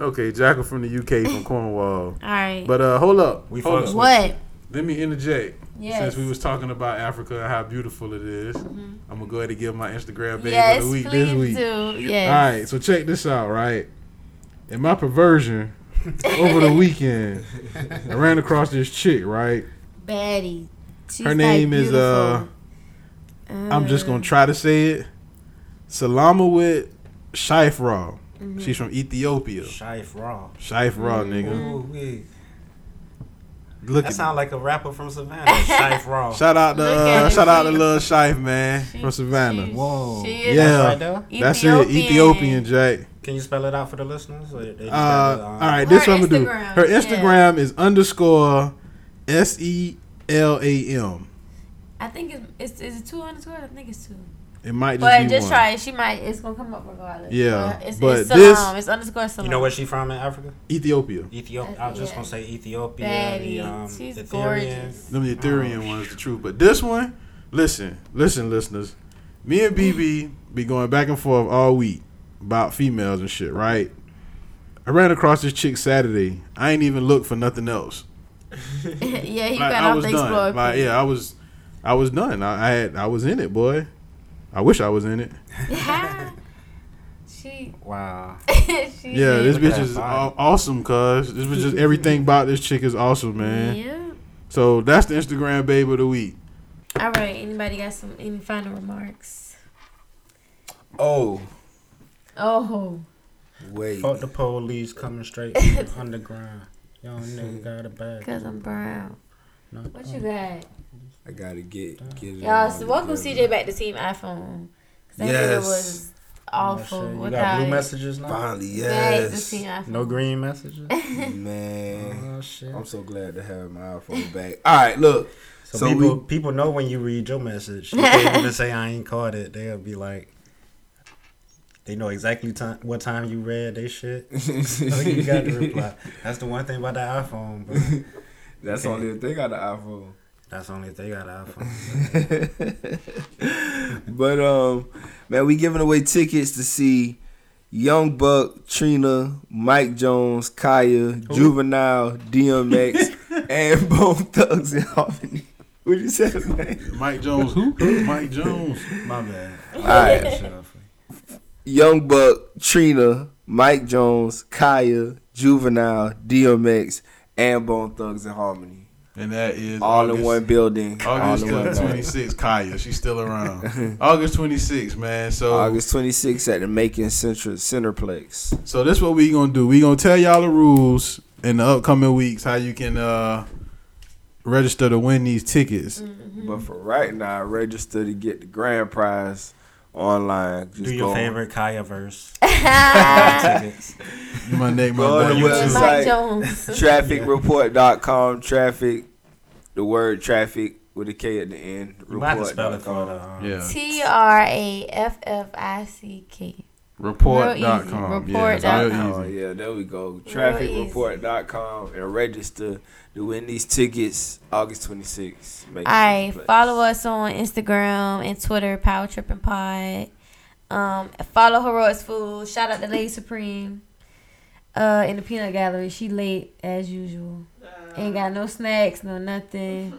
Speaker 4: Okay, Jacko from the UK from Cornwall.
Speaker 6: All right.
Speaker 4: But uh, hold up.
Speaker 2: We
Speaker 4: hold
Speaker 2: fucks
Speaker 4: up.
Speaker 6: what?
Speaker 4: Let me interject.
Speaker 6: Yes.
Speaker 4: Since we was talking about Africa and how beautiful it is, I'm gonna go ahead and give my Instagram baby
Speaker 6: Mm-hmm. yes,
Speaker 4: of the week
Speaker 6: please
Speaker 4: this week.
Speaker 6: do. Yes.
Speaker 4: All right, so check this out, right? In my perversion over the weekend, I ran across this chick, right?
Speaker 6: Baddie. She's
Speaker 4: Her name
Speaker 6: like
Speaker 4: is uh,
Speaker 6: beautiful.
Speaker 4: I'm just
Speaker 6: Uh,
Speaker 4: gonna try to say it, Salama with Shaifra.
Speaker 6: Mm-hmm.
Speaker 4: She's from Ethiopia.
Speaker 2: Shife Raw.
Speaker 4: Shaifra, nigga.
Speaker 2: Ooh, we.
Speaker 4: Look
Speaker 2: That
Speaker 4: at
Speaker 2: sound like a rapper from Savannah. Shife Raw.
Speaker 4: Shout out to
Speaker 6: Look
Speaker 4: uh,
Speaker 6: at
Speaker 4: shout
Speaker 6: her.
Speaker 4: out to Lil Shife man
Speaker 6: she-
Speaker 4: from Savannah.
Speaker 6: she-
Speaker 4: Oh.
Speaker 2: Whoa.
Speaker 6: She is
Speaker 4: Yeah,
Speaker 2: Right there?
Speaker 4: that's it, Ethiopian Jack.
Speaker 2: Can you spell it out for the listeners? Or they just
Speaker 4: Uh,
Speaker 2: got the,
Speaker 4: all
Speaker 2: um,
Speaker 4: right, this
Speaker 6: Her
Speaker 4: one I'm gonna do.
Speaker 6: Instagram,
Speaker 4: Her
Speaker 6: yeah.
Speaker 4: Instagram is underscore S E L A M.
Speaker 6: I think it's, it's is it two underscore? I think it's two.
Speaker 4: It might just
Speaker 6: But
Speaker 4: be
Speaker 6: just
Speaker 4: one.
Speaker 6: try it. She might. It's gonna come up regardless.
Speaker 4: Yeah,
Speaker 6: Uh, it's,
Speaker 4: but
Speaker 6: it's
Speaker 4: this-
Speaker 6: Salam. It's underscore Salam.
Speaker 2: You know where she from in Africa?
Speaker 4: Ethiopia.
Speaker 2: Ethiopia. I was just gonna say Ethiopia.
Speaker 6: Baddie.
Speaker 2: The, um, Oh,
Speaker 6: She's
Speaker 2: Ethereum.
Speaker 6: gorgeous.
Speaker 4: Them Ethereum ones, the truth. But this one, listen, listen, listeners. Me and BB be going back and forth all week about females and shit, right? I ran across this chick Saturday. I ain't even looked for nothing else.
Speaker 6: yeah,
Speaker 4: Like,
Speaker 6: he got
Speaker 4: I
Speaker 6: off
Speaker 4: was
Speaker 6: the
Speaker 4: done.
Speaker 6: explorer.
Speaker 4: Like,
Speaker 6: page.
Speaker 4: yeah, I was, I was done. I, I had, I was in it, boy. I wish I was in it.
Speaker 6: she.
Speaker 2: Wow.
Speaker 6: she
Speaker 4: Yeah, this
Speaker 2: Look at
Speaker 4: bitch
Speaker 2: that
Speaker 4: is
Speaker 2: body.
Speaker 4: aw- awesome, cuz. This was just everything about this chick is awesome, man.
Speaker 6: Yeah.
Speaker 4: So that's the Instagram babe of the week.
Speaker 6: All right. Anybody got some any final remarks?
Speaker 11: Oh
Speaker 6: Oh,
Speaker 11: wait,
Speaker 2: Fuck the police coming straight from the underground. Y'all nigga got a bag.
Speaker 6: cause I'm brown.
Speaker 2: No,
Speaker 6: What you got?
Speaker 11: I gotta get get it.
Speaker 6: Y'all,
Speaker 11: all
Speaker 6: so welcome
Speaker 11: together.
Speaker 6: CJ back to Team iPhone. 'Cause that nigga
Speaker 11: Yes.
Speaker 6: was
Speaker 2: Oh,
Speaker 6: awful
Speaker 2: shit. You got
Speaker 6: without
Speaker 2: blue
Speaker 6: it.
Speaker 2: messages now?
Speaker 11: Finally,
Speaker 6: Back to
Speaker 11: yes.
Speaker 6: Team iPhone.
Speaker 2: No green messages?
Speaker 11: Man,
Speaker 2: Oh, shit.
Speaker 11: I'm so glad to have my iPhone back. All right, look.
Speaker 2: So,
Speaker 11: So
Speaker 2: people,
Speaker 11: we-
Speaker 2: people know when you read your message. If they even say I ain't caught it, they'll be like, they know exactly time, what time you read they shit. So you got the reply. That's the one thing about the iPhone, but
Speaker 11: That's only if they got an
Speaker 2: that's only if they got an iPhone.
Speaker 11: iPhone. but um, man, we giving away tickets to see Young Buck, Trina, Mike Jones, Kaya, Juvenile, DMX, and Bone Thugs and Harmony. What you say, man?
Speaker 4: Mike Jones, who? Mike Jones.
Speaker 2: My bad.
Speaker 11: All right.
Speaker 2: Shut up.
Speaker 11: Young Buck, Trina, Mike Jones, Kaya, Juvenile, DMX, and Bone Thugs and Harmony.
Speaker 4: And that is
Speaker 11: All in
Speaker 4: August-
Speaker 11: one building.
Speaker 4: August
Speaker 11: all in one building.
Speaker 4: 26th, Kaya. She's still around. August 26th, man. So
Speaker 11: August 26th at the Macon Central Centerplex.
Speaker 4: so this what we gonna do. We gonna tell y'all the rules in the upcoming weeks how you can uh register to win these tickets.
Speaker 6: Mm-hmm.
Speaker 11: But for right now, register to get the grand prize online. Just
Speaker 2: Do your
Speaker 11: go-
Speaker 2: favorite Kaya verse. tickets.
Speaker 4: You My neck, my
Speaker 11: Go on
Speaker 4: back.
Speaker 11: the
Speaker 4: you
Speaker 11: website.
Speaker 4: too.
Speaker 6: Mike Jones.
Speaker 11: Trafficreport.com. Traffic. The word traffic with a K at the end.
Speaker 2: You might have to spell it for the,
Speaker 11: Report.com.
Speaker 2: um,
Speaker 4: Yeah.
Speaker 6: T R A F F I C K. E.
Speaker 4: Report.com. Yeah, it's
Speaker 11: Oh,
Speaker 4: real easy.
Speaker 11: yeah, there we go.
Speaker 6: easy.
Speaker 11: Trafficreport.com and register to win these tickets August 26th. Make
Speaker 6: All right,
Speaker 11: place.
Speaker 6: follow us on Instagram and Twitter, Power Tripping Pod. Um, follow Heroics Food. Shout out to Lady Supreme. Uh, in the peanut gallery, she late as usual. Ain't got no snacks, no nothing.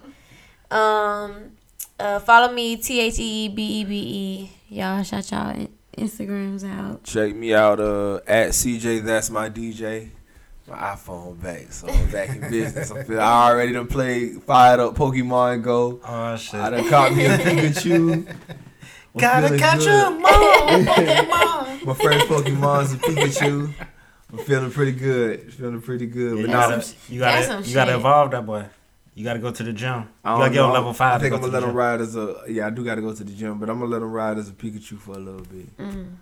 Speaker 6: Um, uh, follow me T H E E B E B E. Y'all shout y'all in- Instagrams out.
Speaker 11: Check me out uh, at CJ. That's my DJ. My iPhone back, so I'm back in business. I, feel, I already done played, fired up Pokemon Go.
Speaker 2: Oh, shit.
Speaker 11: I done caught me a Pikachu. I'm
Speaker 2: Gotta
Speaker 11: feeling
Speaker 2: catch
Speaker 11: good.
Speaker 2: him, mom.
Speaker 11: My first Pokemon's a Pikachu. I'm feeling pretty good. Feeling pretty good.
Speaker 2: You
Speaker 11: But
Speaker 2: gotta,
Speaker 11: now,
Speaker 2: you
Speaker 6: That's some
Speaker 2: gotta, you gotta
Speaker 6: shit.
Speaker 2: evolve that boy. You You got to go to the gym. You
Speaker 11: I
Speaker 2: got to
Speaker 11: don't
Speaker 2: get on
Speaker 11: know.
Speaker 2: level five.
Speaker 11: I think
Speaker 2: to
Speaker 11: I'm
Speaker 2: go
Speaker 11: gonna let
Speaker 2: to the
Speaker 11: him
Speaker 2: gym.
Speaker 11: ride as a yeah. I do got to go to the gym, but I'm gonna let him ride as a Pikachu for a little bit.
Speaker 14: Mm.
Speaker 11: I'm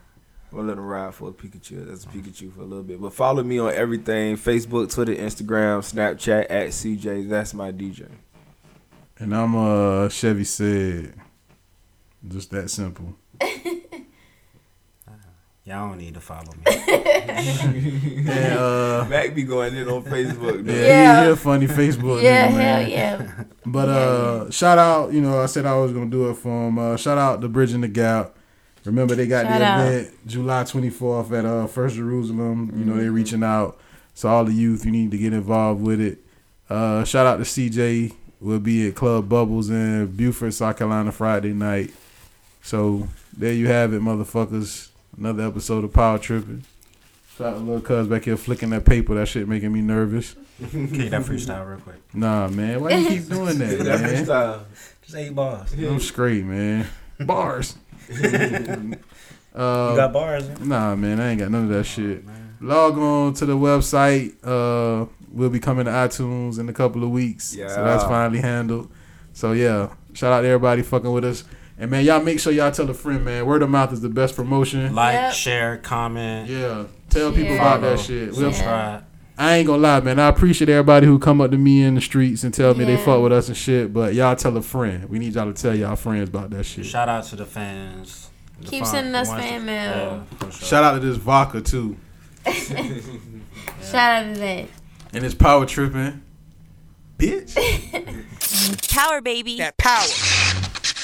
Speaker 11: gonna let him ride for a Pikachu as a Pikachu for a little bit. But follow me on everything: Facebook, Twitter, Instagram, Snapchat at CJ. That's my DJ.
Speaker 4: And I'm uh Chevy said. Just that simple.
Speaker 2: Y'all don't need to follow me.
Speaker 4: And, uh,
Speaker 11: Mac be going in on Facebook.
Speaker 4: Yeah,
Speaker 11: though.
Speaker 4: he- he, a funny Facebook.
Speaker 11: Yeah,
Speaker 4: nigga,
Speaker 11: hell
Speaker 4: man.
Speaker 11: yeah.
Speaker 4: But uh, shout out, you know, I said I was gonna do it for him. Uh, shout out to Bridging the Gap. Remember they got
Speaker 15: Shout
Speaker 4: the
Speaker 15: out.
Speaker 4: event July 24th at uh First Jerusalem. You know
Speaker 15: Mm-hmm.
Speaker 4: they're reaching out, so all the youth you need to get involved with it. Uh, shout out to CJ. We'll be at Club Bubbles in Beaufort, South Carolina, Friday night. So there you have it, motherfuckers. Another episode of Power Tripping. Shout out to little cuz back here flicking that paper. That shit making me nervous.
Speaker 2: Kick that freestyle real quick.
Speaker 4: Nah, man. Why you keep doing that,
Speaker 2: Kick that
Speaker 4: man?
Speaker 2: freestyle. Just eight bars.
Speaker 4: I'm straight, man. Bars. Uh,
Speaker 2: You got bars, man?
Speaker 4: Nah, man, I ain't got none of that shit. Log on to the website. Uh, we'll be coming to iTunes in a couple of weeks. So that's
Speaker 11: Yeah.
Speaker 4: finally handled. So yeah, shout out to everybody fucking with us. And man, y'all make sure y'all tell a friend, man. Word of mouth is the best promotion.
Speaker 2: Like, share, comment.
Speaker 4: Yeah. Tell people about that shit. We'll-
Speaker 2: Subscribe.
Speaker 4: I ain't gonna lie, man. I appreciate everybody who come up to me in the streets and tell me they
Speaker 2: Yeah.
Speaker 4: fuck with us and shit. But y'all tell a friend. We need y'all to tell y'all friends about that shit.
Speaker 2: Shout out to the fans. The
Speaker 6: Keep
Speaker 2: fun-
Speaker 6: sending
Speaker 2: the
Speaker 6: us
Speaker 2: ones-
Speaker 6: fan mail.
Speaker 2: Yeah, for sure.
Speaker 4: Shout out to this vodka too.
Speaker 6: Shout out to that.
Speaker 4: And it's power tripping. Bitch.
Speaker 9: Power, baby. That power.